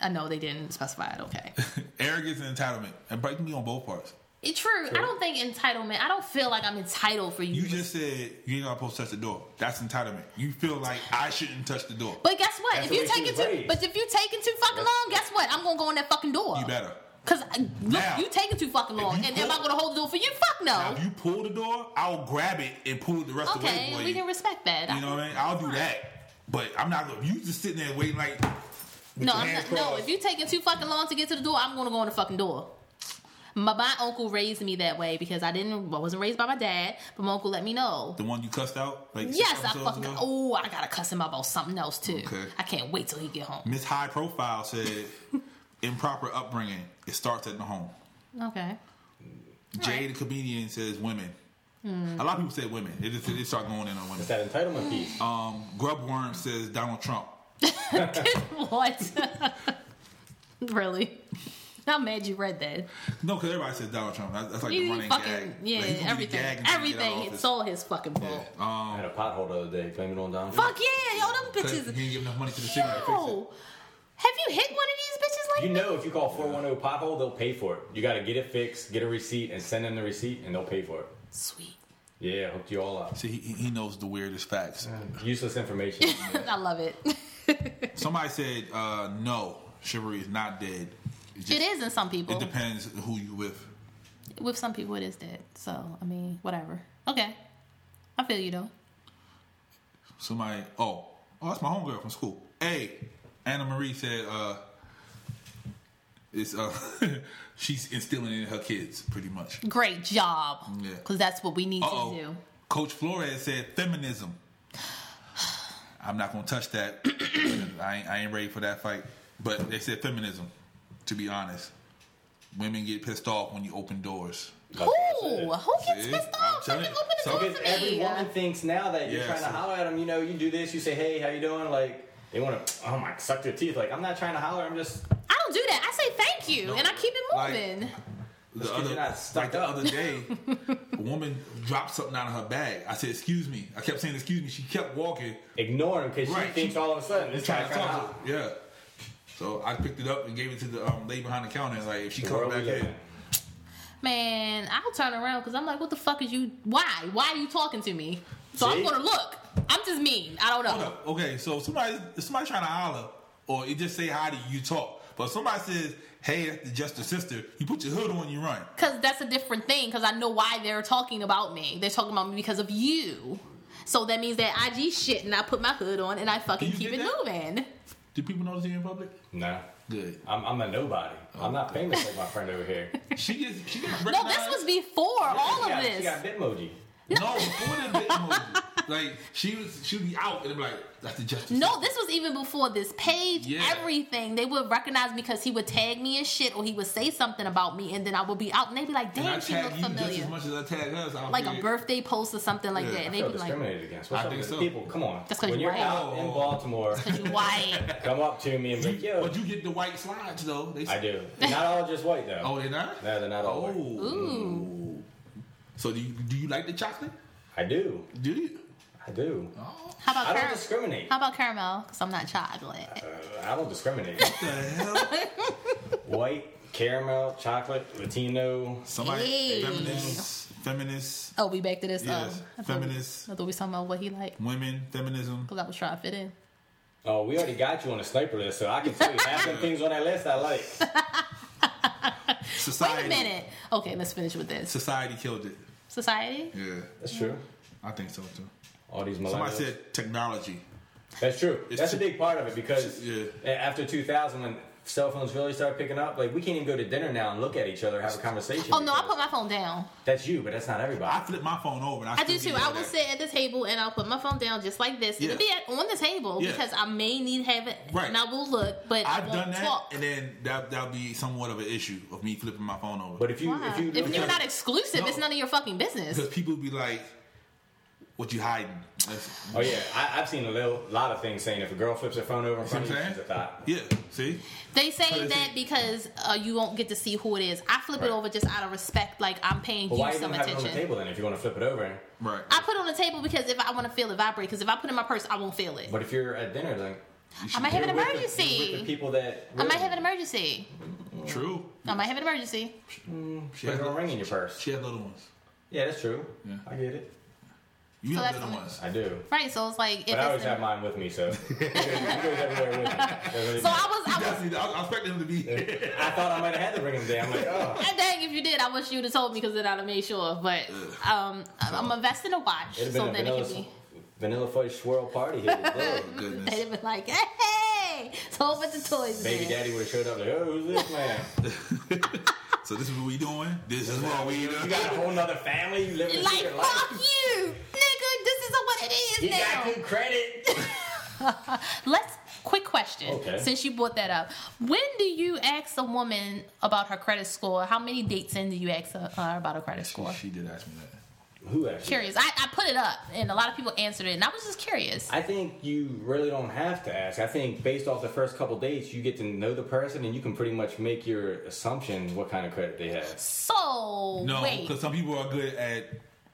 [SPEAKER 3] I know they didn't specify it. Okay.
[SPEAKER 2] arrogance and entitlement. And breaking me on both parts.
[SPEAKER 3] It's true. I don't think entitlement. I don't feel like I'm entitled for you.
[SPEAKER 2] You just said you're not supposed to touch the door. That's entitlement. You feel like I shouldn't touch the door.
[SPEAKER 3] but guess what?
[SPEAKER 4] That's
[SPEAKER 3] If
[SPEAKER 4] the
[SPEAKER 3] you
[SPEAKER 4] way
[SPEAKER 3] take
[SPEAKER 4] she
[SPEAKER 3] it
[SPEAKER 4] was
[SPEAKER 3] too,
[SPEAKER 4] raised.
[SPEAKER 3] but if you take it too fucking long, guess what? I'm gonna go in that fucking door.
[SPEAKER 2] You better.
[SPEAKER 3] Cause I- look,
[SPEAKER 2] Now-
[SPEAKER 3] you take it too fucking long,
[SPEAKER 2] you
[SPEAKER 3] and am I
[SPEAKER 2] pull-
[SPEAKER 3] gonna hold the door for you? Fuck
[SPEAKER 2] Now,
[SPEAKER 3] no.
[SPEAKER 2] if you pull the door, I'll grab it and pull the rest away
[SPEAKER 3] okay,
[SPEAKER 2] for
[SPEAKER 3] we
[SPEAKER 2] you.
[SPEAKER 3] can respect that.
[SPEAKER 2] you know what I mean? I'll do that. But I'm not gonna. You just sitting there waiting like. with
[SPEAKER 3] No,
[SPEAKER 2] your
[SPEAKER 3] I'm
[SPEAKER 2] hands
[SPEAKER 3] not, no.
[SPEAKER 2] crossed.
[SPEAKER 3] If you taking too fucking long to get to the door, I'm gonna go in the fucking door. My my uncle raised me that way because I didn't. I wasn't raised by my dad, but my uncle let me know.
[SPEAKER 2] The one you cussed out? Like six
[SPEAKER 3] Yes, I
[SPEAKER 2] episodes
[SPEAKER 3] fucking.
[SPEAKER 2] ago?
[SPEAKER 3] Oh, I gotta cuss him out about something else too.
[SPEAKER 2] Okay.
[SPEAKER 3] I can't wait till he get home.
[SPEAKER 2] Miss High Profile said, "Improper upbringing. It starts at the home."
[SPEAKER 3] Okay.
[SPEAKER 2] Jay the comedian says women.
[SPEAKER 3] Hmm.
[SPEAKER 2] A lot of people say women. It just it start going in on women.
[SPEAKER 4] It's that entitlement piece.
[SPEAKER 2] Um, Grubworm says Donald Trump.
[SPEAKER 3] What? really? I'm mad you read that.
[SPEAKER 2] No, because everybody says Donald Trump. That's, that's like the
[SPEAKER 3] You
[SPEAKER 2] running
[SPEAKER 3] fucking
[SPEAKER 2] gag.
[SPEAKER 3] yeah,
[SPEAKER 2] Like, he can be
[SPEAKER 3] everything,
[SPEAKER 2] gagged until he get out of
[SPEAKER 3] everything.
[SPEAKER 2] office.
[SPEAKER 3] It's all his fucking fault.
[SPEAKER 4] I had a pothole the other day. Blame it on Don.
[SPEAKER 3] Fuck yeah, yo, them
[SPEAKER 2] 'Cause He
[SPEAKER 3] bitches.
[SPEAKER 2] ain't give enough money to the
[SPEAKER 3] Yo,
[SPEAKER 2] city to fix it.
[SPEAKER 3] have you hit one of these bitches like
[SPEAKER 4] You know, if you call 410 pothole, they'll pay for it. You got to get it fixed, get a receipt, and send them the receipt, and they'll pay for it.
[SPEAKER 3] sweet?
[SPEAKER 4] Yeah, hooked you all up.
[SPEAKER 2] See, he, he knows the weirdest facts.
[SPEAKER 4] Useless information.
[SPEAKER 3] I love it.
[SPEAKER 2] Somebody said, uh, "No, chivalry is not dead. just-
[SPEAKER 3] It is in some people.
[SPEAKER 2] It depends who you with."
[SPEAKER 3] With some people, it is dead. So I mean, whatever. Okay, I feel you though.
[SPEAKER 2] Somebody, oh, oh, that's my homegirl from school. Hey, Anna Marie said, uh, it's uh, she's instilling it in her kids pretty much.
[SPEAKER 3] Great job.
[SPEAKER 2] Yeah.
[SPEAKER 3] Because that's what we need
[SPEAKER 2] Uh oh.
[SPEAKER 3] to do.
[SPEAKER 2] Coach Flores said feminism. I'm not gonna touch that. I, ain't, I ain't ready for that fight. But they said feminism. To be honest, women get pissed off when you open doors.
[SPEAKER 3] Who? Who gets
[SPEAKER 2] See?
[SPEAKER 3] pissed
[SPEAKER 2] I'm
[SPEAKER 3] off?
[SPEAKER 2] telling
[SPEAKER 3] Fucking
[SPEAKER 2] you.
[SPEAKER 3] open
[SPEAKER 2] So
[SPEAKER 3] the door
[SPEAKER 4] Because
[SPEAKER 3] for
[SPEAKER 4] every
[SPEAKER 3] me.
[SPEAKER 4] woman thinks now that you're
[SPEAKER 2] Yeah,
[SPEAKER 4] trying to
[SPEAKER 2] so-
[SPEAKER 4] holler at them, you know, you do this, you say, hey, how you doing? Like, they want to, oh my, suck their teeth. Like, I'm not trying to holler, I'm just,
[SPEAKER 3] I don't do that. I say thank you, and I keep it
[SPEAKER 2] Like-
[SPEAKER 3] moving.
[SPEAKER 2] The
[SPEAKER 4] 'cause
[SPEAKER 2] other,
[SPEAKER 4] you're not stuck
[SPEAKER 2] like the
[SPEAKER 4] up.
[SPEAKER 2] other day, a woman dropped something out of her bag. I said, "Excuse me." I kept saying, "Excuse me." She kept walking.
[SPEAKER 4] ignore them because
[SPEAKER 2] Right.
[SPEAKER 4] she thinks all of a sudden this
[SPEAKER 2] trying to
[SPEAKER 4] guy's trying to
[SPEAKER 2] talk
[SPEAKER 4] holler.
[SPEAKER 2] to her. Yeah. So I picked it up and gave it to the um, lady behind the counter. And like, if she
[SPEAKER 4] The
[SPEAKER 2] comes
[SPEAKER 4] world we
[SPEAKER 2] back
[SPEAKER 4] live
[SPEAKER 2] in,
[SPEAKER 4] in.
[SPEAKER 3] Man, I'll turn around because I'm like, what the fuck is you? Why? Why are you talking to me? So
[SPEAKER 4] See?
[SPEAKER 3] I'm gonna look. I'm just mean. I don't
[SPEAKER 2] hold
[SPEAKER 3] know.
[SPEAKER 2] up. Okay, so somebody, if somebody trying to holler, or you just say hi to you, you talk. But if somebody says, "Hey, that's the Jester sister," you put your hood on, you run.
[SPEAKER 3] Because that's a different thing because I know why they're talking about me. They're talking about me because of you. So that means that IG shit and I put my hood on and I fucking
[SPEAKER 2] You
[SPEAKER 3] keep it
[SPEAKER 2] did that?
[SPEAKER 3] moving.
[SPEAKER 2] Do people notice you in public?
[SPEAKER 4] No.
[SPEAKER 2] Good.
[SPEAKER 4] I'm, I'm a nobody.
[SPEAKER 2] Oh,
[SPEAKER 4] I'm not famous like my friend over here.
[SPEAKER 2] She gets. She gets.
[SPEAKER 3] No, this was before all
[SPEAKER 4] she
[SPEAKER 3] of
[SPEAKER 4] got,
[SPEAKER 3] this.
[SPEAKER 4] She got Bitmoji.
[SPEAKER 2] No, before the bitmoji. Like she was, she'd be out and be like, "That's the Jester."
[SPEAKER 3] No,
[SPEAKER 2] sister."
[SPEAKER 3] this was even before this page.
[SPEAKER 2] Yeah.
[SPEAKER 3] Everything they would recognize me because he would tag me and shit, or he would say something about me, and then I would be out, and they'd be like,
[SPEAKER 2] And I
[SPEAKER 3] "Damn, she
[SPEAKER 2] tag
[SPEAKER 3] looks
[SPEAKER 2] you just
[SPEAKER 3] familiar."
[SPEAKER 2] as much as I tag us. out
[SPEAKER 3] like a
[SPEAKER 2] here.
[SPEAKER 3] birthday post or something like
[SPEAKER 2] Yeah.
[SPEAKER 3] that. And
[SPEAKER 4] I
[SPEAKER 3] they
[SPEAKER 4] feel
[SPEAKER 3] be like,
[SPEAKER 4] discriminated against. What's
[SPEAKER 2] I
[SPEAKER 4] up
[SPEAKER 2] think
[SPEAKER 4] with
[SPEAKER 2] so. Oh,
[SPEAKER 4] the people? Come on.
[SPEAKER 3] That's 'cause
[SPEAKER 4] when
[SPEAKER 3] you're
[SPEAKER 4] you're
[SPEAKER 3] white.
[SPEAKER 4] out in Baltimore,
[SPEAKER 3] "Cause you white."
[SPEAKER 4] come up to me and be like, yo.
[SPEAKER 2] But you get the white slides though. They
[SPEAKER 4] I do. They're not all just white though.
[SPEAKER 2] Oh, they're not.
[SPEAKER 4] No, they're not all
[SPEAKER 2] Oh.
[SPEAKER 3] Ooh.
[SPEAKER 2] So do you, do you like the chocolate?
[SPEAKER 4] I do.
[SPEAKER 2] Do you?
[SPEAKER 4] I do.
[SPEAKER 3] How about
[SPEAKER 4] I don't
[SPEAKER 3] caramel?
[SPEAKER 4] discriminate.
[SPEAKER 3] How about caramel? Because I'm not chocolate.
[SPEAKER 4] I don't discriminate. White, caramel, chocolate, Latino.
[SPEAKER 2] Somebody
[SPEAKER 3] Hey.
[SPEAKER 2] feminist, feminist,
[SPEAKER 3] Oh, we back to this.
[SPEAKER 2] Yes,
[SPEAKER 3] um, I thought we-
[SPEAKER 2] feminist.
[SPEAKER 3] I thought we talking about what he like.
[SPEAKER 2] women, feminism.
[SPEAKER 3] Because I was trying to fit in.
[SPEAKER 4] Oh, we already got you on the sniper list, so I can tell you half the things on that list I like.
[SPEAKER 3] Wait
[SPEAKER 2] Society.
[SPEAKER 3] a minute. Okay, let's finish with this.
[SPEAKER 2] Society killed it.
[SPEAKER 3] Society?
[SPEAKER 2] Yeah,
[SPEAKER 4] That's true.
[SPEAKER 2] I think so too.
[SPEAKER 4] All these
[SPEAKER 2] Somebody
[SPEAKER 4] millennials.
[SPEAKER 2] said technology.
[SPEAKER 4] That's true.
[SPEAKER 2] It's
[SPEAKER 4] That's
[SPEAKER 2] too-
[SPEAKER 4] a big part of it because
[SPEAKER 2] Yeah.
[SPEAKER 4] a- after 2000, when cell phones really started picking up, like we can't even go to dinner now and look at each other, have a conversation.
[SPEAKER 3] Oh no, I
[SPEAKER 4] because-
[SPEAKER 3] put my phone down.
[SPEAKER 4] That's you, but that's not
[SPEAKER 2] I
[SPEAKER 4] everybody.
[SPEAKER 2] flip my phone over. And I,
[SPEAKER 3] I
[SPEAKER 2] still
[SPEAKER 3] do too.
[SPEAKER 2] get all
[SPEAKER 3] I will
[SPEAKER 2] that.
[SPEAKER 3] sit at the table and I'll put my phone down just like this.
[SPEAKER 2] Yeah.
[SPEAKER 3] It'll be at, on the table
[SPEAKER 2] Yeah.
[SPEAKER 3] because I may need to have it
[SPEAKER 2] Right.
[SPEAKER 3] and I will look, but I
[SPEAKER 2] I've
[SPEAKER 3] won't
[SPEAKER 2] done that,
[SPEAKER 3] talk.
[SPEAKER 2] and then that that'll be somewhat of an issue of me flipping my phone over.
[SPEAKER 4] But if you,
[SPEAKER 3] Why?
[SPEAKER 4] if you,
[SPEAKER 3] If you're not exclusive,
[SPEAKER 2] No.
[SPEAKER 3] it's none of your fucking business.
[SPEAKER 2] Because people be like, "What you hiding?" That's-
[SPEAKER 4] oh yeah, I, I've seen a little, lot of things saying if a girl flips her phone over in front of
[SPEAKER 2] what
[SPEAKER 4] you,
[SPEAKER 2] I'm
[SPEAKER 4] she's a thought.
[SPEAKER 2] yeah, see,
[SPEAKER 3] They say
[SPEAKER 2] But
[SPEAKER 3] that because uh, you won't get to see who it is. I flip
[SPEAKER 4] Right.
[SPEAKER 3] it over just out of respect, like I'm paying
[SPEAKER 4] But why
[SPEAKER 3] you
[SPEAKER 4] even
[SPEAKER 3] some
[SPEAKER 4] have it on the
[SPEAKER 3] attention.
[SPEAKER 4] table then if you're going to flip it over?
[SPEAKER 2] right?
[SPEAKER 3] I put it on the table because if I want to feel it vibrate, because if I put it in my purse, I won't feel it.
[SPEAKER 4] But if you're at dinner, like
[SPEAKER 3] I might have an
[SPEAKER 4] you're with the- you're with the
[SPEAKER 3] emergency.
[SPEAKER 4] people that
[SPEAKER 3] I might
[SPEAKER 4] really-
[SPEAKER 3] have an emergency.
[SPEAKER 2] True.
[SPEAKER 3] I might have an emergency.
[SPEAKER 2] She
[SPEAKER 4] Put
[SPEAKER 2] has,
[SPEAKER 4] a little
[SPEAKER 2] little,
[SPEAKER 4] ring in your purse.
[SPEAKER 2] she has little ones.
[SPEAKER 4] Yeah, that's true.
[SPEAKER 2] Yeah.
[SPEAKER 4] I get it.
[SPEAKER 2] You
[SPEAKER 3] So
[SPEAKER 2] have
[SPEAKER 3] that's
[SPEAKER 2] little
[SPEAKER 3] fine.
[SPEAKER 2] ones.
[SPEAKER 4] I do.
[SPEAKER 3] Right, so it's like if
[SPEAKER 4] But I always
[SPEAKER 3] it's
[SPEAKER 4] have mine with me, so it goes everywhere with me. Doesn't
[SPEAKER 3] so
[SPEAKER 4] even-
[SPEAKER 3] I was I was
[SPEAKER 2] That's, I, I expect him to be.
[SPEAKER 4] I thought I might have had to bring him down. I'm like, oh,
[SPEAKER 3] And dang, if you did, I wish you would have told me because then I'd have made sure. But um, I'm investing a watch,
[SPEAKER 4] it'd have
[SPEAKER 3] so
[SPEAKER 4] been
[SPEAKER 3] then
[SPEAKER 4] a vanilla,
[SPEAKER 3] it can be.
[SPEAKER 4] vanilla fudge swirl party here. Whoa.
[SPEAKER 2] Goodness.
[SPEAKER 3] They'd have been like, "Hey, it's a whole bunch of toys."
[SPEAKER 4] Baby
[SPEAKER 3] there.
[SPEAKER 4] daddy would have showed up like, oh, who's this man?
[SPEAKER 2] So this is what we doing. This is what we
[SPEAKER 4] You
[SPEAKER 2] doing.
[SPEAKER 4] got a whole nother family. You live in
[SPEAKER 3] Like,
[SPEAKER 4] secret
[SPEAKER 3] fuck
[SPEAKER 4] life.
[SPEAKER 3] you, nigga. This is what it is
[SPEAKER 4] You
[SPEAKER 3] now.
[SPEAKER 4] got good credit.
[SPEAKER 3] Let's. Quick question.
[SPEAKER 4] Okay.
[SPEAKER 3] Since you brought that up, when do you ask a woman about her credit score? How many dates in do you ask her uh, about her credit score?
[SPEAKER 2] She did ask me that.
[SPEAKER 4] Who actually?
[SPEAKER 3] Curious. I, I put it up, and a lot of people answered it, and I was just curious.
[SPEAKER 4] I think you really don't have to ask. I think based off the first couple dates, you get to know the person and you can pretty much make your assumption what kind of credit they have.
[SPEAKER 3] So
[SPEAKER 2] No,
[SPEAKER 3] wait,
[SPEAKER 2] because some people are good at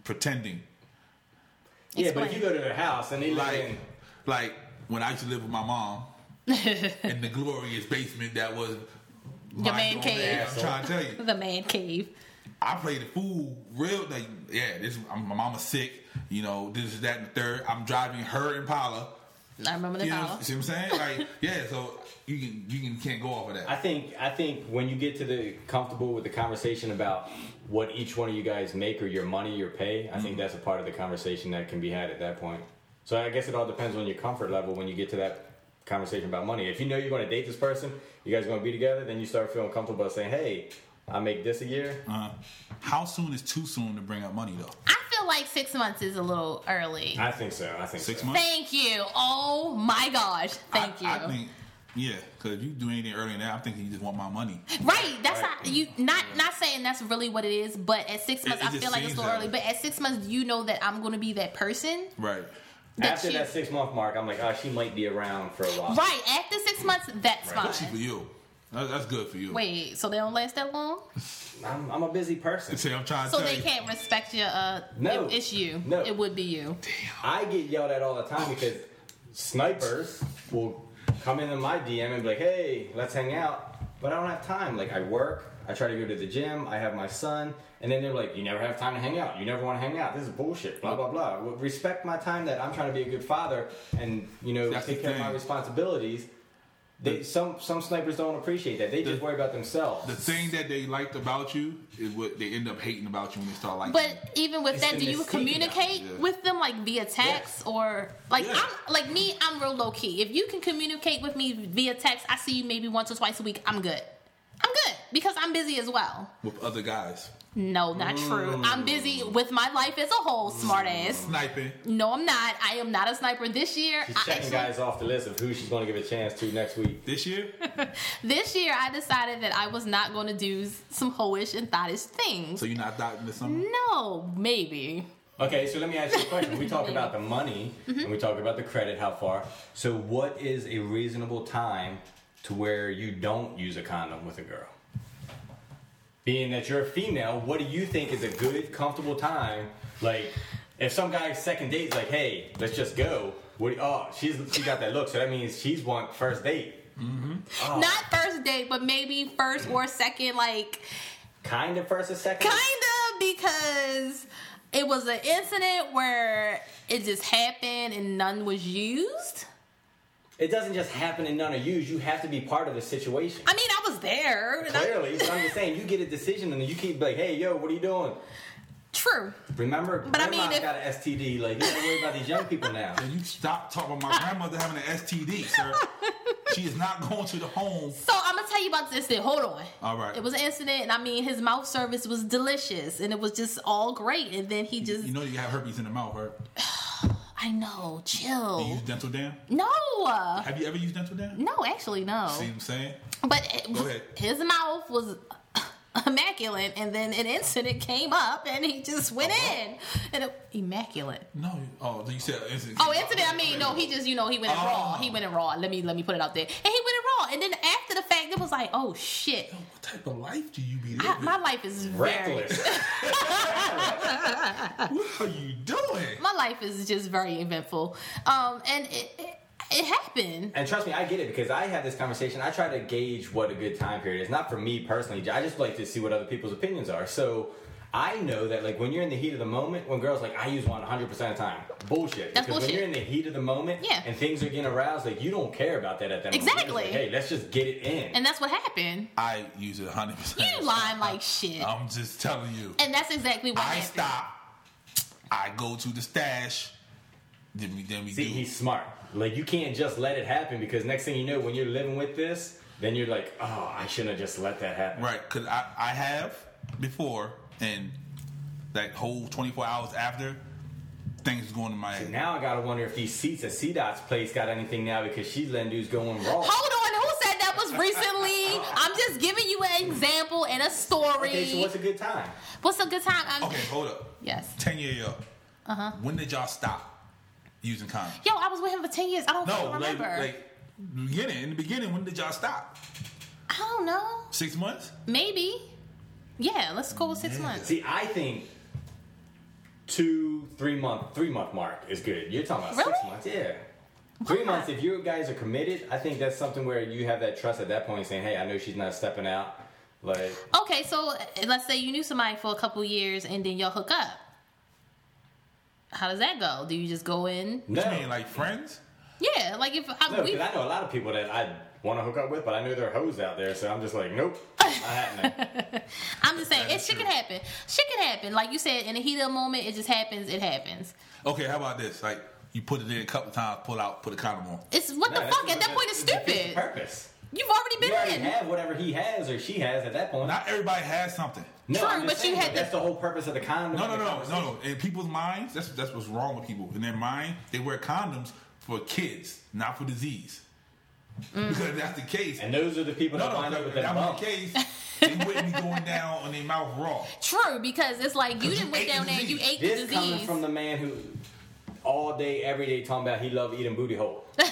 [SPEAKER 2] pretending.
[SPEAKER 4] Yeah, but if
[SPEAKER 3] Explain.
[SPEAKER 4] you go to their house and they live
[SPEAKER 2] Like,
[SPEAKER 4] in
[SPEAKER 2] like when I used to live with my mom in the glorious basement that was my
[SPEAKER 3] man
[SPEAKER 2] dorm
[SPEAKER 3] cave.
[SPEAKER 2] area, I'm trying to tell you,
[SPEAKER 3] the man cave.
[SPEAKER 2] I played the fool real. Like, yeah, this I'm, my mama's sick. You know, this is that and the third. I'm driving her Impala.
[SPEAKER 3] I remember the
[SPEAKER 2] You know,
[SPEAKER 3] dollar.
[SPEAKER 2] see what I'm saying? Like, yeah. So you can you can can't go off of that.
[SPEAKER 4] I think I think when you get to the comfortable with the conversation about what each one of you guys make or your money, your pay, I think that's a part of the conversation that can be had at that point. So I guess it all depends on your comfort level when you get to that conversation about money. If you know you're going to date this person, you guys are going to be together, then you start feeling comfortable about saying, "Hey, I make this a year."
[SPEAKER 2] Uh, how soon is too soon to bring up money though?
[SPEAKER 3] I feel like six months is a little early.
[SPEAKER 4] I think so. I think
[SPEAKER 2] Six
[SPEAKER 4] so.
[SPEAKER 2] months.
[SPEAKER 3] Thank you. Oh my gosh. Thank
[SPEAKER 2] I,
[SPEAKER 3] you.
[SPEAKER 2] I think yeah, because if you do anything earlier than that, I'm thinking you just want my money.
[SPEAKER 3] right. That's
[SPEAKER 4] Right.
[SPEAKER 3] not you. Not not saying that's really what it is, but at six months,
[SPEAKER 2] it
[SPEAKER 3] I
[SPEAKER 2] just
[SPEAKER 3] feel like it's a
[SPEAKER 2] seems
[SPEAKER 3] little
[SPEAKER 2] that
[SPEAKER 3] early.
[SPEAKER 2] way.
[SPEAKER 3] But at six months, you know that I'm going to be that person.
[SPEAKER 2] Right.
[SPEAKER 3] That
[SPEAKER 4] After
[SPEAKER 3] you,
[SPEAKER 4] that six month mark, I'm like, "Oh, she might be around for a while."
[SPEAKER 3] right after six months, that's
[SPEAKER 2] Especially for
[SPEAKER 3] fine.
[SPEAKER 2] you. That- that's good for you.
[SPEAKER 3] Wait, so they don't last that long,
[SPEAKER 4] I'm, I'm a busy person.
[SPEAKER 2] See, I'm trying to
[SPEAKER 3] so
[SPEAKER 2] tell
[SPEAKER 3] they
[SPEAKER 2] you.
[SPEAKER 3] can't respect your. Uh,
[SPEAKER 4] No.
[SPEAKER 3] it- it's you.
[SPEAKER 4] No.
[SPEAKER 3] It would be you.
[SPEAKER 4] I get yelled at all the time because snipers will come into my DM and be like, "Hey, let's hang out," but I don't have time. Like I work, I try to go to the gym, I have my son, and then they're like, "You never have time to hang out. You never want to hang out. This is bullshit." Blah blah blah. Well, respect my time that I'm trying to be a good father and you know
[SPEAKER 2] That's
[SPEAKER 4] take
[SPEAKER 2] the
[SPEAKER 4] care of my
[SPEAKER 2] thing.
[SPEAKER 4] responsibilities. They, some some snipers don't appreciate that. They just
[SPEAKER 2] The-
[SPEAKER 4] worry about themselves.
[SPEAKER 2] The thing that they liked about you is what they end up hating about you when they start liking. you.
[SPEAKER 3] But even with
[SPEAKER 4] It's
[SPEAKER 3] that,
[SPEAKER 4] the
[SPEAKER 3] do you
[SPEAKER 4] mystique about it,
[SPEAKER 3] communicate
[SPEAKER 2] yeah.
[SPEAKER 3] with them like via text or like
[SPEAKER 2] Yeah.
[SPEAKER 3] I'm like me? I'm real low key. If you can communicate with me via text, I see you maybe once or twice a week. I'm good. I'm good because I'm busy as well.
[SPEAKER 2] with other guys
[SPEAKER 3] No, not true.
[SPEAKER 4] Mm.
[SPEAKER 3] I'm busy with my life as a whole, smartass.
[SPEAKER 2] sniping.
[SPEAKER 3] No, I'm not. I am not a sniper this year.
[SPEAKER 4] She's
[SPEAKER 3] I
[SPEAKER 4] checking
[SPEAKER 3] actually-
[SPEAKER 4] guys off the list of who she's going to give a chance to next week.
[SPEAKER 2] This year,
[SPEAKER 3] this year, I decided that I was not going to do some hoish and thottish things.
[SPEAKER 2] so you're not dotting this summer.
[SPEAKER 3] no, maybe.
[SPEAKER 4] Okay, so let me ask you a question. We talk about the money and we talk about the credit, how far. So, what is a reasonable time to where you don't use a condom with a girl? Being that you're a female, what do you think is a good, comfortable time? Like, If some guy's second date's like, hey, let's just go. What? do you- Oh, she's she got that look, so that means she's want first date. Oh.
[SPEAKER 3] Not first date, but maybe first or second, like
[SPEAKER 4] Kind of first or second.
[SPEAKER 3] kind of because it was an incident where it just happened and none was used.
[SPEAKER 4] It doesn't just happen and none of you. You have to be part of the situation.
[SPEAKER 3] I mean, I was there. and I-
[SPEAKER 4] Clearly, so I'm just saying, you get a decision and you keep like, hey, yo, what are you doing?
[SPEAKER 3] true.
[SPEAKER 4] Remember,
[SPEAKER 3] But I mean,
[SPEAKER 4] grandma's
[SPEAKER 3] if-
[SPEAKER 4] got an STD. Like, you gotta worry about these young people now.
[SPEAKER 2] And you stop talking about my grandmother having an STD, sir. she is not going to the home.
[SPEAKER 3] So I'm gonna tell you about this. Then hold on.
[SPEAKER 2] All right.
[SPEAKER 3] It was an incident, and I mean, his mouth service was delicious, and it was just all great. And then he just,
[SPEAKER 2] You know you have herpes in the mouth, right?
[SPEAKER 3] I know,
[SPEAKER 2] Do you
[SPEAKER 3] chill.
[SPEAKER 2] use dental dam?
[SPEAKER 3] No,
[SPEAKER 2] Have you ever used dental dam?
[SPEAKER 3] Oh. no, actually, no.
[SPEAKER 2] Mm-hmm. See what I'm saying?
[SPEAKER 3] But it,
[SPEAKER 2] Go ahead.
[SPEAKER 3] his mouth was immaculate, and then an incident came up, and he just went
[SPEAKER 2] Uh-huh.
[SPEAKER 3] in. And it, immaculate.
[SPEAKER 2] No. Oh, you said incident.
[SPEAKER 3] Oh, incident. I mean, no, he just you know he went in
[SPEAKER 2] Oh.
[SPEAKER 3] raw. He went in raw. Let me let me put it out there. And he went in raw. And then after the fact, it was like, oh shit,
[SPEAKER 2] What type of life do you be
[SPEAKER 3] I,
[SPEAKER 2] living?
[SPEAKER 3] my life is very.
[SPEAKER 4] Reckless.
[SPEAKER 2] what are you doing?
[SPEAKER 3] My life is just very eventful. Um, and it it, it happened.
[SPEAKER 4] And trust me, I get it because I had this conversation. I try to gauge what a good time period is. Not for me personally. I just like to see what other people's opinions are. So I know that like when you're in the heat of the moment, when girls like I use one 100 percent of the time, bullshit.
[SPEAKER 3] That's
[SPEAKER 4] because
[SPEAKER 3] bullshit.
[SPEAKER 4] when you're in the heat of the moment,
[SPEAKER 3] Yeah.
[SPEAKER 4] and things are getting aroused, like you don't care about that at that moment. You're just
[SPEAKER 3] Exactly.
[SPEAKER 4] like, hey, let's just get it in.
[SPEAKER 3] And that's what happened.
[SPEAKER 2] I use it 100. percent
[SPEAKER 3] You lying like shit.
[SPEAKER 2] I'm just telling you.
[SPEAKER 3] And that's exactly what
[SPEAKER 2] I
[SPEAKER 3] happened.
[SPEAKER 2] stop. I go to the stash. Then we then we
[SPEAKER 4] See,
[SPEAKER 2] do.
[SPEAKER 4] he's smart. Like you can't just let it happen because next thing you know, when you're living with this, then you're like, oh, I shouldn't have just let that happen.
[SPEAKER 2] Right, because I, I have before, and that whole 24 hours after, things going to my head.
[SPEAKER 4] Now I gotta wonder if these seats at CDOT's place got anything now because she's letting dudes going raw.
[SPEAKER 3] Hold on, who said that was recently? I'm just giving you an example and a story.
[SPEAKER 4] Okay, so what's
[SPEAKER 3] what's,
[SPEAKER 4] a good time?
[SPEAKER 3] a good time? I'm,
[SPEAKER 2] Okay, hold up.
[SPEAKER 3] Yes.
[SPEAKER 2] 10 year up. Uh-huh. When did y'all stop using condoms?
[SPEAKER 3] Yo, I was with him for ten years. I don't
[SPEAKER 2] No,
[SPEAKER 3] fucking
[SPEAKER 2] like,
[SPEAKER 3] remember.
[SPEAKER 2] like beginning, in the beginning, when did y'all stop?
[SPEAKER 3] I don't know.
[SPEAKER 2] Six months?
[SPEAKER 3] Maybe. Yeah, let's go with six
[SPEAKER 2] Yeah.
[SPEAKER 3] months.
[SPEAKER 4] See, I think two, three month, three month mark is good. You're talking about six
[SPEAKER 3] Really?
[SPEAKER 4] months, yeah. Three
[SPEAKER 3] Why?
[SPEAKER 4] months. If you guys are committed, I think that's something where you have that trust at that point, saying, "Hey, I know she's not stepping out." Like,
[SPEAKER 3] Okay, so uh, let's say you knew somebody for a couple years and then y'all hook up. How does that go? Do you just go in?
[SPEAKER 4] no,
[SPEAKER 2] You mean like friends?
[SPEAKER 3] Yeah, like if I,
[SPEAKER 4] no,
[SPEAKER 3] we,
[SPEAKER 4] because I know a lot of people that I want to hook up with, but I know there are hoes out there, so I'm just like, nope, not happening.
[SPEAKER 3] I'm just saying,
[SPEAKER 2] That
[SPEAKER 3] it
[SPEAKER 2] is
[SPEAKER 3] shit
[SPEAKER 2] true.
[SPEAKER 3] can happen. Shit can happen. Like you said, in the heat of the moment, it just happens. It happens.
[SPEAKER 2] Okay, how about this? Like, you put it in a couple times, pull out, put a condom on.
[SPEAKER 3] It's what the
[SPEAKER 4] No, that's
[SPEAKER 3] fuck. At
[SPEAKER 4] what-
[SPEAKER 3] that point, it's
[SPEAKER 4] defeats the
[SPEAKER 3] stupid.
[SPEAKER 4] Purpose.
[SPEAKER 3] You've already
[SPEAKER 4] You
[SPEAKER 3] been
[SPEAKER 4] already
[SPEAKER 3] in.
[SPEAKER 4] have whatever he has or she has at that point.
[SPEAKER 2] Not everybody has something.
[SPEAKER 4] no,
[SPEAKER 3] True,
[SPEAKER 4] I'm just
[SPEAKER 3] but you
[SPEAKER 4] saying,
[SPEAKER 3] had
[SPEAKER 4] that's
[SPEAKER 3] the-
[SPEAKER 4] the whole purpose of the condom.
[SPEAKER 2] No,
[SPEAKER 4] and
[SPEAKER 2] no,
[SPEAKER 4] the
[SPEAKER 2] no,
[SPEAKER 4] conversation.
[SPEAKER 2] no, no. In people's minds, that's that's what's wrong with people. In their mind, they wear condoms for kids, not for disease. Because if that's the case.
[SPEAKER 4] Mm. And those are the people
[SPEAKER 2] no,
[SPEAKER 4] that
[SPEAKER 2] no,
[SPEAKER 4] wind up
[SPEAKER 2] no. If
[SPEAKER 4] with
[SPEAKER 2] that
[SPEAKER 4] that
[SPEAKER 2] was
[SPEAKER 4] bump.
[SPEAKER 2] the case, they wouldn't be going down on their mouth raw.
[SPEAKER 3] True, because it's like you
[SPEAKER 2] you
[SPEAKER 3] didn't went
[SPEAKER 2] ate the
[SPEAKER 3] down there and you
[SPEAKER 2] disease.
[SPEAKER 3] ate the
[SPEAKER 4] This coming
[SPEAKER 3] disease.
[SPEAKER 4] from the man who all day, every day talking about he loved eating booty hole.
[SPEAKER 3] Ew.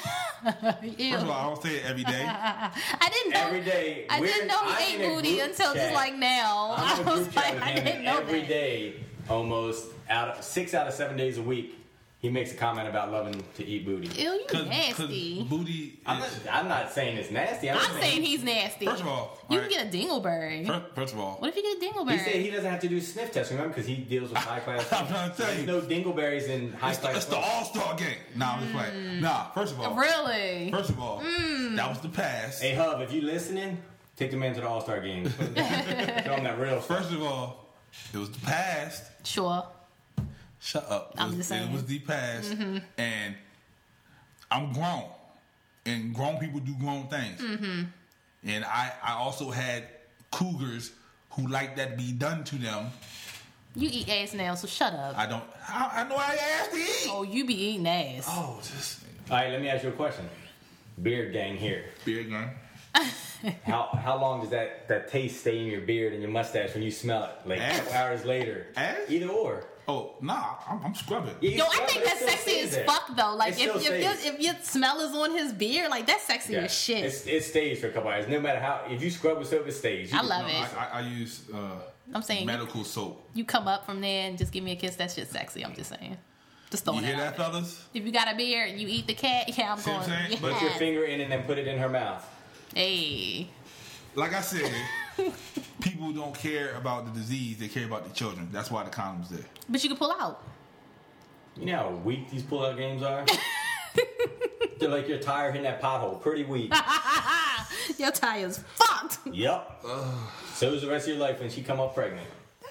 [SPEAKER 2] First of all, I don't say it every day.
[SPEAKER 3] I didn't know.
[SPEAKER 4] Every day.
[SPEAKER 3] I
[SPEAKER 4] we're-
[SPEAKER 3] didn't know
[SPEAKER 4] I'm
[SPEAKER 3] he
[SPEAKER 4] in
[SPEAKER 3] ate
[SPEAKER 4] a
[SPEAKER 3] booty
[SPEAKER 4] group
[SPEAKER 3] until
[SPEAKER 4] chat.
[SPEAKER 3] just like now.
[SPEAKER 4] I'm in a
[SPEAKER 3] I was
[SPEAKER 4] group chat
[SPEAKER 3] like,
[SPEAKER 4] with
[SPEAKER 3] I
[SPEAKER 4] him,
[SPEAKER 3] didn't
[SPEAKER 4] and
[SPEAKER 3] know
[SPEAKER 4] every
[SPEAKER 3] that.
[SPEAKER 4] day, almost out of six out of seven days a week, he makes a comment about loving to eat booty.
[SPEAKER 3] Ew, you
[SPEAKER 2] Cause, 'cause
[SPEAKER 3] nasty.
[SPEAKER 2] booty is.
[SPEAKER 4] I'm not, I'm not saying it's nasty. I'm, just
[SPEAKER 3] I'm saying he's nasty.
[SPEAKER 2] First of all,
[SPEAKER 3] you
[SPEAKER 2] alright.
[SPEAKER 3] can get a dingleberry.
[SPEAKER 2] first, first of all,
[SPEAKER 3] what if you get a
[SPEAKER 4] He
[SPEAKER 3] dingleberry?
[SPEAKER 4] said he doesn't have to do sniff tests, remember? Because he deals with high class.
[SPEAKER 2] I'm trying to tell
[SPEAKER 4] There's
[SPEAKER 2] you.
[SPEAKER 4] no dingleberries in high
[SPEAKER 2] it's the,
[SPEAKER 4] class.
[SPEAKER 2] it's the All Star game. Nah, I'm just
[SPEAKER 4] Mm.
[SPEAKER 2] playing. Nah, first of all,
[SPEAKER 3] really?
[SPEAKER 2] first of all, that was the past.
[SPEAKER 4] Hey, Hub, if you listening, take the man to the All Star game. Show him that real stuff.
[SPEAKER 2] First of all, it was the past.
[SPEAKER 3] sure.
[SPEAKER 2] Shut up.
[SPEAKER 3] I'm
[SPEAKER 2] it was,
[SPEAKER 3] just saying. Mm-hmm.
[SPEAKER 2] It was the past, and I'm grown, and grown people do grown things.
[SPEAKER 3] Mm-hmm.
[SPEAKER 2] And I, I also had cougars who like that to be done to them.
[SPEAKER 3] You eat ass now, so shut up.
[SPEAKER 2] I don't. I, I know I asked to eat.
[SPEAKER 3] oh, you be eating ass.
[SPEAKER 2] Oh, just
[SPEAKER 4] All right, let me ask you a question. Beard gang here.
[SPEAKER 2] beer gun.
[SPEAKER 4] How how long does that, that taste stay in your beard and your mustache when you smell it? Like a couple
[SPEAKER 2] Ass.
[SPEAKER 4] hours later.
[SPEAKER 2] Ass?
[SPEAKER 4] Either or.
[SPEAKER 2] Oh, nah, I'm, I'm scrubbing.
[SPEAKER 4] Yeah, you
[SPEAKER 3] Yo, I
[SPEAKER 4] scrub
[SPEAKER 3] think
[SPEAKER 4] it, it
[SPEAKER 3] that's
[SPEAKER 4] still
[SPEAKER 3] sexy
[SPEAKER 4] stays
[SPEAKER 3] as
[SPEAKER 4] there.
[SPEAKER 3] fuck though. Like
[SPEAKER 4] It
[SPEAKER 3] if
[SPEAKER 4] still
[SPEAKER 3] if, your,
[SPEAKER 4] stays.
[SPEAKER 3] if your smell is on his beard, like that's sexy
[SPEAKER 4] Yeah.
[SPEAKER 3] as shit.
[SPEAKER 4] It's, it stays for a couple hours. No matter how, if you scrub with soap, it stays. You
[SPEAKER 3] I
[SPEAKER 4] can-
[SPEAKER 3] love
[SPEAKER 2] No,
[SPEAKER 3] it.
[SPEAKER 2] I, I, I use uh,
[SPEAKER 3] I'm saying
[SPEAKER 2] medical soap.
[SPEAKER 3] you come up from there and just give me a kiss. That's just sexy. I'm just saying.
[SPEAKER 2] You
[SPEAKER 3] Just throwing
[SPEAKER 2] hear
[SPEAKER 3] that.
[SPEAKER 2] that,
[SPEAKER 3] out there.
[SPEAKER 2] fellas?
[SPEAKER 3] If you got a beard and you eat the cat, yeah, I'm
[SPEAKER 2] See
[SPEAKER 3] going.
[SPEAKER 2] what I'm saying?
[SPEAKER 3] Yes.
[SPEAKER 2] But
[SPEAKER 4] Put your finger in and then put it in her mouth.
[SPEAKER 3] hey,
[SPEAKER 2] Like I said, people don't care about the disease; they care about the children. That's why the condoms there.
[SPEAKER 3] but you can pull out.
[SPEAKER 4] You know how weak these pull-out games are. They're like your tire hitting that pothole. Pretty weak.
[SPEAKER 3] Your tire's fucked,
[SPEAKER 4] yep. So is the rest of your life when she come up pregnant.
[SPEAKER 3] Ah,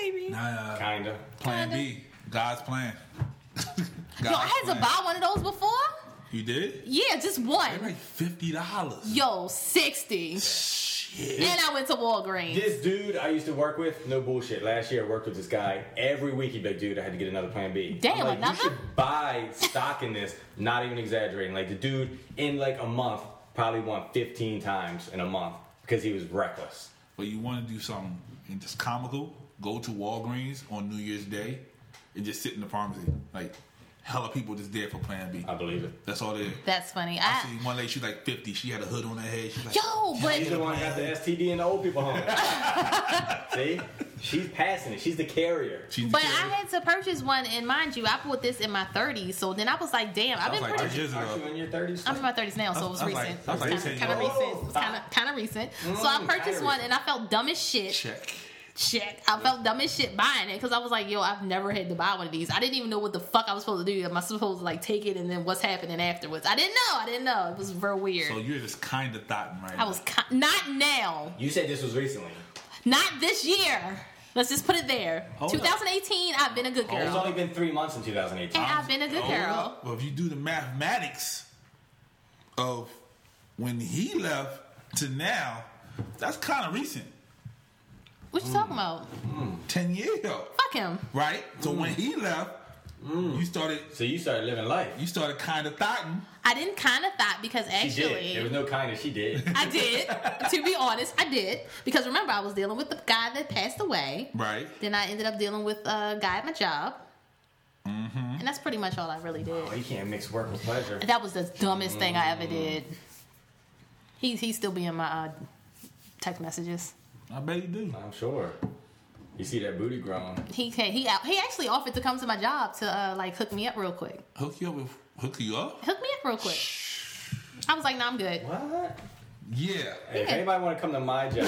[SPEAKER 3] baby.
[SPEAKER 2] Nah,
[SPEAKER 4] Kinda.
[SPEAKER 2] plan B, God's plan.
[SPEAKER 3] Yo, I had to buy one of those before.
[SPEAKER 2] You did?
[SPEAKER 3] Yeah, just
[SPEAKER 2] They're
[SPEAKER 3] one.
[SPEAKER 2] like fifty dollars.
[SPEAKER 3] Yo, sixty.
[SPEAKER 2] Shit.
[SPEAKER 3] And I went to Walgreens.
[SPEAKER 4] This dude I used to work with, no bullshit. Last year I worked with this guy. Every week he'd be like, dude, I had to get another plan B.
[SPEAKER 3] Damn,
[SPEAKER 4] I'm like,
[SPEAKER 3] another?
[SPEAKER 4] You should buy stock in this. Not even exaggerating. Like the dude in like a month probably won 15 times in a month because he was reckless.
[SPEAKER 2] But you want to do something and just comical? Go to Walgreens on New Year's Day and just sit in the pharmacy. Like hella people just there for Plan B.
[SPEAKER 4] I believe it.
[SPEAKER 2] That's all they.
[SPEAKER 3] That's funny.
[SPEAKER 2] I
[SPEAKER 3] I,
[SPEAKER 2] see one lady. She like fifty. She had a hood on her head. She's like,
[SPEAKER 3] yo,
[SPEAKER 4] She's the
[SPEAKER 3] but
[SPEAKER 4] one who got the STD in the old people home. See? She's passing it. She's the carrier.
[SPEAKER 2] She's
[SPEAKER 3] but I had to purchase one, and mind you, I bought this in my 30s. So then I was like, damn, I've
[SPEAKER 2] Sounds
[SPEAKER 3] been
[SPEAKER 2] like
[SPEAKER 3] purchasing.
[SPEAKER 2] I just-
[SPEAKER 4] Aren't you in your 30s?
[SPEAKER 3] I'm in my 30s now, so it was
[SPEAKER 2] I was like-
[SPEAKER 3] recent.
[SPEAKER 2] I was like,
[SPEAKER 3] kind,
[SPEAKER 2] 10
[SPEAKER 3] of
[SPEAKER 2] years
[SPEAKER 4] old.
[SPEAKER 3] recent. Kind of kind of recent. so I
[SPEAKER 4] Mm,
[SPEAKER 3] purchased
[SPEAKER 4] kinda
[SPEAKER 3] one, and I felt dumb as shit.
[SPEAKER 2] check.
[SPEAKER 3] Check. I felt dumb as shit buying it because I was like, yo, I've never had to buy one of these. I didn't even know what the fuck I was supposed to do. Am I supposed to like take it and then what's happening afterwards? I didn't know. I didn't know. It was real weird.
[SPEAKER 2] So you're just kind of thoughting right
[SPEAKER 3] I was ki- not now.
[SPEAKER 4] You said this was recently.
[SPEAKER 3] Not this year. Let's just put it there.
[SPEAKER 2] Hold up.
[SPEAKER 3] 2018, I've been a good girl.
[SPEAKER 4] It's only been three months in 2018.
[SPEAKER 3] And I've been a good
[SPEAKER 2] Hold
[SPEAKER 3] girl.
[SPEAKER 2] up. Well, if you do the mathematics of when he left to now, that's kind of recent.
[SPEAKER 3] What you talking about?
[SPEAKER 2] Ten years ago,
[SPEAKER 3] Fuck him.
[SPEAKER 2] right? So when he left, you started.
[SPEAKER 4] So you started living life.
[SPEAKER 2] You started kind of thoughting.
[SPEAKER 3] I didn't kind of thought because
[SPEAKER 4] She
[SPEAKER 3] actually.
[SPEAKER 4] did. There was no kindness. She did.
[SPEAKER 3] I did. to be honest, I did because remember I was dealing with the guy that passed away.
[SPEAKER 2] Right.
[SPEAKER 3] Then I ended up dealing with a guy at my job, mm-hmm. and that's pretty much all I really did.
[SPEAKER 4] Well, you can't mix work with pleasure.
[SPEAKER 3] That was the dumbest thing I ever did. He's he's still being my uh, text messages.
[SPEAKER 2] I bet you do.
[SPEAKER 4] I'm sure. You see that booty growing.
[SPEAKER 3] He can he out he actually offered to come to my job to uh, like hook me up real quick.
[SPEAKER 2] Hook you up with hook you up.
[SPEAKER 3] Hook me up real quick. I was like, no, I'm good.
[SPEAKER 4] What?
[SPEAKER 2] Yeah.
[SPEAKER 4] Hey, if anybody want to come to my job,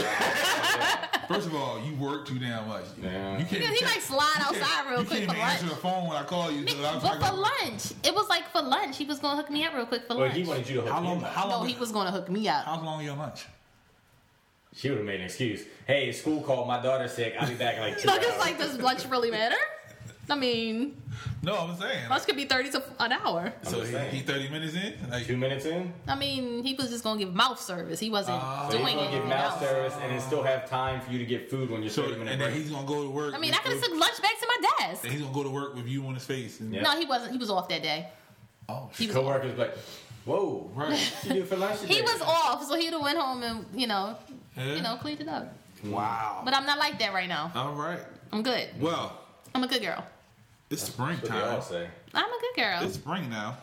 [SPEAKER 2] First of all, you work too damn much.
[SPEAKER 4] Yeah.
[SPEAKER 2] You can't.
[SPEAKER 3] He might slide outside real
[SPEAKER 2] you
[SPEAKER 3] quick
[SPEAKER 2] can't
[SPEAKER 3] for
[SPEAKER 2] even
[SPEAKER 3] lunch.
[SPEAKER 2] answer the phone when I call you. dude. I was
[SPEAKER 3] But
[SPEAKER 2] like,
[SPEAKER 3] for lunch, it was like for lunch. He was gonna hook me up real quick for
[SPEAKER 4] well,
[SPEAKER 3] lunch.
[SPEAKER 4] he wanted you to hook
[SPEAKER 2] How long?
[SPEAKER 4] him up.
[SPEAKER 2] How
[SPEAKER 3] No,
[SPEAKER 2] long?
[SPEAKER 3] he was gonna hook me up.
[SPEAKER 2] How long your lunch?
[SPEAKER 4] She would have made an excuse. Hey, school called. My daughter's sick. I'll be back in like two
[SPEAKER 3] Look,
[SPEAKER 4] hours.
[SPEAKER 3] it's like, does lunch really matter? I mean,
[SPEAKER 2] No, I'm saying.
[SPEAKER 3] lunch could be 30 to an hour.
[SPEAKER 2] so
[SPEAKER 4] just
[SPEAKER 2] he,
[SPEAKER 4] saying.
[SPEAKER 2] he 30 minutes in. Like,
[SPEAKER 4] two minutes in.
[SPEAKER 3] I mean, he was just gonna give mouth service. He wasn't
[SPEAKER 2] Ah.
[SPEAKER 4] So he's
[SPEAKER 3] doing
[SPEAKER 4] gonna give
[SPEAKER 3] anything
[SPEAKER 4] mouth
[SPEAKER 3] else.
[SPEAKER 4] service and then still have time for you to get food when you're
[SPEAKER 2] so,
[SPEAKER 4] 30 minute
[SPEAKER 2] and then
[SPEAKER 4] break.
[SPEAKER 2] he's gonna go to work.
[SPEAKER 3] I mean, I
[SPEAKER 2] with
[SPEAKER 3] could have
[SPEAKER 2] you,
[SPEAKER 3] took lunch back to my
[SPEAKER 2] and
[SPEAKER 3] desk.
[SPEAKER 2] he's gonna go to work with you on his face. And,
[SPEAKER 4] Yeah.
[SPEAKER 3] No, he wasn't. He was off that day.
[SPEAKER 2] Oh, shit.
[SPEAKER 3] He was off.
[SPEAKER 4] Co-workers be like, whoa, what
[SPEAKER 2] right.
[SPEAKER 4] you do for lunch today?
[SPEAKER 3] He was off, so he'd have went home and you know,
[SPEAKER 2] Yeah.
[SPEAKER 3] you know, cleaned it up.
[SPEAKER 2] Wow.
[SPEAKER 3] But I'm not like that right now.
[SPEAKER 2] All right.
[SPEAKER 4] Mm-hmm.
[SPEAKER 3] I'm good.
[SPEAKER 2] Well,
[SPEAKER 3] I'm a good girl.
[SPEAKER 2] it's
[SPEAKER 4] What they
[SPEAKER 2] springtime.
[SPEAKER 4] all say.
[SPEAKER 3] I'm a good girl.
[SPEAKER 2] It's spring now.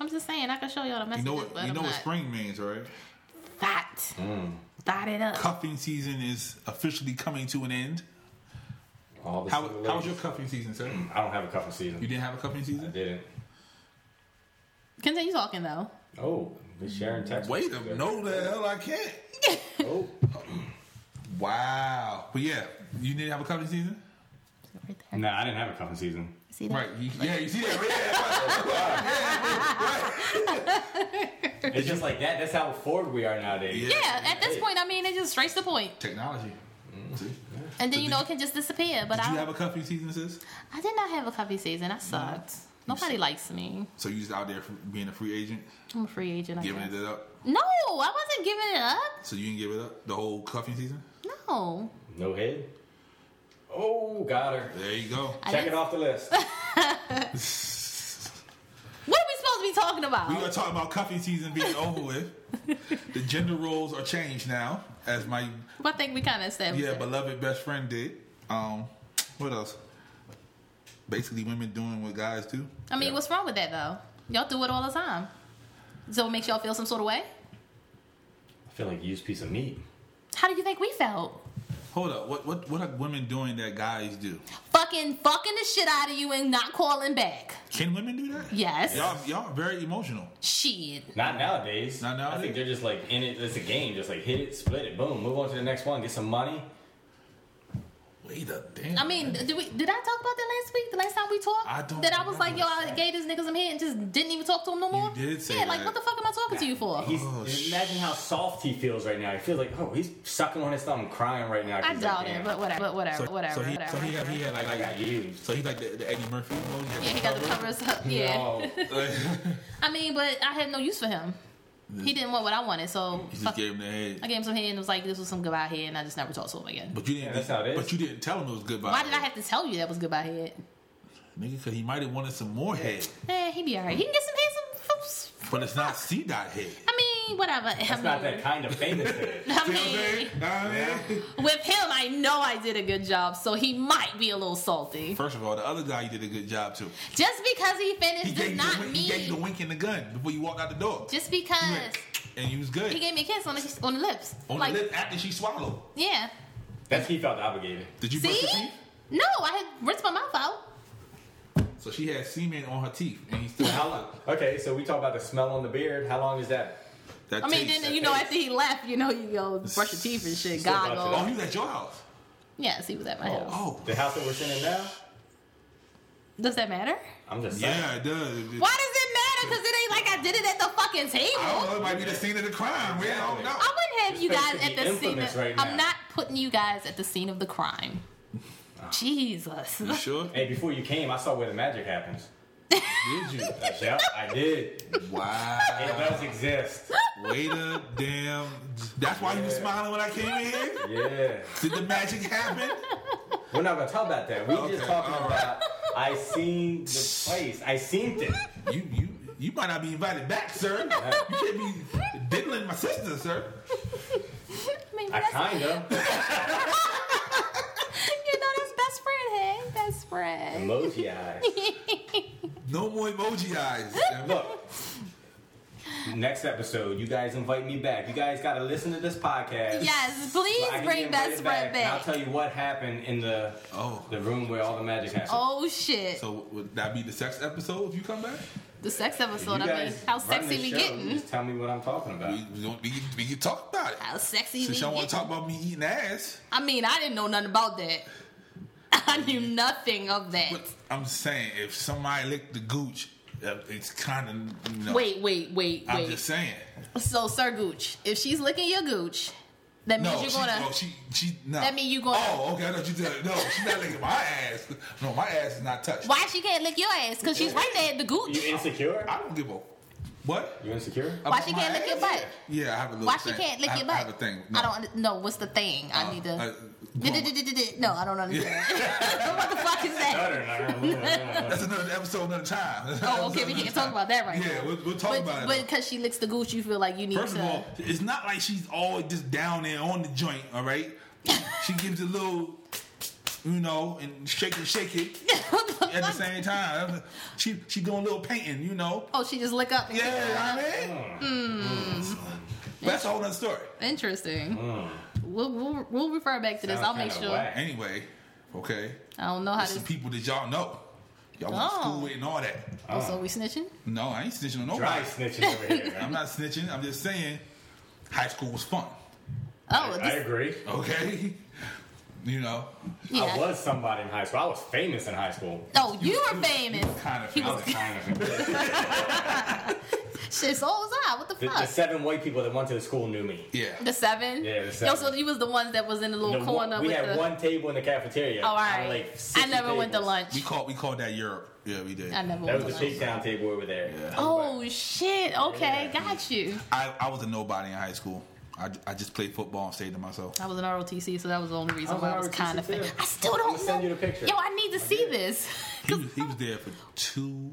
[SPEAKER 3] I'm just saying, I can show y'all the
[SPEAKER 2] You
[SPEAKER 3] messages,
[SPEAKER 2] know what?
[SPEAKER 3] but
[SPEAKER 2] You
[SPEAKER 3] I'm
[SPEAKER 2] know Mm. what
[SPEAKER 3] not.
[SPEAKER 2] spring means, right?
[SPEAKER 3] Fat. Thought it up.
[SPEAKER 2] Cuffing season is officially coming to an end.
[SPEAKER 4] All the
[SPEAKER 2] How,
[SPEAKER 4] single
[SPEAKER 2] how was your
[SPEAKER 4] ladies.
[SPEAKER 2] cuffing season, sir?
[SPEAKER 4] I don't have a cuffing
[SPEAKER 2] You
[SPEAKER 4] season.
[SPEAKER 2] didn't have a cuffing
[SPEAKER 4] I
[SPEAKER 2] season?
[SPEAKER 4] didn't.
[SPEAKER 3] Continue talking though.
[SPEAKER 4] Oh, Miss Sharon texted.
[SPEAKER 2] Wait
[SPEAKER 4] me.
[SPEAKER 2] a no the hell I can't.
[SPEAKER 4] Oh,
[SPEAKER 2] Wow. But yeah, you didn't have a cuffing season?
[SPEAKER 3] Right there.
[SPEAKER 4] nah, I didn't have a cuffing season.
[SPEAKER 3] See that?
[SPEAKER 2] Right. You, yeah, you see that? Right there.
[SPEAKER 4] It's just like that. That's how forward we are nowadays.
[SPEAKER 2] Yeah.
[SPEAKER 3] Yeah, at this point, I mean, it just straight to the point.
[SPEAKER 2] Technology.
[SPEAKER 3] And then,
[SPEAKER 2] So
[SPEAKER 3] you
[SPEAKER 2] did
[SPEAKER 3] know,
[SPEAKER 2] you-
[SPEAKER 3] it can just disappear. But
[SPEAKER 2] Did
[SPEAKER 3] I,
[SPEAKER 2] you have a cuffing season, sis?
[SPEAKER 3] I did not have a cuffing season. I sucked. Nobody likes me.
[SPEAKER 2] So you just out there being a free agent,
[SPEAKER 3] I'm a free agent. I
[SPEAKER 2] giving
[SPEAKER 3] guess.
[SPEAKER 2] it up.
[SPEAKER 3] No, I wasn't giving it up.
[SPEAKER 2] So you didn't give it up the whole cuffing season.
[SPEAKER 3] No.
[SPEAKER 4] No head. Oh, got her.
[SPEAKER 2] There you go.
[SPEAKER 3] I
[SPEAKER 4] Check it
[SPEAKER 3] didn't-
[SPEAKER 4] off the list.
[SPEAKER 3] What are we supposed to be talking about?
[SPEAKER 2] We are talking about cuffing season being over with. The gender roles are changed now, as my
[SPEAKER 3] I think we kind of established
[SPEAKER 2] yeah
[SPEAKER 3] it.
[SPEAKER 2] beloved best friend did. Um, what else? basically women doing what guys do.
[SPEAKER 3] I mean,
[SPEAKER 4] Yeah.
[SPEAKER 3] what's wrong with that though? Y'all do it all the time. So it makes y'all feel some sort of way?
[SPEAKER 4] I feel like a used piece of meat.
[SPEAKER 3] How do you think we felt?
[SPEAKER 2] Hold up, what what what are women doing that guys do?
[SPEAKER 3] Fucking fucking the shit out of you and not calling back.
[SPEAKER 2] Can women do that?
[SPEAKER 3] Yes.
[SPEAKER 2] Y'all y'all very emotional.
[SPEAKER 3] Shit.
[SPEAKER 4] Not nowadays.
[SPEAKER 2] Not
[SPEAKER 4] I
[SPEAKER 2] nowadays?
[SPEAKER 4] think they're just like in it. It's a game. Just like hit it, split it, boom, move on to the next one, get some money.
[SPEAKER 2] Wait a damn.
[SPEAKER 3] I mean, did we did I talk about that last week? The last time we talked,
[SPEAKER 2] I don't
[SPEAKER 3] that I was like, yo, I
[SPEAKER 2] remember.
[SPEAKER 3] gave this nigga some head and just didn't even talk to him no more.
[SPEAKER 2] did say
[SPEAKER 3] yeah, like
[SPEAKER 2] that.
[SPEAKER 3] what the fuck am I talking to you for?
[SPEAKER 4] He's,
[SPEAKER 2] Oh, sh-
[SPEAKER 4] imagine how soft he feels right now. He feels like, oh, he's sucking on his thumb, crying right now.
[SPEAKER 3] I
[SPEAKER 4] 'cause he's
[SPEAKER 3] doubt
[SPEAKER 4] like,
[SPEAKER 3] it,
[SPEAKER 4] "Damn,
[SPEAKER 3] but whatever, but whatever, whatever,
[SPEAKER 2] So he
[SPEAKER 3] whatever.
[SPEAKER 2] so he had, he had like,
[SPEAKER 4] I
[SPEAKER 2] like
[SPEAKER 4] got you.
[SPEAKER 2] so he like the, the Eddie Murphy emoji.
[SPEAKER 3] yeah, he got the covers up. Yeah.
[SPEAKER 4] No.
[SPEAKER 3] I mean, but I had no use for him. He didn't want what I wanted, so
[SPEAKER 2] He just
[SPEAKER 3] fuck-
[SPEAKER 2] gave him the head.
[SPEAKER 3] I gave him some head and was like, this was some goodbye head, and I just never talked to him again.
[SPEAKER 2] But you didn't.
[SPEAKER 4] Yeah, that's how it is.
[SPEAKER 2] But you didn't tell him it was goodbye.
[SPEAKER 3] Why did I have to tell you that was goodbye head?
[SPEAKER 2] Nigga, because he might have wanted some more head,
[SPEAKER 3] Eh, he be alright. He can get some head, some. some-
[SPEAKER 2] but it's not C dot head.
[SPEAKER 3] I mean, whatever.
[SPEAKER 4] That's not that kind of famous. dude.
[SPEAKER 3] I mean, with him, I know I did a good job, so he might be a little salty.
[SPEAKER 2] First of all, the other guy you did a good job too.
[SPEAKER 3] Just because he
[SPEAKER 2] He
[SPEAKER 3] finished
[SPEAKER 2] gave,
[SPEAKER 3] does
[SPEAKER 2] you
[SPEAKER 3] not
[SPEAKER 2] the, wink- he gave you the
[SPEAKER 3] mean.
[SPEAKER 2] wink in the gun before you walked out the door,
[SPEAKER 3] Just because
[SPEAKER 2] and you was good
[SPEAKER 3] he gave me a kiss on the on the lips,
[SPEAKER 2] on
[SPEAKER 3] like
[SPEAKER 2] the lip after she swallowed.
[SPEAKER 3] yeah.
[SPEAKER 4] That's he felt obligated.
[SPEAKER 2] Did you brush
[SPEAKER 3] See?
[SPEAKER 2] your teeth?
[SPEAKER 3] No, I had rinsed my mouth out.
[SPEAKER 2] So she had semen on her teeth, and he still.
[SPEAKER 4] How long? Okay, so we talk about the smell on the beard. How long is that?
[SPEAKER 2] That
[SPEAKER 3] I mean,
[SPEAKER 2] taste-
[SPEAKER 3] then you know
[SPEAKER 4] taste.
[SPEAKER 3] after he left, you know you go brush your teeth and shit.
[SPEAKER 4] Still got
[SPEAKER 2] Oh,
[SPEAKER 3] Goggles.
[SPEAKER 2] he was at your house.
[SPEAKER 3] Yes, he was at my house.
[SPEAKER 2] Oh.
[SPEAKER 4] the house that we're sitting in now.
[SPEAKER 3] Does that matter?
[SPEAKER 4] I'm just saying.
[SPEAKER 2] Yeah, it does. It-
[SPEAKER 3] Why does it matter? Because it ain't like I did it at the fucking
[SPEAKER 2] I don't
[SPEAKER 3] table.
[SPEAKER 2] know. It might be the scene of the crime. We don't know.
[SPEAKER 3] I wouldn't have you
[SPEAKER 4] This
[SPEAKER 3] guys
[SPEAKER 4] place
[SPEAKER 3] at
[SPEAKER 4] could be
[SPEAKER 3] the scene.
[SPEAKER 4] infamous
[SPEAKER 3] Of,
[SPEAKER 4] right
[SPEAKER 3] I'm
[SPEAKER 4] now.
[SPEAKER 3] not putting you guys at the scene of the crime.
[SPEAKER 4] Ah.
[SPEAKER 3] Jesus.
[SPEAKER 4] Hmm.
[SPEAKER 2] You sure?
[SPEAKER 4] Hey, before you came, I saw where the magic happens.
[SPEAKER 2] Did you?
[SPEAKER 4] yep, I did. It
[SPEAKER 2] Wow.
[SPEAKER 4] does exist.
[SPEAKER 2] Wait a damn. That's why you were smiling when I came in here?
[SPEAKER 4] Yeah.
[SPEAKER 2] Did the magic happen?
[SPEAKER 4] We're not gonna talk about that. We're
[SPEAKER 2] Okay,
[SPEAKER 4] just talking
[SPEAKER 2] all right.
[SPEAKER 4] about I seen the place. I seen it.
[SPEAKER 2] You you you might not be invited back, sir. You can't be diddling my sister, sir.
[SPEAKER 3] Maybe
[SPEAKER 4] I
[SPEAKER 3] that's,
[SPEAKER 4] kinda
[SPEAKER 3] you know that's best friend, hey, best friend.
[SPEAKER 4] emoji eyes.
[SPEAKER 2] No more emoji eyes.
[SPEAKER 4] Look. Next episode, you guys invite me back. You guys gotta listen to this podcast.
[SPEAKER 3] Yes,
[SPEAKER 4] So
[SPEAKER 3] please
[SPEAKER 4] I can
[SPEAKER 3] bring
[SPEAKER 4] get
[SPEAKER 3] best
[SPEAKER 4] invited
[SPEAKER 3] friend
[SPEAKER 4] and I'll
[SPEAKER 3] back.
[SPEAKER 4] tell you what happened in the
[SPEAKER 2] Oh.
[SPEAKER 4] the room where all the magic happened.
[SPEAKER 3] Oh shit.
[SPEAKER 2] So would that be the sex episode if you come back?
[SPEAKER 3] the sex episode,
[SPEAKER 4] You
[SPEAKER 3] I mean,
[SPEAKER 4] guys
[SPEAKER 3] how
[SPEAKER 4] run
[SPEAKER 3] sexy
[SPEAKER 4] this
[SPEAKER 3] we
[SPEAKER 4] show, you
[SPEAKER 3] getting.
[SPEAKER 4] Just tell me what I'm talking about.
[SPEAKER 2] We we, we, we can talk about it.
[SPEAKER 3] How sexy
[SPEAKER 2] Since
[SPEAKER 3] we
[SPEAKER 2] y'all want
[SPEAKER 3] getting.
[SPEAKER 2] to talk about me eating ass,
[SPEAKER 3] I mean, I didn't know nothing about that. I knew
[SPEAKER 2] Mm-hmm.
[SPEAKER 3] nothing of that.
[SPEAKER 2] but I'm saying if somebody licked the gooch, uh, it's kind of you know.
[SPEAKER 3] Wait, wait, wait,
[SPEAKER 2] I'm
[SPEAKER 3] wait.
[SPEAKER 2] just saying.
[SPEAKER 3] So, Sir Gooch, if she's licking your gooch, that means
[SPEAKER 2] No,
[SPEAKER 3] you're
[SPEAKER 2] she,
[SPEAKER 3] gonna.
[SPEAKER 2] no, she, she, no.
[SPEAKER 3] That mean you gonna-
[SPEAKER 2] Oh, okay. I thought you said no. She's not licking my ass. No, my ass is not touched.
[SPEAKER 3] Why she can't lick your ass? Cause she's right there at the
[SPEAKER 4] You
[SPEAKER 3] gooch.
[SPEAKER 4] insecure?
[SPEAKER 2] I don't give a what.
[SPEAKER 4] You insecure?
[SPEAKER 3] Why
[SPEAKER 2] About
[SPEAKER 3] she
[SPEAKER 2] my
[SPEAKER 3] can't lick your
[SPEAKER 2] ass?
[SPEAKER 3] butt?
[SPEAKER 2] Yeah, I have a little.
[SPEAKER 3] Why she
[SPEAKER 2] thing.
[SPEAKER 3] can't lick
[SPEAKER 2] I,
[SPEAKER 3] your butt?
[SPEAKER 2] I have a thing. No.
[SPEAKER 3] I don't under- no. What's the thing? I need to.
[SPEAKER 2] Uh,
[SPEAKER 3] D-d-d-d-d-d. No, I don't understand. what the fuck is that?
[SPEAKER 2] that's another episode, another time.
[SPEAKER 3] Oh, okay, we can't talk about that right
[SPEAKER 2] Yeah,
[SPEAKER 3] now.
[SPEAKER 2] we'll, we'll talk
[SPEAKER 3] but,
[SPEAKER 2] about
[SPEAKER 3] But
[SPEAKER 2] it.
[SPEAKER 3] because she licks the gooch, you feel like you need
[SPEAKER 2] First
[SPEAKER 3] to.
[SPEAKER 2] of all, it's not like she's all just down there on the joint. All right, she gives a little, you know, and shake it, shake it at the same time. She she doing a little painting, you know.
[SPEAKER 3] oh, she just lick up.
[SPEAKER 2] Yeah, you know what I mean. But that's a whole other story.
[SPEAKER 3] Interesting.
[SPEAKER 4] Mm.
[SPEAKER 3] We'll, we'll we'll refer back to this. I'll make sure.
[SPEAKER 2] Anyway, okay.
[SPEAKER 3] I don't know how
[SPEAKER 2] There's some
[SPEAKER 3] to.
[SPEAKER 2] people that y'all know. Y'all went to
[SPEAKER 3] Oh.
[SPEAKER 2] school with and all that.
[SPEAKER 3] Oh, so we snitching?
[SPEAKER 2] No, I ain't snitching on
[SPEAKER 4] Dry
[SPEAKER 2] nobody.
[SPEAKER 4] snitching over here. man.
[SPEAKER 2] I'm not snitching. I'm just saying, high school was fun.
[SPEAKER 3] Oh,
[SPEAKER 4] I
[SPEAKER 3] this,
[SPEAKER 4] agree.
[SPEAKER 2] Okay, you know,
[SPEAKER 3] yeah.
[SPEAKER 4] I was somebody in high school. I was famous in high school.
[SPEAKER 3] Oh, you were famous.
[SPEAKER 2] kind of.
[SPEAKER 3] He
[SPEAKER 4] I was kind of famous.
[SPEAKER 3] Shit, so was I. What the
[SPEAKER 4] The, the
[SPEAKER 3] fuck?
[SPEAKER 4] seven white people that went to the school knew me.
[SPEAKER 2] yeah.
[SPEAKER 3] The seven?
[SPEAKER 4] Yeah, the
[SPEAKER 3] Yo,
[SPEAKER 4] seven.
[SPEAKER 3] so you was the ones that was in the
[SPEAKER 4] The
[SPEAKER 3] little
[SPEAKER 4] one-
[SPEAKER 3] corner
[SPEAKER 4] we
[SPEAKER 3] with
[SPEAKER 4] had
[SPEAKER 3] the.
[SPEAKER 4] one table in the cafeteria.
[SPEAKER 3] oh, all
[SPEAKER 4] out of,
[SPEAKER 3] right.
[SPEAKER 4] like,
[SPEAKER 3] I
[SPEAKER 4] 60
[SPEAKER 3] never went to
[SPEAKER 4] tables.
[SPEAKER 3] lunch.
[SPEAKER 2] We called we called that Europe. Yeah, we did.
[SPEAKER 3] I never
[SPEAKER 4] That
[SPEAKER 3] went
[SPEAKER 4] was
[SPEAKER 3] to
[SPEAKER 4] the
[SPEAKER 3] lunch.
[SPEAKER 4] pig down table over there.
[SPEAKER 3] Oh shit! Okay,
[SPEAKER 4] Yeah.
[SPEAKER 3] got you.
[SPEAKER 2] I, I was a nobody in high school. I, I just played football and stayed to myself.
[SPEAKER 3] I was an ROTC, so that was the only reason
[SPEAKER 4] I was
[SPEAKER 3] why
[SPEAKER 4] an
[SPEAKER 3] I was
[SPEAKER 4] ROTC
[SPEAKER 3] kind of.
[SPEAKER 4] too.
[SPEAKER 3] I still
[SPEAKER 4] Let me
[SPEAKER 3] don't know.
[SPEAKER 4] send you the picture.
[SPEAKER 3] Yo, I need to see this.
[SPEAKER 2] He was, he was there for two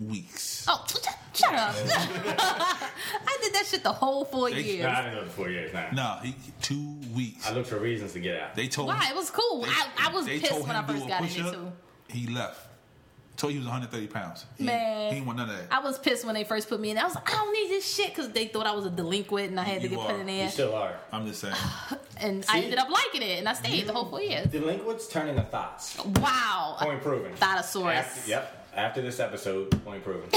[SPEAKER 2] weeks.
[SPEAKER 3] Oh, shut, shut up! I did that shit the whole four
[SPEAKER 2] They-
[SPEAKER 4] No, I
[SPEAKER 3] years.
[SPEAKER 4] didn't go to four years now.
[SPEAKER 2] Nah, he, two weeks.
[SPEAKER 4] I looked for reasons to get out.
[SPEAKER 2] They told
[SPEAKER 3] Why? It was cool.
[SPEAKER 2] they-
[SPEAKER 3] I, I was
[SPEAKER 2] they
[SPEAKER 3] pissed
[SPEAKER 2] told
[SPEAKER 3] when
[SPEAKER 2] him
[SPEAKER 3] I
[SPEAKER 2] to do
[SPEAKER 3] first
[SPEAKER 2] a
[SPEAKER 3] got in it
[SPEAKER 2] push-up.
[SPEAKER 3] too.
[SPEAKER 2] He left. Told you he was 130 pounds. He,
[SPEAKER 3] Man.
[SPEAKER 2] he ain't want none of that.
[SPEAKER 3] I was pissed when they first put me in. I was like, I don't need this shit because they thought I was a delinquent and I had to
[SPEAKER 2] You
[SPEAKER 3] get put
[SPEAKER 2] are.
[SPEAKER 3] in
[SPEAKER 4] You
[SPEAKER 3] there.
[SPEAKER 4] still are.
[SPEAKER 2] I'm just saying.
[SPEAKER 3] And I
[SPEAKER 4] See?
[SPEAKER 3] ended up liking it and I stayed the whole four years.
[SPEAKER 4] Delinquents turning the thoughts.
[SPEAKER 3] Wow.
[SPEAKER 4] Point proven.
[SPEAKER 3] Thottosaurus.
[SPEAKER 4] After, yep. After this episode, point proven.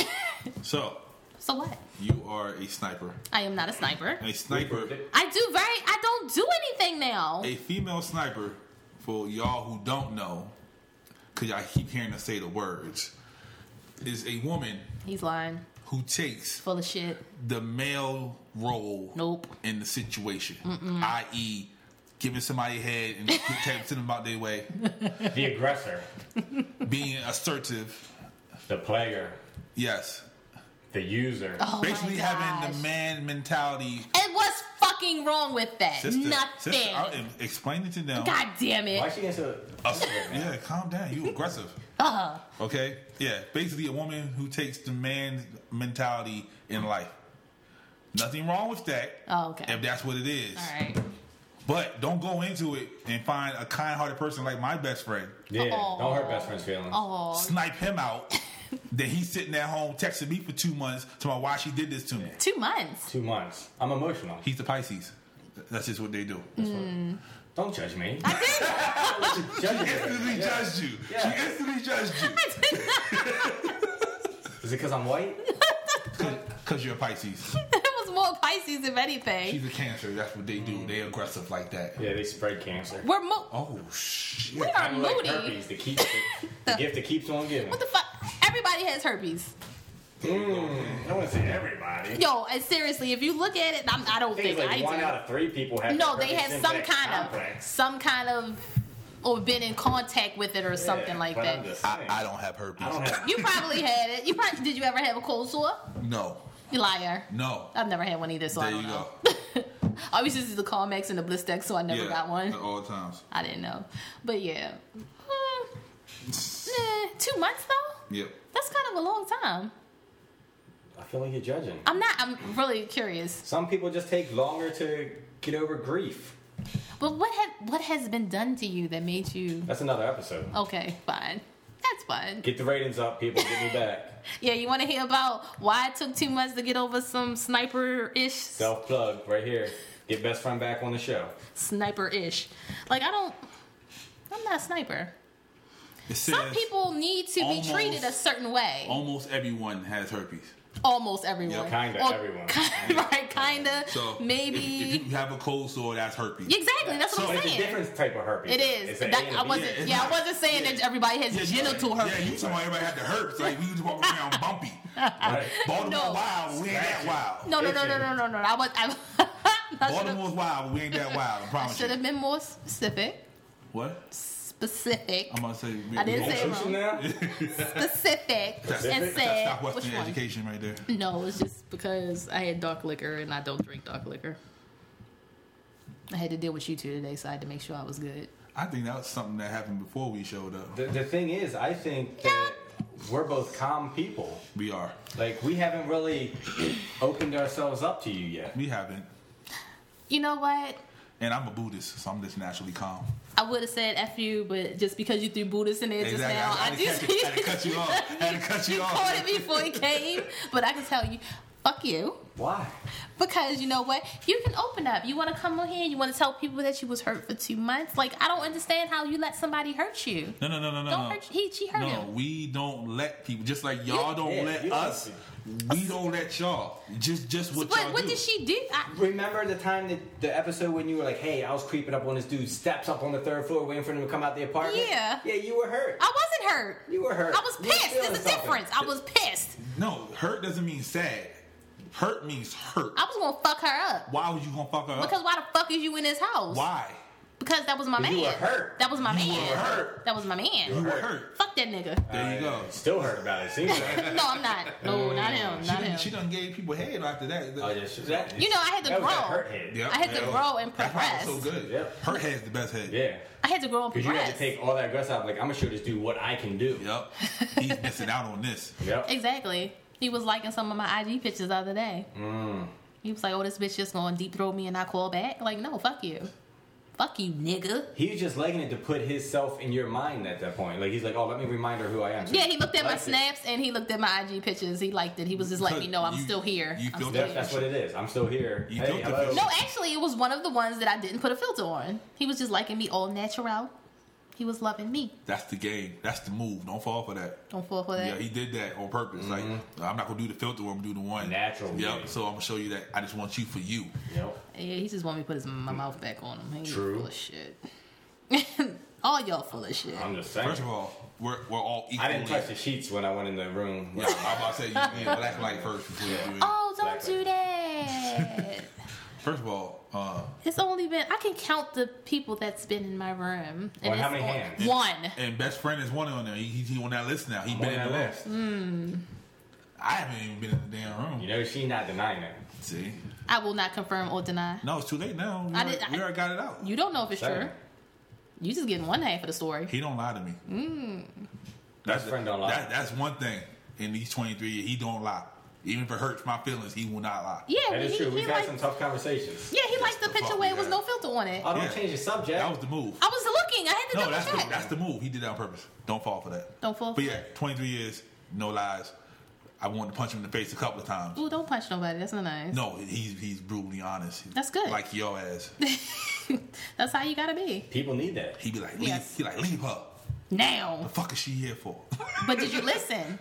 [SPEAKER 2] So
[SPEAKER 3] So what?
[SPEAKER 2] you are a sniper.
[SPEAKER 3] I am not a sniper.
[SPEAKER 2] A sniper.
[SPEAKER 3] I do very. I don't do anything now.
[SPEAKER 2] A female sniper. For y'all who don't know, because y'all keep hearing us say the words, is a woman
[SPEAKER 3] He's lying.
[SPEAKER 2] who takes
[SPEAKER 3] Full of shit.
[SPEAKER 2] the male role
[SPEAKER 3] Nope.
[SPEAKER 2] in the situation, i.e., giving somebody a head and tapping them about their way,
[SPEAKER 4] The aggressor,
[SPEAKER 2] being assertive.
[SPEAKER 4] the player,
[SPEAKER 2] Yes,
[SPEAKER 4] the user.
[SPEAKER 3] Oh
[SPEAKER 2] basically
[SPEAKER 3] my
[SPEAKER 2] having the
[SPEAKER 3] gosh.
[SPEAKER 2] man mentality.
[SPEAKER 3] And what's fucking wrong with that?
[SPEAKER 2] Sister,
[SPEAKER 3] Nothing.
[SPEAKER 2] Sister, I am explaining to them.
[SPEAKER 3] God damn
[SPEAKER 4] Why
[SPEAKER 3] it.
[SPEAKER 4] she into
[SPEAKER 2] Us- yeah, calm down. You aggressive.
[SPEAKER 3] Uh-huh.
[SPEAKER 2] Okay. Yeah. Basically, a woman who takes the man mentality in life. Nothing wrong with that.
[SPEAKER 3] Oh, okay.
[SPEAKER 2] If that's what it is.
[SPEAKER 3] All right.
[SPEAKER 2] But don't go into it and find a kind-hearted person like my best friend.
[SPEAKER 4] Yeah, don't hurt
[SPEAKER 3] Aw.
[SPEAKER 4] best friend's feelings.
[SPEAKER 3] Oh,
[SPEAKER 2] Snipe him out. then he's sitting at home texting me for two months to my why she did this to me.
[SPEAKER 3] two months.
[SPEAKER 4] Two months. I'm emotional. Hmm.
[SPEAKER 2] He's the Pisces. That's just what they do.
[SPEAKER 4] Don't judge me.
[SPEAKER 3] I did.
[SPEAKER 4] judge
[SPEAKER 2] She instantly
[SPEAKER 4] me.
[SPEAKER 2] judged you. She
[SPEAKER 4] Yeah.
[SPEAKER 2] instantly judged you
[SPEAKER 4] Is it because I'm white?
[SPEAKER 2] because you're a Pisces.
[SPEAKER 3] it was more Pisces if anything.
[SPEAKER 2] She's a Cancer. That's what they do. They aggressive like that.
[SPEAKER 4] Yeah, they spread cancer.
[SPEAKER 3] We're mo-
[SPEAKER 2] Oh shit!
[SPEAKER 3] we are
[SPEAKER 4] Kinda like
[SPEAKER 3] moody.
[SPEAKER 4] herpes, the, keep, the gift that keeps on giving.
[SPEAKER 3] What the fuck? Everybody has herpes.
[SPEAKER 4] I want to say everybody.
[SPEAKER 3] Yo, and seriously, if you look at it, I'm, I don't
[SPEAKER 4] I think
[SPEAKER 3] think,
[SPEAKER 4] it's like
[SPEAKER 3] I
[SPEAKER 4] one
[SPEAKER 3] do.
[SPEAKER 4] out of three people have.
[SPEAKER 3] No,
[SPEAKER 4] that
[SPEAKER 3] they have some
[SPEAKER 4] herpes
[SPEAKER 3] kind of
[SPEAKER 4] complex.
[SPEAKER 3] some kind of or been in contact with it or something
[SPEAKER 4] Yeah,
[SPEAKER 3] like
[SPEAKER 4] but
[SPEAKER 3] that.
[SPEAKER 4] I'm just
[SPEAKER 2] I,
[SPEAKER 4] saying.
[SPEAKER 2] I don't have herpes.
[SPEAKER 4] I don't have.
[SPEAKER 3] You probably had it. You probably did. You ever have a cold sore?
[SPEAKER 2] No,
[SPEAKER 3] You liar.
[SPEAKER 2] no.
[SPEAKER 3] I've never had one either, so I
[SPEAKER 2] there
[SPEAKER 3] don't
[SPEAKER 2] you
[SPEAKER 3] know.
[SPEAKER 2] go.
[SPEAKER 3] I was just the Calmex and the Blistex, so I never got one.
[SPEAKER 2] At all times.
[SPEAKER 3] I didn't know, but yeah, Hmm. Eh, two months though.
[SPEAKER 2] Yep.
[SPEAKER 3] That's kind of a long time.
[SPEAKER 4] I feel like you're judging.
[SPEAKER 3] I'm not. I'm really curious.
[SPEAKER 4] Some people just take longer to get over grief.
[SPEAKER 3] But what have what has been done to you that made you?
[SPEAKER 4] That's another episode.
[SPEAKER 3] Okay, fine. That's fine.
[SPEAKER 4] Get the ratings up, people. Get me back.
[SPEAKER 3] Yeah, you want to hear about why it took two months to get over some sniper-ish,
[SPEAKER 4] Self plug right here. Get best friend back on the show.
[SPEAKER 3] sniper-ish. Like I don't, I'm not a sniper.
[SPEAKER 2] It says
[SPEAKER 3] Some people need to
[SPEAKER 2] almost-
[SPEAKER 3] be treated a certain way.
[SPEAKER 2] almost everyone has herpes.
[SPEAKER 3] Almost everyone.
[SPEAKER 4] Yeah, kinda
[SPEAKER 3] Or-
[SPEAKER 4] everyone.
[SPEAKER 3] right? Kinda.
[SPEAKER 2] So if, if
[SPEAKER 3] maybe.
[SPEAKER 2] you have a cold sore, that's herpes.
[SPEAKER 3] Exactly. That's what
[SPEAKER 2] So
[SPEAKER 3] I'm
[SPEAKER 4] It's a
[SPEAKER 3] saying.
[SPEAKER 4] different type of herpes.
[SPEAKER 3] It is.
[SPEAKER 4] It's an
[SPEAKER 3] That-
[SPEAKER 4] A and a
[SPEAKER 3] I
[SPEAKER 4] B.
[SPEAKER 3] wasn't.
[SPEAKER 2] Yeah,
[SPEAKER 3] Yeah,
[SPEAKER 2] it's
[SPEAKER 3] I
[SPEAKER 2] not-
[SPEAKER 3] wasn't saying that everybody has genital herpes.
[SPEAKER 2] Yeah, you talking about everybody had the herpes. Like we just walk around bumpy.
[SPEAKER 4] Right.
[SPEAKER 2] Baltimore
[SPEAKER 3] No.
[SPEAKER 2] wild, we ain't that wild.
[SPEAKER 3] No, no, no, no, no, no, no. I was. I,
[SPEAKER 2] Baltimore's wild, but we ain't that wild. I promise
[SPEAKER 3] should
[SPEAKER 2] you.
[SPEAKER 3] have been more specific.
[SPEAKER 2] What?
[SPEAKER 3] Specific.
[SPEAKER 2] I'm gonna say. We,
[SPEAKER 3] I didn't
[SPEAKER 2] we-
[SPEAKER 3] say it
[SPEAKER 4] Ocean now?
[SPEAKER 3] Specific.
[SPEAKER 2] That's,
[SPEAKER 3] and
[SPEAKER 2] that's,
[SPEAKER 3] said which
[SPEAKER 2] Southwestern
[SPEAKER 3] one?
[SPEAKER 2] education right there.
[SPEAKER 3] No, it's just because I had dark liquor and I don't drink dark liquor. I had to deal with you two today, so I had to make sure I was good.
[SPEAKER 2] I think that was something that happened before we showed up.
[SPEAKER 4] The, the thing is, I think that we're both calm people.
[SPEAKER 2] We are.
[SPEAKER 4] Like we haven't really opened ourselves up to you yet.
[SPEAKER 2] We haven't.
[SPEAKER 3] You know what?
[SPEAKER 2] And I'm a Buddhist, so I'm just naturally calm.
[SPEAKER 3] I would have said F you, but just because you threw Buddhist in there just now, I,
[SPEAKER 2] had to
[SPEAKER 3] just
[SPEAKER 2] cut you- had to cut you off. Had to cut you
[SPEAKER 3] you called it
[SPEAKER 2] off.
[SPEAKER 3] before it came, but I can tell you, fuck you.
[SPEAKER 4] Why?
[SPEAKER 3] Because you know what? You can open up. You want to come on here. You want to tell people that you was hurt for two months. Like I don't understand how you let somebody hurt you.
[SPEAKER 2] No, no, no, no, no.
[SPEAKER 3] Don't
[SPEAKER 2] no.
[SPEAKER 3] hurt. He she hurt
[SPEAKER 2] no,
[SPEAKER 3] him.
[SPEAKER 2] we don't let people. Just like y'all don't
[SPEAKER 4] yeah,
[SPEAKER 2] let
[SPEAKER 4] you don't
[SPEAKER 2] us. We don't let y'all. Just, just what
[SPEAKER 3] But what,
[SPEAKER 2] y'all do.
[SPEAKER 3] did she do? I,
[SPEAKER 4] Remember the time that the episode when you were like, "Hey, I was creeping up on this dude, steps up on the third floor, waiting for him to come out the apartment."
[SPEAKER 3] Yeah.
[SPEAKER 4] Yeah, you were hurt.
[SPEAKER 3] I wasn't hurt.
[SPEAKER 4] You were hurt.
[SPEAKER 3] I was
[SPEAKER 4] You were
[SPEAKER 3] pissed.
[SPEAKER 4] feeling
[SPEAKER 3] There's a
[SPEAKER 4] something.
[SPEAKER 3] difference. I was pissed.
[SPEAKER 2] No, hurt doesn't mean sad. Hurt means hurt.
[SPEAKER 3] I was gonna fuck her up.
[SPEAKER 2] Why was you gonna fuck her up?
[SPEAKER 3] Because why the fuck is you in his house?
[SPEAKER 2] Why?
[SPEAKER 3] Because that was my man.
[SPEAKER 4] You were hurt.
[SPEAKER 3] That was my
[SPEAKER 2] You
[SPEAKER 3] man.
[SPEAKER 2] were hurt.
[SPEAKER 3] That was my man.
[SPEAKER 2] You were
[SPEAKER 4] hurt.
[SPEAKER 2] hurt.
[SPEAKER 3] Fuck that nigga.
[SPEAKER 2] There you go.
[SPEAKER 4] Still hurt about it. Seems like.
[SPEAKER 3] No, I'm not. No, not him.
[SPEAKER 2] She
[SPEAKER 3] Not
[SPEAKER 2] done,
[SPEAKER 3] him.
[SPEAKER 2] she done gave people head after that.
[SPEAKER 4] Oh yeah, she- that,
[SPEAKER 3] You know, I had to
[SPEAKER 4] that was that
[SPEAKER 3] grow.
[SPEAKER 4] hurt head.
[SPEAKER 2] Yep,
[SPEAKER 3] I had to
[SPEAKER 2] yep.
[SPEAKER 3] grow and
[SPEAKER 2] That's why it's
[SPEAKER 3] progress.
[SPEAKER 2] so good.
[SPEAKER 4] Yep.
[SPEAKER 2] Her head's the best head.
[SPEAKER 4] Yeah,
[SPEAKER 3] I had to grow and
[SPEAKER 4] because you had
[SPEAKER 3] progress.
[SPEAKER 4] to take all that aggressive. out, Like I'm gonna show this dude what I can do.
[SPEAKER 2] Yep. He's missing out on this.
[SPEAKER 4] Yep.
[SPEAKER 3] Exactly. He was liking some of my IG pictures the other
[SPEAKER 4] Mm.
[SPEAKER 3] day. He was like, "Oh, this bitch just gonna deep throw me and I call back." Like, no, fuck you, Fuck you, nigga.
[SPEAKER 4] He's just liking it to put himself in your mind at that point. Like he's like, oh, let me remind her who I am. So
[SPEAKER 3] Yeah, he looked at my
[SPEAKER 4] likes it.
[SPEAKER 3] snaps and he looked at my IG pictures. He liked it. He was just like, you know, I'm
[SPEAKER 2] You-
[SPEAKER 3] still here.
[SPEAKER 2] you
[SPEAKER 3] I'm
[SPEAKER 2] feel
[SPEAKER 3] still
[SPEAKER 4] That's,
[SPEAKER 2] that?
[SPEAKER 3] here.
[SPEAKER 4] that's what it is. I'm still here.
[SPEAKER 2] You
[SPEAKER 4] hey,
[SPEAKER 2] don't
[SPEAKER 4] hello.
[SPEAKER 2] defend-
[SPEAKER 3] No, actually, it was one of the ones that I didn't put a filter on. He was just liking me all natural. He was loving me.
[SPEAKER 2] That's the game. That's the move. Don't fall for that.
[SPEAKER 3] Don't fall for that.
[SPEAKER 2] Yeah, he did that on purpose. Like, I'm not gonna do the filter. I'm gonna do the one
[SPEAKER 4] Mm-hmm. Natural,
[SPEAKER 2] Yep.
[SPEAKER 4] yeah.
[SPEAKER 2] So I'm gonna show you that I just want you for you.
[SPEAKER 4] Yep.
[SPEAKER 3] Yeah, he just wanted me to put his my mouth back on him. He
[SPEAKER 4] True.
[SPEAKER 3] True. full of shit. all y'all full of shit.
[SPEAKER 4] I'm just saying.
[SPEAKER 2] First of all, we're we're all equally.
[SPEAKER 4] I didn't touch the sheets when I went in the room.
[SPEAKER 2] Yeah, I'm about to say you yeah, black light first before you do it.
[SPEAKER 3] oh, don't
[SPEAKER 4] Exactly.
[SPEAKER 3] do that.
[SPEAKER 2] First of all, uh,
[SPEAKER 3] it's only been I can count the people that's been in my room.
[SPEAKER 4] Well, how
[SPEAKER 3] it's
[SPEAKER 4] many
[SPEAKER 3] on-
[SPEAKER 4] hands?
[SPEAKER 3] One.
[SPEAKER 2] and best friend is one on there. He, he, he on that list now. He
[SPEAKER 4] I'm
[SPEAKER 2] been
[SPEAKER 4] on
[SPEAKER 2] in the
[SPEAKER 4] that
[SPEAKER 2] list.
[SPEAKER 3] Mm.
[SPEAKER 2] I haven't even been in the damn room.
[SPEAKER 4] You know, she not denying it.
[SPEAKER 2] See,
[SPEAKER 3] I will not confirm or deny.
[SPEAKER 2] no, it's too late now. We,
[SPEAKER 3] I
[SPEAKER 2] already,
[SPEAKER 3] did- I-
[SPEAKER 2] we already got it out.
[SPEAKER 3] You don't know if it's
[SPEAKER 4] Sure.
[SPEAKER 3] true. You just getting one half of the story.
[SPEAKER 2] He don't lie to me.
[SPEAKER 4] Best Mm. friend don't lie.
[SPEAKER 2] That, that's one thing. In these 23 years, he don't lie. Even if it hurts my feelings, he will not lie.
[SPEAKER 3] Yeah,
[SPEAKER 4] That
[SPEAKER 3] he,
[SPEAKER 4] is true.
[SPEAKER 3] he
[SPEAKER 4] We've had
[SPEAKER 3] liked,
[SPEAKER 4] some tough conversations.
[SPEAKER 3] yeah, he liked the
[SPEAKER 2] the
[SPEAKER 3] picture
[SPEAKER 2] fuck
[SPEAKER 3] where
[SPEAKER 2] we
[SPEAKER 3] it was
[SPEAKER 2] got.
[SPEAKER 3] no filter on it.
[SPEAKER 4] Oh, don't
[SPEAKER 2] Yeah.
[SPEAKER 4] change the subject.
[SPEAKER 2] That was the move.
[SPEAKER 3] I was looking. I had to
[SPEAKER 2] Uh, No,
[SPEAKER 3] double
[SPEAKER 2] that's the,
[SPEAKER 3] check.
[SPEAKER 2] that's the move. He did that on purpose. Don't fall for that.
[SPEAKER 3] Don't fall
[SPEAKER 2] But
[SPEAKER 3] for
[SPEAKER 2] yeah, 23 years, no lies. I wanted to punch him in the face a couple of times.
[SPEAKER 3] Ooh, don't punch nobody. That's not nice.
[SPEAKER 2] No, he's he's brutally honest.
[SPEAKER 3] That's good.
[SPEAKER 2] Like your ass.
[SPEAKER 3] That's how you gotta be.
[SPEAKER 4] People need that.
[SPEAKER 2] He be like, leave,
[SPEAKER 3] Yes.
[SPEAKER 2] he like leave her.
[SPEAKER 3] Now.
[SPEAKER 2] The fuck is she here for?
[SPEAKER 3] But did you listen?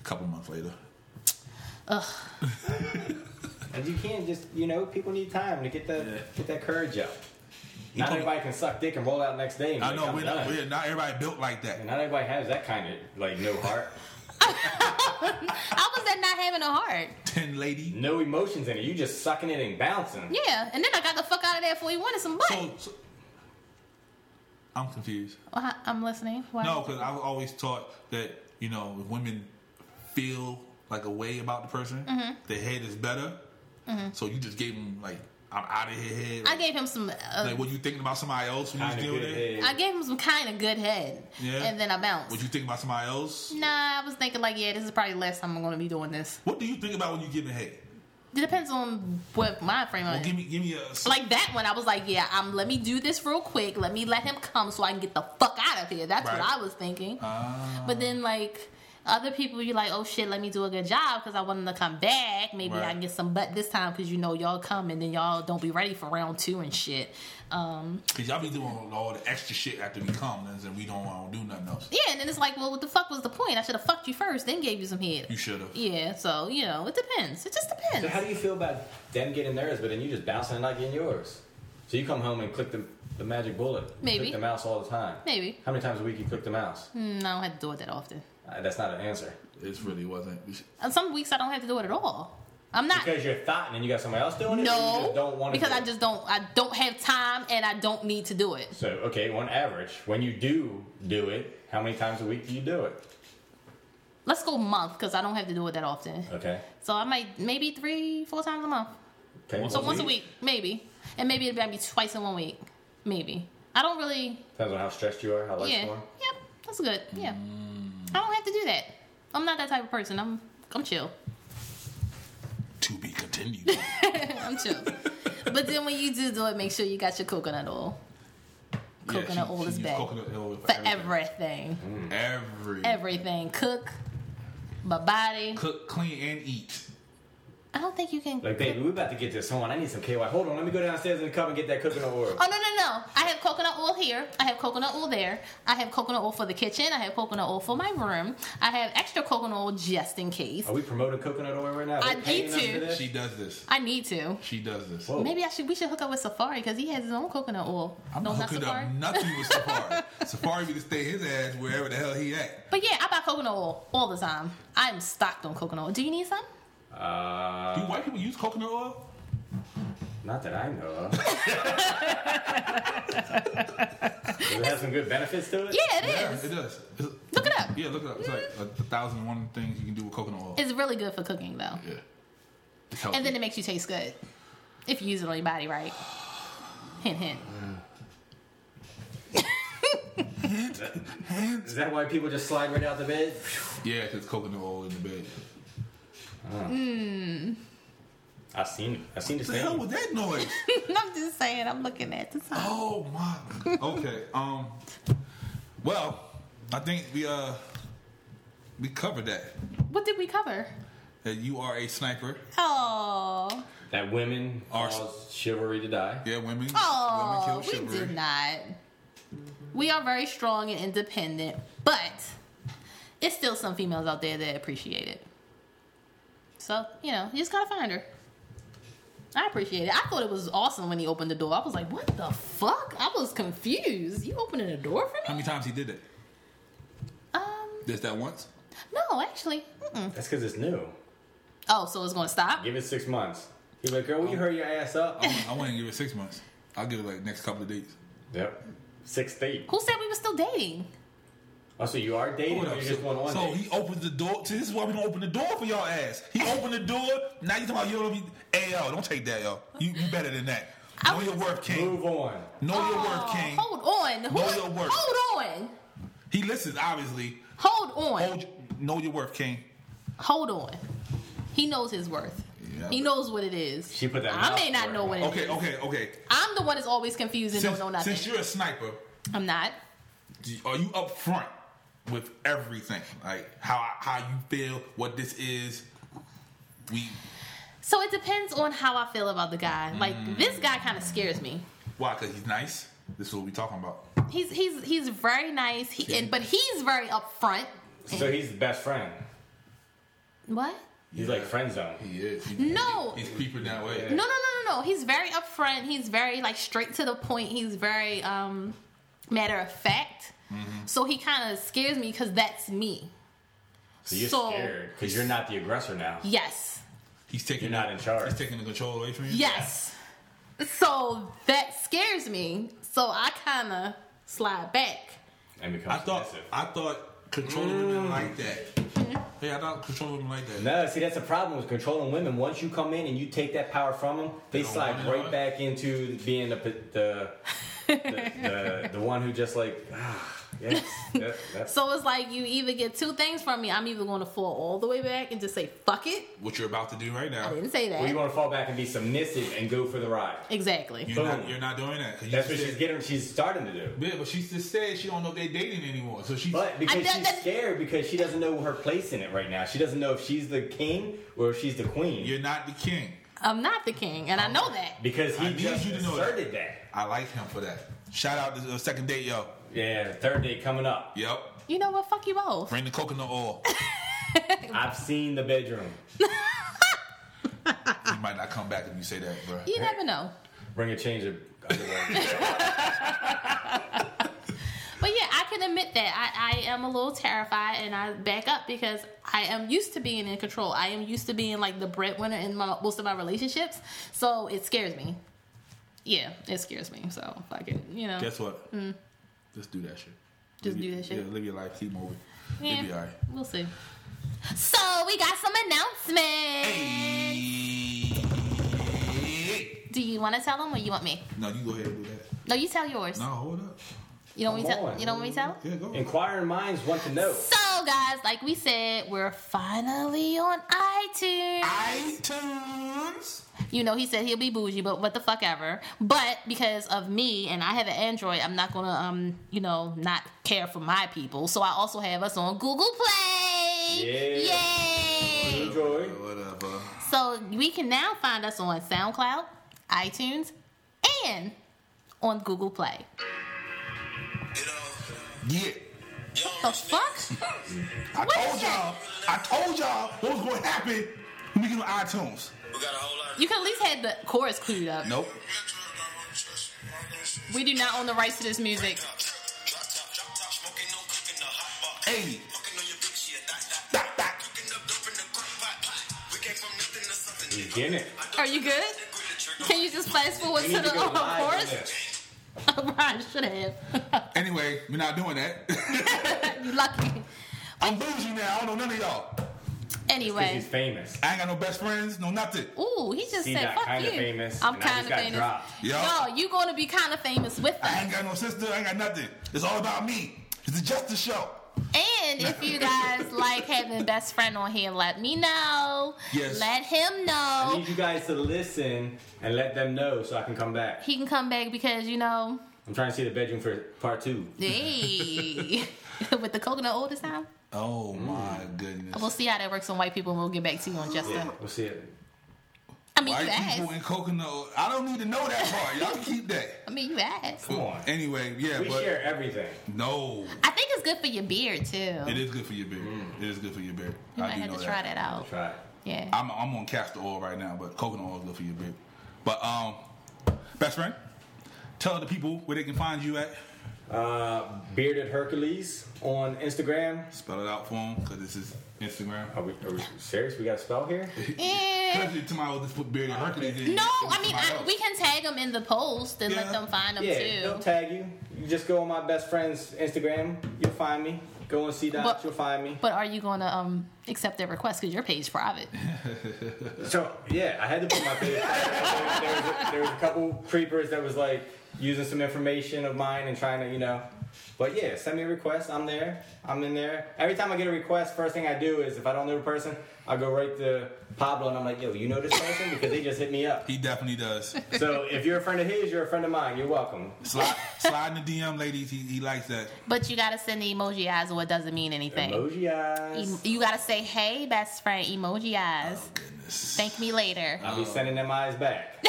[SPEAKER 2] a couple months later,
[SPEAKER 4] And you can't just, you know, people need time to get that
[SPEAKER 2] Yeah.
[SPEAKER 4] get that courage up.
[SPEAKER 2] He
[SPEAKER 4] Not
[SPEAKER 2] told me-
[SPEAKER 4] everybody can suck dick and roll out next day. And
[SPEAKER 2] I
[SPEAKER 4] I
[SPEAKER 2] know
[SPEAKER 4] am
[SPEAKER 2] we're not,
[SPEAKER 4] done.
[SPEAKER 2] we're not everybody built like that.
[SPEAKER 4] And not everybody has that kind of like no heart,
[SPEAKER 3] How was that not having a heart?
[SPEAKER 2] Ten lady.
[SPEAKER 4] no emotions in it. You just sucking it and bouncing.
[SPEAKER 3] Yeah, and then I got the fuck out of there before he wanted
[SPEAKER 4] Mm.
[SPEAKER 3] some butt.
[SPEAKER 2] So, so I'm confused.
[SPEAKER 3] Well, hi- I'm listening. Why?
[SPEAKER 2] No, because I was always taught that you know if women feel like a way about the person,
[SPEAKER 3] Mm-hmm.
[SPEAKER 2] their head is better. So you just gave them like I'm out of here head.
[SPEAKER 3] I
[SPEAKER 2] Like,
[SPEAKER 3] gave him some. Uh,
[SPEAKER 2] what you thinking about somebody else when you was
[SPEAKER 4] Kinda
[SPEAKER 2] dealing
[SPEAKER 4] good
[SPEAKER 2] with it?
[SPEAKER 4] head.
[SPEAKER 3] I gave him some kind of good head,
[SPEAKER 2] Yeah.
[SPEAKER 3] and then I bounced.
[SPEAKER 2] What you thinking about somebody else?
[SPEAKER 3] nah, I was thinking like, yeah, this is probably the last time I'm gonna be doing this.
[SPEAKER 2] What do you think about when you giving head?
[SPEAKER 3] It depends on what my frame
[SPEAKER 2] Well,
[SPEAKER 3] of-
[SPEAKER 2] give me give me a
[SPEAKER 3] Like that one, I was like, yeah, um, let me do this real quick. Let me let him come so I can get the fuck out of here. That's
[SPEAKER 2] Right.
[SPEAKER 3] what I was thinking.
[SPEAKER 2] Ah.
[SPEAKER 3] But then like other people, you like, oh shit, let me do a good job because I want them to come back. Maybe
[SPEAKER 2] Right.
[SPEAKER 3] I can get some butt this time because you know y'all come and then y'all don't be ready for round two and shit. Um,
[SPEAKER 2] Cause y'all be doing all the extra shit after we come, and we don't want to do nothing else.
[SPEAKER 3] yeah, and then it's like, well, what the fuck was the point? I should have fucked you first, then gave you some head.
[SPEAKER 2] You should have.
[SPEAKER 3] Yeah, so you know, it depends. It just depends.
[SPEAKER 4] So how do you feel about them getting theirs, but then you just bouncing and not getting yours? So you come home and click the, the magic bullet.
[SPEAKER 3] Maybe.
[SPEAKER 4] Click the mouse all the time.
[SPEAKER 3] Maybe.
[SPEAKER 4] How many times a week you click the mouse?
[SPEAKER 3] Mm, I don't have to do it that often.
[SPEAKER 4] Uh, that's not an answer.
[SPEAKER 2] This really wasn't.
[SPEAKER 3] And some weeks I don't have to do it at all. I'm not.
[SPEAKER 4] Because you're thought and you got somebody else doing it. or you
[SPEAKER 3] Ah. No,
[SPEAKER 4] just don't want to
[SPEAKER 3] because
[SPEAKER 4] do
[SPEAKER 3] I
[SPEAKER 4] it?
[SPEAKER 3] just don't. I don't have time, and I don't need to do it.
[SPEAKER 4] So okay, on average, when you do do it, how many times a week do you do it?
[SPEAKER 3] Let's go month because I don't have to do it that often.
[SPEAKER 4] Okay.
[SPEAKER 3] So I might maybe three, four times a month.
[SPEAKER 4] okay.
[SPEAKER 2] Once
[SPEAKER 3] So once a week, maybe, and maybe it might be twice in one week, maybe. I don't really.
[SPEAKER 4] Depends on how stressed you are, how life's
[SPEAKER 3] yeah.
[SPEAKER 4] going.
[SPEAKER 3] Yep. That's good. Yeah. I don't have to do that. I'm not that type of person. I'm. I'm chill.
[SPEAKER 2] To be continued.
[SPEAKER 3] I'm chill. but then when you do do it, make sure you got your coconut oil. Coconut
[SPEAKER 2] Yeah, she-
[SPEAKER 3] oil
[SPEAKER 2] she
[SPEAKER 3] is
[SPEAKER 2] used
[SPEAKER 3] back
[SPEAKER 2] Coconut Mm. oil for
[SPEAKER 3] for everything.
[SPEAKER 2] everything. Every.
[SPEAKER 3] Everything. Cook. My body.
[SPEAKER 2] Cook, clean, and eat.
[SPEAKER 3] I don't think you can.
[SPEAKER 4] Like, baby, we about to get this on. I need some KY. Hold on, let me go downstairs and come and get that cooking oil.
[SPEAKER 3] Oh no no no! I have coconut oil here. I have coconut oil there. I have coconut oil for the kitchen. I have coconut oil for my room. I have extra coconut oil just in case.
[SPEAKER 4] Are we promoting coconut oil right now? Are
[SPEAKER 3] I
[SPEAKER 4] they paying
[SPEAKER 3] need
[SPEAKER 4] us
[SPEAKER 3] to.
[SPEAKER 4] for this?
[SPEAKER 2] She does this.
[SPEAKER 3] I need to.
[SPEAKER 2] She does this.
[SPEAKER 4] Whoa.
[SPEAKER 3] Maybe I should. We should hook up with Safari because he has his own coconut oil.
[SPEAKER 2] I'm
[SPEAKER 3] No,
[SPEAKER 2] not
[SPEAKER 3] not
[SPEAKER 2] hooking
[SPEAKER 3] Safari.
[SPEAKER 2] up nothing with Safari. Safari be to stay his ass wherever the hell he at.
[SPEAKER 3] But yeah, I buy coconut oil all the time. I'm stocked on coconut oil. Do you need some?
[SPEAKER 4] Uh,
[SPEAKER 2] Do white people use coconut oil?
[SPEAKER 4] not that I know of. Does it have some good benefits to it?
[SPEAKER 3] Yeah, it is.
[SPEAKER 2] yeah, it does. It's-
[SPEAKER 3] Look it up.
[SPEAKER 2] Yeah, look it up. It's like a, a thousand and one things you can do with coconut oil.
[SPEAKER 3] It's really good for cooking though,
[SPEAKER 2] yeah. It's healthy.
[SPEAKER 3] and then it makes you taste good if you use it on your body right. Hint hint.
[SPEAKER 4] Is that why people just slide right out the bed?
[SPEAKER 2] yeah, because coconut oil in the bed.
[SPEAKER 4] I seen it. I seen this
[SPEAKER 2] the hell
[SPEAKER 4] thing.
[SPEAKER 2] was that noise?
[SPEAKER 3] I'm just saying, I'm looking at the time.
[SPEAKER 2] oh my. Okay. Um. Well, I think we uh we covered that.
[SPEAKER 3] What did we cover?
[SPEAKER 2] That you are a sniper.
[SPEAKER 3] Oh,
[SPEAKER 4] That women
[SPEAKER 2] Are-
[SPEAKER 4] cause chivalry to die.
[SPEAKER 2] Yeah, women.
[SPEAKER 3] oh,
[SPEAKER 2] women
[SPEAKER 3] we did not. We are very strong and independent, but it's still some females out there that appreciate it. So you know, you just gotta find her. I appreciate it. I thought it was awesome when he opened the door. I was like, "What the fuck?" I was confused. You opening the door for
[SPEAKER 2] How
[SPEAKER 3] me?
[SPEAKER 2] many times he did that?
[SPEAKER 3] Um,
[SPEAKER 2] Just that once.
[SPEAKER 3] no, actually. Mm-mm.
[SPEAKER 4] That's because it's new.
[SPEAKER 3] Oh, so it's gonna stop?
[SPEAKER 4] Give it six months. He's like, girl, will you hurry your ass up?
[SPEAKER 2] I want, I want to give it six months. I'll give it like next couple of dates.
[SPEAKER 4] yep. Six date.
[SPEAKER 3] Who said we were still dating?
[SPEAKER 4] Oh, so you are dating,
[SPEAKER 2] Hold
[SPEAKER 4] or
[SPEAKER 2] up.
[SPEAKER 4] you're just going
[SPEAKER 2] So,
[SPEAKER 4] on
[SPEAKER 2] so
[SPEAKER 4] date?
[SPEAKER 2] he opens the door. See, this is why we don't open the door for y'all ass. He opened the door. Now you talking about you don't be AL. Don't take that, y'all. You, you better than that. Know
[SPEAKER 3] I-
[SPEAKER 2] your worth, King.
[SPEAKER 4] Move on.
[SPEAKER 2] Know your
[SPEAKER 3] Oh,
[SPEAKER 2] worth, King.
[SPEAKER 3] Hold on. Who
[SPEAKER 2] Know
[SPEAKER 3] is-
[SPEAKER 2] your worth.
[SPEAKER 3] Hold on.
[SPEAKER 2] He listens, obviously.
[SPEAKER 3] Hold on.
[SPEAKER 2] Hold, know your worth, King.
[SPEAKER 3] Hold on. He knows his worth.
[SPEAKER 2] Yeah.
[SPEAKER 3] He knows what it is.
[SPEAKER 4] She put that
[SPEAKER 3] I may
[SPEAKER 4] mouth
[SPEAKER 3] not
[SPEAKER 4] word.
[SPEAKER 3] know what it
[SPEAKER 2] Okay,
[SPEAKER 3] is.
[SPEAKER 2] okay, okay.
[SPEAKER 3] I'm the one that's always confused and
[SPEAKER 2] Since,
[SPEAKER 3] don't know nothing.
[SPEAKER 2] since you're a sniper,
[SPEAKER 3] I'm not.
[SPEAKER 2] do- are you up front with everything? Like how I- how you feel, what this is. We
[SPEAKER 3] So it depends on how I feel about the guy.
[SPEAKER 4] Mm.
[SPEAKER 3] Like this guy kind of scares me.
[SPEAKER 2] why? Because he's nice. This is what we talking about.
[SPEAKER 3] He's he's he's very nice. He and but he's very upfront.
[SPEAKER 4] So he's the best friend.
[SPEAKER 3] What?
[SPEAKER 4] He's like friend zone.
[SPEAKER 2] He is. He-
[SPEAKER 3] No.
[SPEAKER 2] He's peeping that way.
[SPEAKER 3] No, no, no, no, no. He's very upfront. He's very like straight to the point. He's very um matter of fact.
[SPEAKER 2] Mm-hmm.
[SPEAKER 3] So he kind of scares me because that's me.
[SPEAKER 4] So you're
[SPEAKER 3] So-
[SPEAKER 4] scared because you're not the aggressor now.
[SPEAKER 3] Yes,
[SPEAKER 2] He's taking.
[SPEAKER 4] You're not in charge.
[SPEAKER 2] He's taking the control away from you.
[SPEAKER 3] yes. So that scares me. So I kind of slide back.
[SPEAKER 4] And becomes
[SPEAKER 2] I thought.
[SPEAKER 4] submissive.
[SPEAKER 2] I thought controlling
[SPEAKER 4] Mm.
[SPEAKER 2] women like that.
[SPEAKER 3] Mm-hmm.
[SPEAKER 2] Hey, I thought controlling women like that.
[SPEAKER 4] No, see that's the problem with controlling women. Once you come in and you take that power from them, they,
[SPEAKER 2] don't
[SPEAKER 4] slide
[SPEAKER 2] want it,
[SPEAKER 4] right
[SPEAKER 2] huh?
[SPEAKER 4] back into being the the the, the, the one who just like ah yes that, that's
[SPEAKER 3] So it's like you either get two things from me. I'm either going to fall all the way back and just say fuck it.
[SPEAKER 2] What you're about to do right
[SPEAKER 3] I
[SPEAKER 2] now.
[SPEAKER 3] didn't say
[SPEAKER 4] Well, you
[SPEAKER 3] that
[SPEAKER 4] want to fall back and be submissive and go for the ride.
[SPEAKER 3] exactly.
[SPEAKER 2] You're not.
[SPEAKER 4] Boom.
[SPEAKER 2] You're not doing that. 'cause you
[SPEAKER 4] That's what
[SPEAKER 2] just
[SPEAKER 4] she's
[SPEAKER 2] said-
[SPEAKER 4] getting. She's starting to do.
[SPEAKER 2] Yeah, but she just said she don't know if they're dating anymore. So she's
[SPEAKER 4] But
[SPEAKER 3] I
[SPEAKER 4] because
[SPEAKER 3] bet
[SPEAKER 4] she's
[SPEAKER 3] that-
[SPEAKER 4] scared, because she doesn't know her place in it right now. She doesn't know if she's the king or if she's the queen.
[SPEAKER 2] you're not the king.
[SPEAKER 3] I'm not the king, and I know that.
[SPEAKER 4] Because
[SPEAKER 2] I
[SPEAKER 4] he
[SPEAKER 2] need
[SPEAKER 4] just
[SPEAKER 2] you to know that.
[SPEAKER 4] asserted that.
[SPEAKER 2] I like him for that. Shout out to the second date, yo.
[SPEAKER 4] Yeah, third day coming up.
[SPEAKER 2] Yep.
[SPEAKER 3] You know what? Fuck you both.
[SPEAKER 2] Bring the coconut oil.
[SPEAKER 4] I've seen the bedroom.
[SPEAKER 2] you might not come back if you say that, bro.
[SPEAKER 3] You never know.
[SPEAKER 4] Bring a change of underwear.
[SPEAKER 3] But yeah, I can admit that I, I am a little terrified and I back up because I am used to being in control. I am used to being like the breadwinner in my, most of my relationships. So it scares me. Yeah, it scares me. So fucking, you know.
[SPEAKER 2] Guess what? Just do that shit.
[SPEAKER 3] Just
[SPEAKER 2] Live
[SPEAKER 3] do
[SPEAKER 2] your-
[SPEAKER 3] that shit?
[SPEAKER 2] Yeah, live your life. Keep moving.
[SPEAKER 3] yeah,
[SPEAKER 2] You'll be alright.
[SPEAKER 3] We'll see. So we got some announcements. Do you want to tell them or you want me?
[SPEAKER 2] No, you go ahead and do that.
[SPEAKER 3] No, you tell yours.
[SPEAKER 2] No, hold up.
[SPEAKER 3] You don't want me
[SPEAKER 4] Come
[SPEAKER 3] tell.
[SPEAKER 4] on.
[SPEAKER 3] You don't want me tell.
[SPEAKER 2] Yeah, go.
[SPEAKER 4] Inquiring minds want to know.
[SPEAKER 3] So guys, like we said, we're finally on iTunes.
[SPEAKER 2] iTunes.
[SPEAKER 3] you know, he said he'll be bougie, but what the fuck ever. But because of me and I have an Android, I'm not gonna, um, you know, not care for my people. So I also have us on Google Play.
[SPEAKER 4] Yeah.
[SPEAKER 3] Yay!
[SPEAKER 4] Enjoy.
[SPEAKER 2] Whatever.
[SPEAKER 3] So we can now find us on SoundCloud, iTunes, and on Google Play.
[SPEAKER 2] Yeah.
[SPEAKER 3] The fuck?
[SPEAKER 2] I
[SPEAKER 3] What
[SPEAKER 2] told
[SPEAKER 3] is that?
[SPEAKER 2] y'all. I told y'all what was going to happen. when We get on iTunes.
[SPEAKER 3] You can at least have the chorus queued up.
[SPEAKER 2] Nope.
[SPEAKER 3] We do not own the rights to this music.
[SPEAKER 2] Hey. Dot, dot.
[SPEAKER 4] He's getting it.
[SPEAKER 3] Are you good? Can you just fast forward
[SPEAKER 4] We
[SPEAKER 3] to
[SPEAKER 4] need to
[SPEAKER 3] the
[SPEAKER 4] go
[SPEAKER 3] um,
[SPEAKER 4] live on
[SPEAKER 3] chorus?
[SPEAKER 4] this.
[SPEAKER 3] Brian should have.
[SPEAKER 2] Anyway, we're not doing that.
[SPEAKER 3] you lucky.
[SPEAKER 2] I'm bougie now. I don't know none of y'all.
[SPEAKER 4] Because he's
[SPEAKER 3] Anyway.
[SPEAKER 4] famous.
[SPEAKER 2] I ain't got no best friends, no nothing.
[SPEAKER 3] Ooh, he just
[SPEAKER 4] He
[SPEAKER 3] said,
[SPEAKER 4] got
[SPEAKER 3] fuck
[SPEAKER 4] kinda
[SPEAKER 3] you.
[SPEAKER 4] famous,
[SPEAKER 3] I'm
[SPEAKER 4] and I just
[SPEAKER 3] kind of
[SPEAKER 4] got
[SPEAKER 3] famous.
[SPEAKER 4] dropped.
[SPEAKER 2] Yo.
[SPEAKER 3] No, you going to be kind of famous with
[SPEAKER 2] I ain't
[SPEAKER 3] us.
[SPEAKER 2] got no sister. I ain't got nothing. It's all about me. It's a justice show.
[SPEAKER 3] And if you guys like having best friend on here, let me know.
[SPEAKER 2] Yes.
[SPEAKER 3] Let him know.
[SPEAKER 4] I need you guys to listen and let them know so I can come back.
[SPEAKER 3] he can come back because you know,
[SPEAKER 4] I'm trying to see the bedroom for part two.
[SPEAKER 3] hey, with the coconut oil this time.
[SPEAKER 2] Oh
[SPEAKER 4] Mm.
[SPEAKER 2] my goodness.
[SPEAKER 3] We'll see how that works on white people, and we'll get back to you on Justin.
[SPEAKER 4] Yeah, we'll see it.
[SPEAKER 3] I mean, you
[SPEAKER 2] White people
[SPEAKER 3] asked.
[SPEAKER 2] and coconut. oil. I don't need to know that part. Y'all can keep that.
[SPEAKER 3] I mean, you asked.
[SPEAKER 4] Come on.
[SPEAKER 2] Anyway, yeah,
[SPEAKER 4] We
[SPEAKER 2] but
[SPEAKER 4] share everything.
[SPEAKER 2] no,
[SPEAKER 3] I think it's good for your beard too.
[SPEAKER 2] it is good for your beard.
[SPEAKER 4] Mm.
[SPEAKER 2] It is good for your beard.
[SPEAKER 3] you
[SPEAKER 2] I
[SPEAKER 3] might
[SPEAKER 2] do
[SPEAKER 3] have
[SPEAKER 2] know
[SPEAKER 3] to try that out.
[SPEAKER 4] Try it.
[SPEAKER 3] Yeah.
[SPEAKER 2] I'm I'm on castor oil right now, but coconut oil is good for your beard. But um, best friend, tell the people where they can find you at.
[SPEAKER 4] Uh, Bearded Hercules on Instagram.
[SPEAKER 2] Spell it out for them because this is Instagram.
[SPEAKER 4] Are we, are we serious? We got a spell here?
[SPEAKER 3] Eh.
[SPEAKER 2] Actually, tomorrow just put beard and Hercules in.
[SPEAKER 3] No, I mean
[SPEAKER 2] Somebody
[SPEAKER 3] I,
[SPEAKER 2] else.
[SPEAKER 3] we can tag them in the post and
[SPEAKER 2] Yeah.
[SPEAKER 3] let them find them
[SPEAKER 4] yeah, they'll
[SPEAKER 3] too.
[SPEAKER 4] tag you. You just go on my best friend's Instagram. You'll find me. Go on C dot.
[SPEAKER 3] But-
[SPEAKER 4] You'll find me.
[SPEAKER 3] but are you going to um accept their request because your page private?
[SPEAKER 4] So yeah, I had to put my face. there, there, was a, there was a couple creepers that was like using some information of mine and trying to, you know. But yeah, send me a request. I'm there. I'm in there. Every time I get a request, first thing I do is if I don't know the person, I go right to Pablo and I'm like, yo, you know this person because they just hit me up.
[SPEAKER 2] He definitely does.
[SPEAKER 4] So if you're a friend of his, you're a friend of mine. You're welcome.
[SPEAKER 2] Slide, slide in the DM, ladies. He, he likes that.
[SPEAKER 3] But you got to send the emoji eyes, or it doesn't mean anything.
[SPEAKER 4] Emoji eyes.
[SPEAKER 3] Em- You got to say, "Hey, best friend," emoji eyes.
[SPEAKER 2] Oh, Goodness.
[SPEAKER 3] Thank me later.
[SPEAKER 4] I'll be sending them eyes back.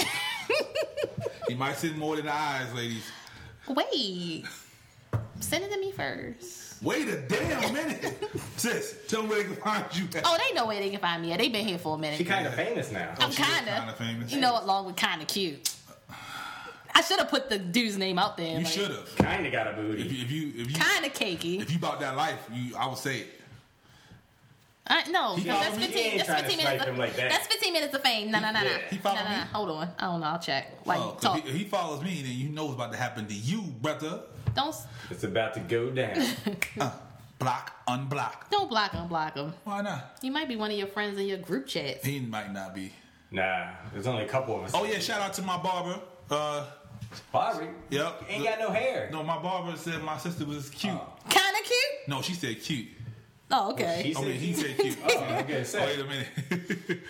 [SPEAKER 2] He might send more than the eyes, ladies.
[SPEAKER 3] Wait. Send it to me first.
[SPEAKER 2] Wait a damn minute, sis. Tell me where they can find you. At.
[SPEAKER 3] Oh, they know where they can find me. at. They've been here for a
[SPEAKER 4] She
[SPEAKER 3] minute.
[SPEAKER 4] kind of famous now.
[SPEAKER 3] I'm
[SPEAKER 2] Oh, she is
[SPEAKER 3] kind
[SPEAKER 2] kinda famous.
[SPEAKER 3] of. You know, along with kind of cute. I should have put the dude's name out there.
[SPEAKER 2] you should have.
[SPEAKER 4] Kind of got a
[SPEAKER 2] If
[SPEAKER 4] booty.
[SPEAKER 2] you if you if you,
[SPEAKER 3] Kind of cakey.
[SPEAKER 2] if you bought that life, you I would say it.
[SPEAKER 3] I, Uh, no,
[SPEAKER 2] He
[SPEAKER 3] that's
[SPEAKER 2] probably-
[SPEAKER 3] 15,
[SPEAKER 4] he ain't
[SPEAKER 3] that's
[SPEAKER 4] trying to
[SPEAKER 3] 15
[SPEAKER 4] snipe
[SPEAKER 3] minutes.
[SPEAKER 4] him
[SPEAKER 3] Of,
[SPEAKER 4] like that.
[SPEAKER 3] That's 15 minutes of fame. No, no, no, no.
[SPEAKER 4] Yeah.
[SPEAKER 2] He followed
[SPEAKER 3] no, no, no.
[SPEAKER 2] me?
[SPEAKER 3] Hold on. I don't know. I'll check. Like,
[SPEAKER 2] Oh, 'cause
[SPEAKER 3] talk.
[SPEAKER 2] if he follows me, then you know what's about to happen to you, brother.
[SPEAKER 3] don't s-
[SPEAKER 4] It's about to go down.
[SPEAKER 2] Uh, block, unblock.
[SPEAKER 3] don't block him. Block him.
[SPEAKER 2] Why not?
[SPEAKER 3] He might be one of your friends in your group chats.
[SPEAKER 2] He might not be.
[SPEAKER 4] Nah, there's only a couple of us.
[SPEAKER 2] Oh yeah, shout out to my barber. Uh,
[SPEAKER 4] Barbie.
[SPEAKER 2] Yep.
[SPEAKER 4] Ain't got no hair.
[SPEAKER 2] no, my barber said my sister was cute.
[SPEAKER 4] Oh.
[SPEAKER 3] Kind of cute.
[SPEAKER 2] No, she said cute.
[SPEAKER 3] Oh, okay.
[SPEAKER 4] He
[SPEAKER 2] I
[SPEAKER 4] said
[SPEAKER 2] mean, he
[SPEAKER 4] cute.
[SPEAKER 2] said cute.
[SPEAKER 4] Oh, I guess so.
[SPEAKER 2] Wait a minute.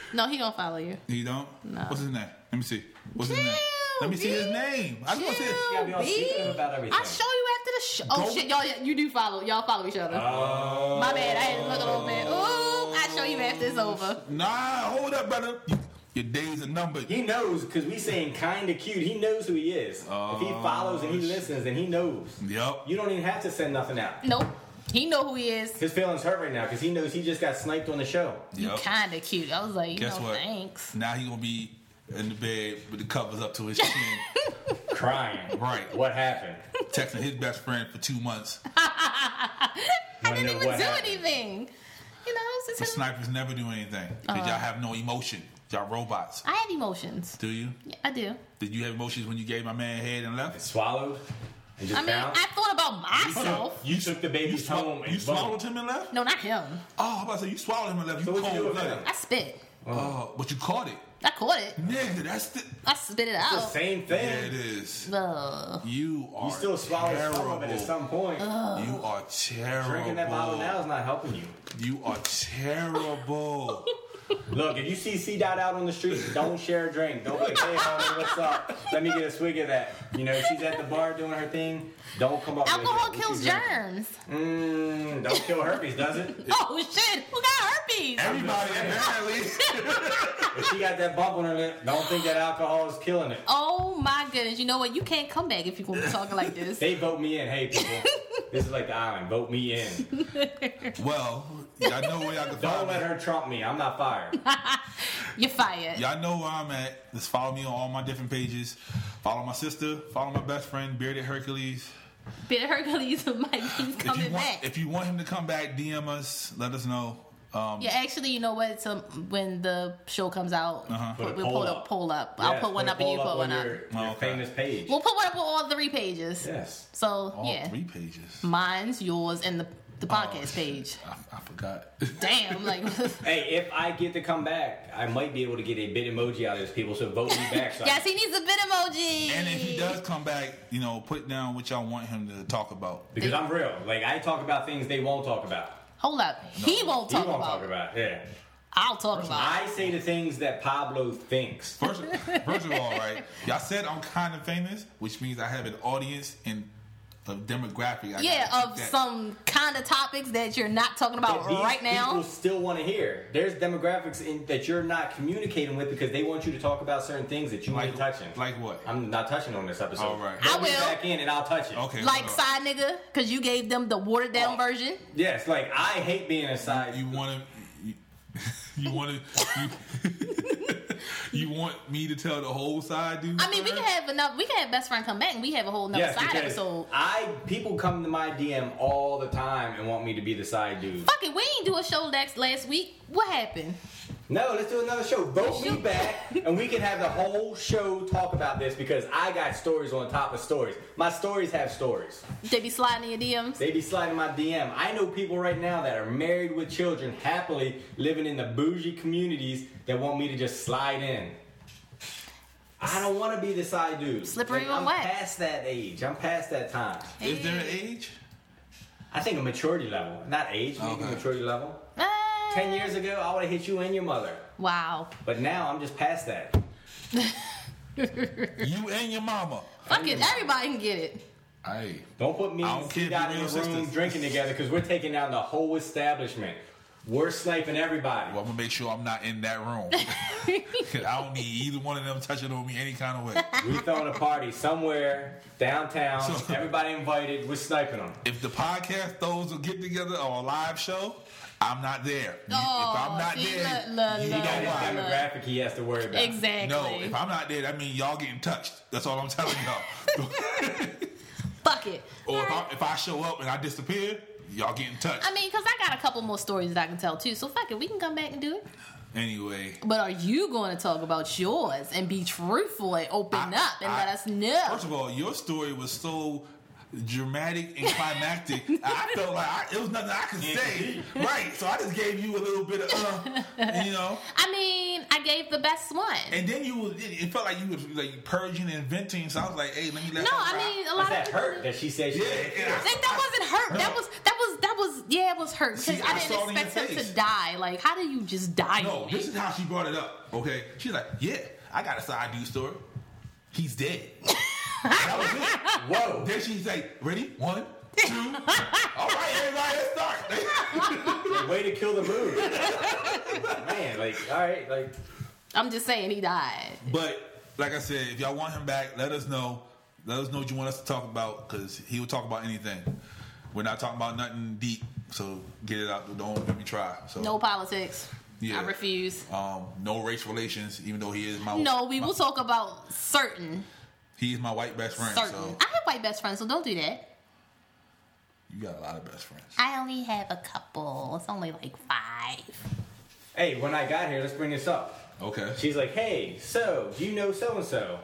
[SPEAKER 3] No, he gonna follow you.
[SPEAKER 2] You don't?
[SPEAKER 3] No.
[SPEAKER 2] What's his name? Let me see. What's his
[SPEAKER 3] Chill,
[SPEAKER 2] name? Let me see his
[SPEAKER 3] B.
[SPEAKER 2] name. I just want to see.
[SPEAKER 4] gotta be all secretive about everything.
[SPEAKER 3] I'll show you after the show. Oh
[SPEAKER 2] Go-
[SPEAKER 3] shit, y'all, you do follow. Y'all follow each other.
[SPEAKER 4] Oh.
[SPEAKER 3] My bad, I had to look a little bit. Ooh, I'll show you after it's over.
[SPEAKER 2] Nah, hold up, brother. You, your days are numbered.
[SPEAKER 4] He knows because we saying kind of cute. He knows who he is. if he follows and he
[SPEAKER 2] Oh,
[SPEAKER 4] listens, then he knows.
[SPEAKER 2] Yep.
[SPEAKER 4] You don't even have to send nothing out.
[SPEAKER 3] Nope, he know who he is.
[SPEAKER 4] His feelings hurt right now because he knows he just got sniped on the show.
[SPEAKER 3] You
[SPEAKER 2] Yep.
[SPEAKER 3] kind of cute. I was like, you
[SPEAKER 2] Guess
[SPEAKER 3] know,
[SPEAKER 2] what?
[SPEAKER 3] thanks.
[SPEAKER 2] Now he gonna be in the bed with the covers up to his chin,
[SPEAKER 4] Crying.
[SPEAKER 2] Right.
[SPEAKER 4] What happened?
[SPEAKER 2] texting his best friend for two months.
[SPEAKER 3] I didn't
[SPEAKER 4] know
[SPEAKER 3] even do
[SPEAKER 4] what happened.
[SPEAKER 3] anything. You know, it's
[SPEAKER 2] The
[SPEAKER 3] just him.
[SPEAKER 2] snipers never do anything. 'cause y'all have no emotion. Y'all robots.
[SPEAKER 3] I have emotions.
[SPEAKER 2] Do you?
[SPEAKER 3] Yeah, I do.
[SPEAKER 2] Did you have emotions when you gave my man head and left?
[SPEAKER 4] Swallowed and just
[SPEAKER 3] I mean,
[SPEAKER 4] bounced?
[SPEAKER 3] I thought about myself.
[SPEAKER 4] You took the baby
[SPEAKER 2] You, swa-
[SPEAKER 4] home and
[SPEAKER 2] you
[SPEAKER 4] boom.
[SPEAKER 2] swallowed him and left?
[SPEAKER 3] No, not him.
[SPEAKER 2] Oh, I'm about to say you swallowed him and left. You
[SPEAKER 4] So
[SPEAKER 2] cold
[SPEAKER 4] what'd you do Uh. with
[SPEAKER 2] blooded.
[SPEAKER 4] him?
[SPEAKER 3] I spit.
[SPEAKER 2] Oh, but you caught it.
[SPEAKER 3] I caught it.
[SPEAKER 2] Nigga, that's the.
[SPEAKER 3] I spit it
[SPEAKER 4] The
[SPEAKER 3] out.
[SPEAKER 4] same thing.
[SPEAKER 2] Yeah, it is.
[SPEAKER 3] Ugh.
[SPEAKER 2] You are
[SPEAKER 4] You still swallow some
[SPEAKER 2] terrible.
[SPEAKER 4] of it at some point.
[SPEAKER 2] You are terrible.
[SPEAKER 4] Drinking that bottle now is not helping you.
[SPEAKER 2] You are terrible.
[SPEAKER 4] Look, if you see C dot out on the street, don't share a drink. Don't be like, hey, homie, what's up? Let me get a swig of that. You know, she's at the bar doing her thing. Don't come up.
[SPEAKER 3] Alcohol
[SPEAKER 4] with it. What
[SPEAKER 3] kills
[SPEAKER 4] you drinking?
[SPEAKER 3] germs.
[SPEAKER 4] Mm, don't kill herpes, does it?
[SPEAKER 3] Oh shit! Who got herpes?
[SPEAKER 2] Everybody apparently.
[SPEAKER 4] If she got that bump on her lip, don't think that alcohol is killing it.
[SPEAKER 3] Oh my goodness! You know what? You can't come back if you're gonna be talking like this.
[SPEAKER 4] They vote me in. Hey, people, this is like the island. Vote me in.
[SPEAKER 2] well, y'all know where y'all can
[SPEAKER 4] Don't
[SPEAKER 2] find
[SPEAKER 4] let
[SPEAKER 2] me.
[SPEAKER 4] her trump me. I'm not fired.
[SPEAKER 3] You're fired.
[SPEAKER 2] Y'all know where I'm at. Just follow me on all my different pages. Follow my sister. Follow my best friend, Bearded Hercules.
[SPEAKER 3] Bitter Hercules might be
[SPEAKER 2] If you
[SPEAKER 3] coming
[SPEAKER 2] want,
[SPEAKER 3] back.
[SPEAKER 2] if you want him to come back, DM us. Let us know. Um,
[SPEAKER 3] yeah, actually, you know what? So when the show comes out,
[SPEAKER 4] Put a
[SPEAKER 3] we'll
[SPEAKER 4] poll
[SPEAKER 3] put a
[SPEAKER 4] up.
[SPEAKER 3] poll up.
[SPEAKER 4] Yes,
[SPEAKER 3] I'll put one
[SPEAKER 4] a
[SPEAKER 3] up and you
[SPEAKER 4] poll
[SPEAKER 3] put one
[SPEAKER 4] on
[SPEAKER 3] up.
[SPEAKER 4] Your, your
[SPEAKER 2] Okay.
[SPEAKER 4] famous page.
[SPEAKER 3] We'll put one up on all three pages.
[SPEAKER 4] Yes.
[SPEAKER 3] So
[SPEAKER 2] all
[SPEAKER 3] yeah, Mm,
[SPEAKER 2] three pages.
[SPEAKER 3] mine's yours and the the podcast page.
[SPEAKER 2] I, I forgot.
[SPEAKER 3] Damn, like
[SPEAKER 4] Hey, if I get to come back, I might be able to get a bit emoji out of these people. So vote me back. So I-
[SPEAKER 3] yes, he needs a bit emoji.
[SPEAKER 2] and if he does come back, you know, put down what y'all want him to talk about.
[SPEAKER 4] because I'm real. Like I talk about things they won't talk about.
[SPEAKER 3] hold up, he won't
[SPEAKER 4] He
[SPEAKER 3] talk
[SPEAKER 4] won't
[SPEAKER 3] about.
[SPEAKER 4] talk about. it. Yeah.
[SPEAKER 3] I'll talk about. it.
[SPEAKER 4] I say the things that Pablo thinks.
[SPEAKER 2] First, first of all, right, y'all said I'm kind of famous, which means I have an audience and a demographic. I
[SPEAKER 3] Yeah,
[SPEAKER 2] gotta
[SPEAKER 3] of
[SPEAKER 2] keep that.
[SPEAKER 3] some kind of topics that you're not talking about
[SPEAKER 4] that these
[SPEAKER 3] right now.
[SPEAKER 4] People still want to hear. There's demographics in, that you're not communicating with because they want you to talk about certain things that you
[SPEAKER 2] Like-
[SPEAKER 4] ain't touching.
[SPEAKER 2] like what?
[SPEAKER 4] I'm not touching on this episode.
[SPEAKER 2] All right.
[SPEAKER 4] Vote
[SPEAKER 3] I
[SPEAKER 4] me
[SPEAKER 3] will.
[SPEAKER 4] back in and I'll touch it.
[SPEAKER 2] Okay,
[SPEAKER 3] like
[SPEAKER 2] hold on.
[SPEAKER 3] side nigga, because you gave them the watered down
[SPEAKER 2] Uh,
[SPEAKER 4] Oh.
[SPEAKER 3] version.
[SPEAKER 4] Yes, like I hate being a side.
[SPEAKER 2] you want to. You want to. You, you want me to tell the whole side, dude?
[SPEAKER 3] I mean, we can have enough. We can have best friend come back, and we have a whole nother
[SPEAKER 4] yes,
[SPEAKER 3] side
[SPEAKER 4] because
[SPEAKER 3] episode.
[SPEAKER 4] I people come to my DM all the time and want me to be the side dude.
[SPEAKER 3] Fuck it, we ain't do a show next last week. What happened?
[SPEAKER 4] No, let's do another show. Vote me back, and we can have the whole show talk about this because I got stories on top of stories. My stories have stories.
[SPEAKER 3] They be sliding in your DMs.
[SPEAKER 4] They be sliding my DM. I know people right now that are married with children, happily living in the bougie communities that want me to just slide in. I don't want to be the side dude.
[SPEAKER 3] Slippery
[SPEAKER 4] Like,
[SPEAKER 3] when
[SPEAKER 4] I'm
[SPEAKER 3] wet.
[SPEAKER 4] past that age. I'm past that time.
[SPEAKER 2] Is there an age?
[SPEAKER 4] I think a maturity level, not age, maybe
[SPEAKER 2] Okay.
[SPEAKER 4] maturity level.
[SPEAKER 3] Ah.
[SPEAKER 4] Ten years ago, I would have hit you and your mother,
[SPEAKER 3] Wow.
[SPEAKER 4] but now I'm just past that.
[SPEAKER 2] You and your mama.
[SPEAKER 3] Fuck it, everybody can get it.
[SPEAKER 2] Hey,
[SPEAKER 4] Don't put me
[SPEAKER 2] I
[SPEAKER 4] and
[SPEAKER 2] don't care
[SPEAKER 4] C
[SPEAKER 2] if
[SPEAKER 4] Dot
[SPEAKER 2] you're
[SPEAKER 4] in the
[SPEAKER 2] real
[SPEAKER 4] room
[SPEAKER 2] sisters.
[SPEAKER 4] drinking together because we're taking down the whole establishment. We're sniping everybody.
[SPEAKER 2] well, I'm gonna make sure I'm not in that room. 'Cause I don't need either one of them touching on me any kind of way.
[SPEAKER 4] We throwing a party somewhere downtown.
[SPEAKER 2] So-
[SPEAKER 4] Everybody invited. We're sniping them.
[SPEAKER 2] If the podcast throws a get together or a live show, I'm not there. You- if
[SPEAKER 3] Oh,
[SPEAKER 2] I'm not
[SPEAKER 3] see,
[SPEAKER 2] there,
[SPEAKER 3] look, look,
[SPEAKER 2] you
[SPEAKER 3] look.
[SPEAKER 2] know
[SPEAKER 4] That is
[SPEAKER 2] why.
[SPEAKER 4] demographic he has to worry about.
[SPEAKER 3] Exactly.
[SPEAKER 2] No, if I'm not there, that means y'all getting touched. That's all I'm telling y'all.
[SPEAKER 3] Fuck it.
[SPEAKER 2] or if I, if I show up and I disappear, y'all getting touched.
[SPEAKER 3] I mean, because I got a couple more stories that I can tell too. So fuck it, we can come back and do it.
[SPEAKER 2] anyway,
[SPEAKER 3] But are you going to talk about yours and be truthful and open
[SPEAKER 2] I-
[SPEAKER 3] up and
[SPEAKER 2] I-
[SPEAKER 3] let us know?
[SPEAKER 2] first of all, your story was so dramatic and climactic. I felt like I, it was nothing I could say. Right, so I just gave you a little bit of, uh, you know.
[SPEAKER 3] I mean, I gave the best one.
[SPEAKER 2] And then you, was- it it felt like you was like purging and venting. So I was like, hey, let me let
[SPEAKER 3] no,
[SPEAKER 2] her
[SPEAKER 3] I
[SPEAKER 2] ride.
[SPEAKER 3] mean a
[SPEAKER 4] Was
[SPEAKER 3] lot of
[SPEAKER 4] that
[SPEAKER 3] people-
[SPEAKER 4] hurt that she said she
[SPEAKER 2] Yeah, and I-
[SPEAKER 3] Like, that wasn't hurt. That
[SPEAKER 2] No.
[SPEAKER 3] was that was that was yeah, it was hurt because
[SPEAKER 2] See,
[SPEAKER 3] I
[SPEAKER 2] I saw it
[SPEAKER 3] didn't
[SPEAKER 2] in your
[SPEAKER 3] expect him
[SPEAKER 2] face.
[SPEAKER 3] to die. Like, how do you just die?
[SPEAKER 2] No,
[SPEAKER 3] on me?
[SPEAKER 2] this is how she brought it up. Okay, she's like, "Yeah, I got a side dude story. He's dead." that was
[SPEAKER 4] Whoa.
[SPEAKER 2] it. Then she's like, "Ready? One, two. All right, everybody, let's start."
[SPEAKER 4] Like, way to kill the mood. Man, like, all right, like,
[SPEAKER 3] I'm just saying he died.
[SPEAKER 2] but like I said, if y'all want him back, let us know. Let us know what you want us to talk about because he will talk about anything. We're not talking about nothing deep, so get it out. Don't let me try. So
[SPEAKER 3] No politics.
[SPEAKER 2] Yeah.
[SPEAKER 3] I refuse.
[SPEAKER 2] um, no race relations, even though he is my
[SPEAKER 3] No, we will talk about certain,
[SPEAKER 2] he is my white best friend.
[SPEAKER 3] certain.
[SPEAKER 2] So
[SPEAKER 3] I have white best friends, so don't do that.
[SPEAKER 2] you got a lot of best friends.
[SPEAKER 3] I only have a couple. It's only like five.
[SPEAKER 4] hey, when I got here, let's bring this up.
[SPEAKER 2] Okay.
[SPEAKER 4] She's like, hey, so, do you know so and so?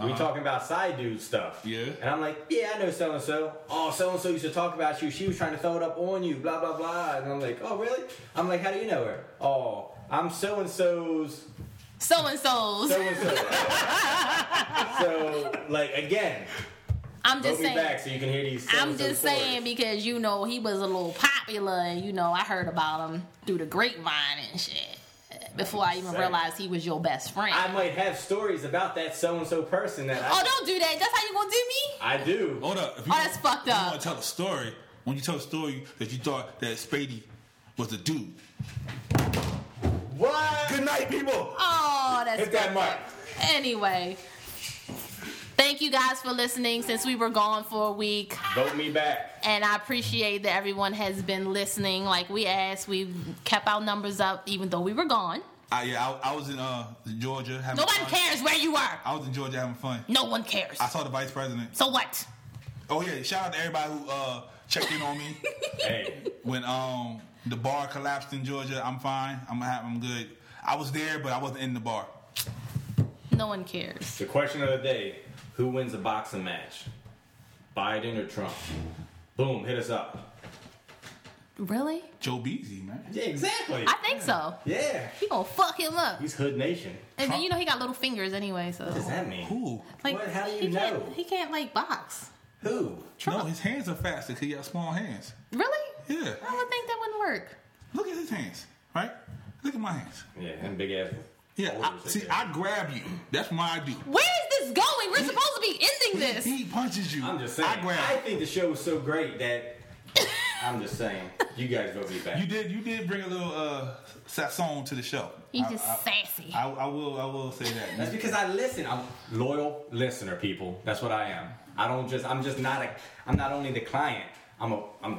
[SPEAKER 4] We talking about side dude stuff.
[SPEAKER 2] Uh-huh. Yeah.
[SPEAKER 4] And I'm like, yeah, I know so and so. Oh, so and so used to talk about you. She was trying to throw it up on you, blah, blah, blah. And I'm like, oh, really? I'm like, how do you know her? Oh, I'm so and so's
[SPEAKER 3] So and so's.
[SPEAKER 4] so and so. So, like, again,
[SPEAKER 3] I'm
[SPEAKER 4] vote
[SPEAKER 3] just
[SPEAKER 4] me
[SPEAKER 3] saying.
[SPEAKER 4] back so you can hear these.
[SPEAKER 3] I'm
[SPEAKER 4] so-and-so
[SPEAKER 3] just
[SPEAKER 4] stories.
[SPEAKER 3] saying because you know he was a little popular and you know I heard about him through the grapevine and shit before I even
[SPEAKER 4] Same.
[SPEAKER 3] realized he was your best friend.
[SPEAKER 4] I might have stories about that so and so person that
[SPEAKER 3] oh,
[SPEAKER 4] I,
[SPEAKER 3] don't do that. That's how you gonna do me?
[SPEAKER 4] I do.
[SPEAKER 2] Hold up. If
[SPEAKER 3] Oh, that's fucked
[SPEAKER 2] if
[SPEAKER 3] up.
[SPEAKER 2] You want to tell a story? When you tell a story that you thought that Spady was a dude.
[SPEAKER 4] What?
[SPEAKER 2] Good night, people.
[SPEAKER 3] Oh, that's
[SPEAKER 4] Hit that
[SPEAKER 3] fucked
[SPEAKER 4] mark.
[SPEAKER 3] up. Anyway, thank you guys for listening since we were gone for a week.
[SPEAKER 4] Vote me back.
[SPEAKER 3] and I appreciate that everyone has been listening. Like we asked, we kept our numbers up even though we were gone.
[SPEAKER 2] I, yeah, I, I was in uh, Georgia having.
[SPEAKER 3] Nobody
[SPEAKER 2] fun.
[SPEAKER 3] cares where you were.
[SPEAKER 2] I was in Georgia having fun.
[SPEAKER 3] No one cares.
[SPEAKER 2] I saw the vice president.
[SPEAKER 3] So what?
[SPEAKER 2] Oh yeah, shout out to everybody who uh, checked in on me
[SPEAKER 4] Hey,
[SPEAKER 2] when um the bar collapsed in Georgia. I'm fine. I'm ha- I'm good. I was there, but I wasn't in the bar.
[SPEAKER 3] No one cares.
[SPEAKER 4] the question of the day: Who wins a boxing match? Biden or Trump? Boom! Hit us up.
[SPEAKER 3] Really?
[SPEAKER 2] Joe Beasy, man.
[SPEAKER 4] Yeah, exactly.
[SPEAKER 3] I think so.
[SPEAKER 4] yeah.
[SPEAKER 3] He gonna fuck him up.
[SPEAKER 4] He's Hood Nation.
[SPEAKER 3] And then you know he got little fingers anyway, so
[SPEAKER 4] What does that mean?
[SPEAKER 2] Who?
[SPEAKER 3] like
[SPEAKER 4] What? How do you
[SPEAKER 3] he can't
[SPEAKER 4] know?
[SPEAKER 3] he can't like box.
[SPEAKER 4] Who?
[SPEAKER 2] No, his hands are faster because he got small hands.
[SPEAKER 3] Really?
[SPEAKER 2] Yeah.
[SPEAKER 3] I would think that wouldn't work.
[SPEAKER 2] Look at his hands, right? Look at my hands.
[SPEAKER 4] Yeah, and big ass.
[SPEAKER 2] Yeah.
[SPEAKER 4] boulders
[SPEAKER 2] I,
[SPEAKER 4] right
[SPEAKER 2] see,
[SPEAKER 4] there.
[SPEAKER 2] I grab you. That's why I do.
[SPEAKER 3] Where is this going? We're supposed to be ending this.
[SPEAKER 2] He punches you.
[SPEAKER 4] I'm just saying.
[SPEAKER 2] I grab.
[SPEAKER 4] I think the show was so great that I'm just saying. You guys go be back.
[SPEAKER 2] you did. You did bring a little uh, sasson to the show.
[SPEAKER 3] He's just sassy.
[SPEAKER 2] I, I will. I will say that.
[SPEAKER 4] That's because I listen. I'm loyal listener, people. That's what I am. I don't just. I'm just not a. I'm not only the client. I'm a. I'm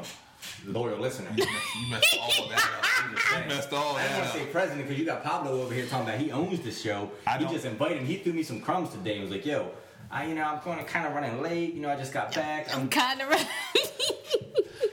[SPEAKER 4] the loyal listener.
[SPEAKER 2] You messed- you messed all that
[SPEAKER 4] I'm just saying.
[SPEAKER 2] up. You messed all
[SPEAKER 4] I didn't
[SPEAKER 2] that
[SPEAKER 4] want
[SPEAKER 2] up.
[SPEAKER 4] to say president because you got Pablo over here talking about he owns the show.
[SPEAKER 2] I
[SPEAKER 4] he
[SPEAKER 2] don't-
[SPEAKER 4] just invited. him. He threw me some crumbs today. and was like, "Yo, I, you know, I'm going kind of running late. You know, I just got back. I'm
[SPEAKER 3] I'm kind of right.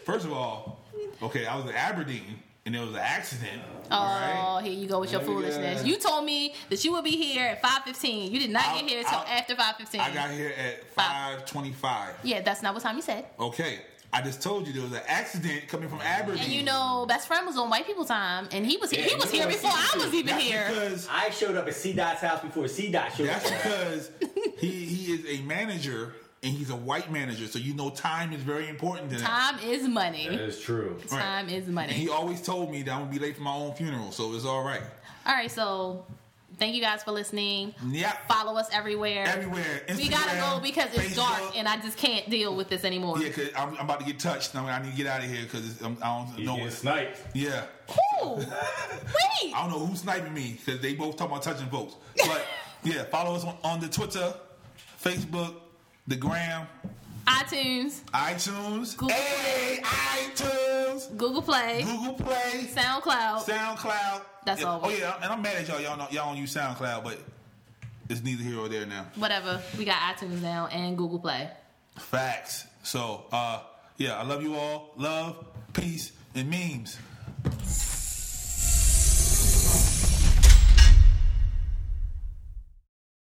[SPEAKER 2] First of all, okay, I was in Aberdeen and there was an accident.
[SPEAKER 3] Oh,
[SPEAKER 2] all right?
[SPEAKER 3] here you go with your
[SPEAKER 4] There we go.
[SPEAKER 3] foolishness. You told me that you would be here at five fifteen. You did not
[SPEAKER 2] I-
[SPEAKER 3] get here until
[SPEAKER 2] I-
[SPEAKER 3] after five fifteen.
[SPEAKER 2] I got here at
[SPEAKER 3] Five.
[SPEAKER 2] five twenty-five.
[SPEAKER 3] Yeah, that's not what time you said.
[SPEAKER 2] Okay, I just told you there was an accident coming from Aberdeen.
[SPEAKER 3] And you know, best friend was on white people time, and he was here. he was here before I was even
[SPEAKER 2] that's
[SPEAKER 3] here.
[SPEAKER 2] because
[SPEAKER 4] I showed up at C Dot's house before C Dot showed
[SPEAKER 2] that's
[SPEAKER 4] up.
[SPEAKER 2] because he he is a manager and he's a white manager, so you know time is very important to him.
[SPEAKER 3] Time is
[SPEAKER 4] That
[SPEAKER 3] money.
[SPEAKER 4] is true.
[SPEAKER 2] Right.
[SPEAKER 3] Time is
[SPEAKER 2] And he
[SPEAKER 3] money.
[SPEAKER 2] always told me that I'm gonna be late for my own funeral, so it's all right.
[SPEAKER 3] All right, so thank you guys for listening.
[SPEAKER 2] Yeah,
[SPEAKER 3] Follow us everywhere.
[SPEAKER 2] everywhere. Instagram,
[SPEAKER 3] we gotta go because it's
[SPEAKER 2] Facebook.
[SPEAKER 3] dark, and I just can't deal with this anymore.
[SPEAKER 2] Yeah, cause I'm, I'm about to get touched. I, mean, I need to get out of here because I don't
[SPEAKER 4] You
[SPEAKER 2] know.
[SPEAKER 4] get
[SPEAKER 2] what's-
[SPEAKER 4] sniped.
[SPEAKER 2] Yeah,
[SPEAKER 3] Who? Wait.
[SPEAKER 2] I don't know who's sniping me because they both talking about touching folks. But yeah, follow us on, on the Twitter, Facebook, the Gram,
[SPEAKER 3] iTunes,
[SPEAKER 2] iTunes,
[SPEAKER 3] Google-
[SPEAKER 2] hey iTunes,
[SPEAKER 3] Google Play,
[SPEAKER 2] Google Play,
[SPEAKER 3] SoundCloud.
[SPEAKER 2] SoundCloud.
[SPEAKER 3] That's
[SPEAKER 2] Yeah,
[SPEAKER 3] all
[SPEAKER 2] Oh
[SPEAKER 3] we-
[SPEAKER 2] yeah, and I'm mad at y'all. Y'all know, y'all don't use SoundCloud, but it's neither here or there now.
[SPEAKER 3] Whatever. We got iTunes now and Google Play.
[SPEAKER 2] Facts. So uh, yeah, I love you all. Love, peace, and memes.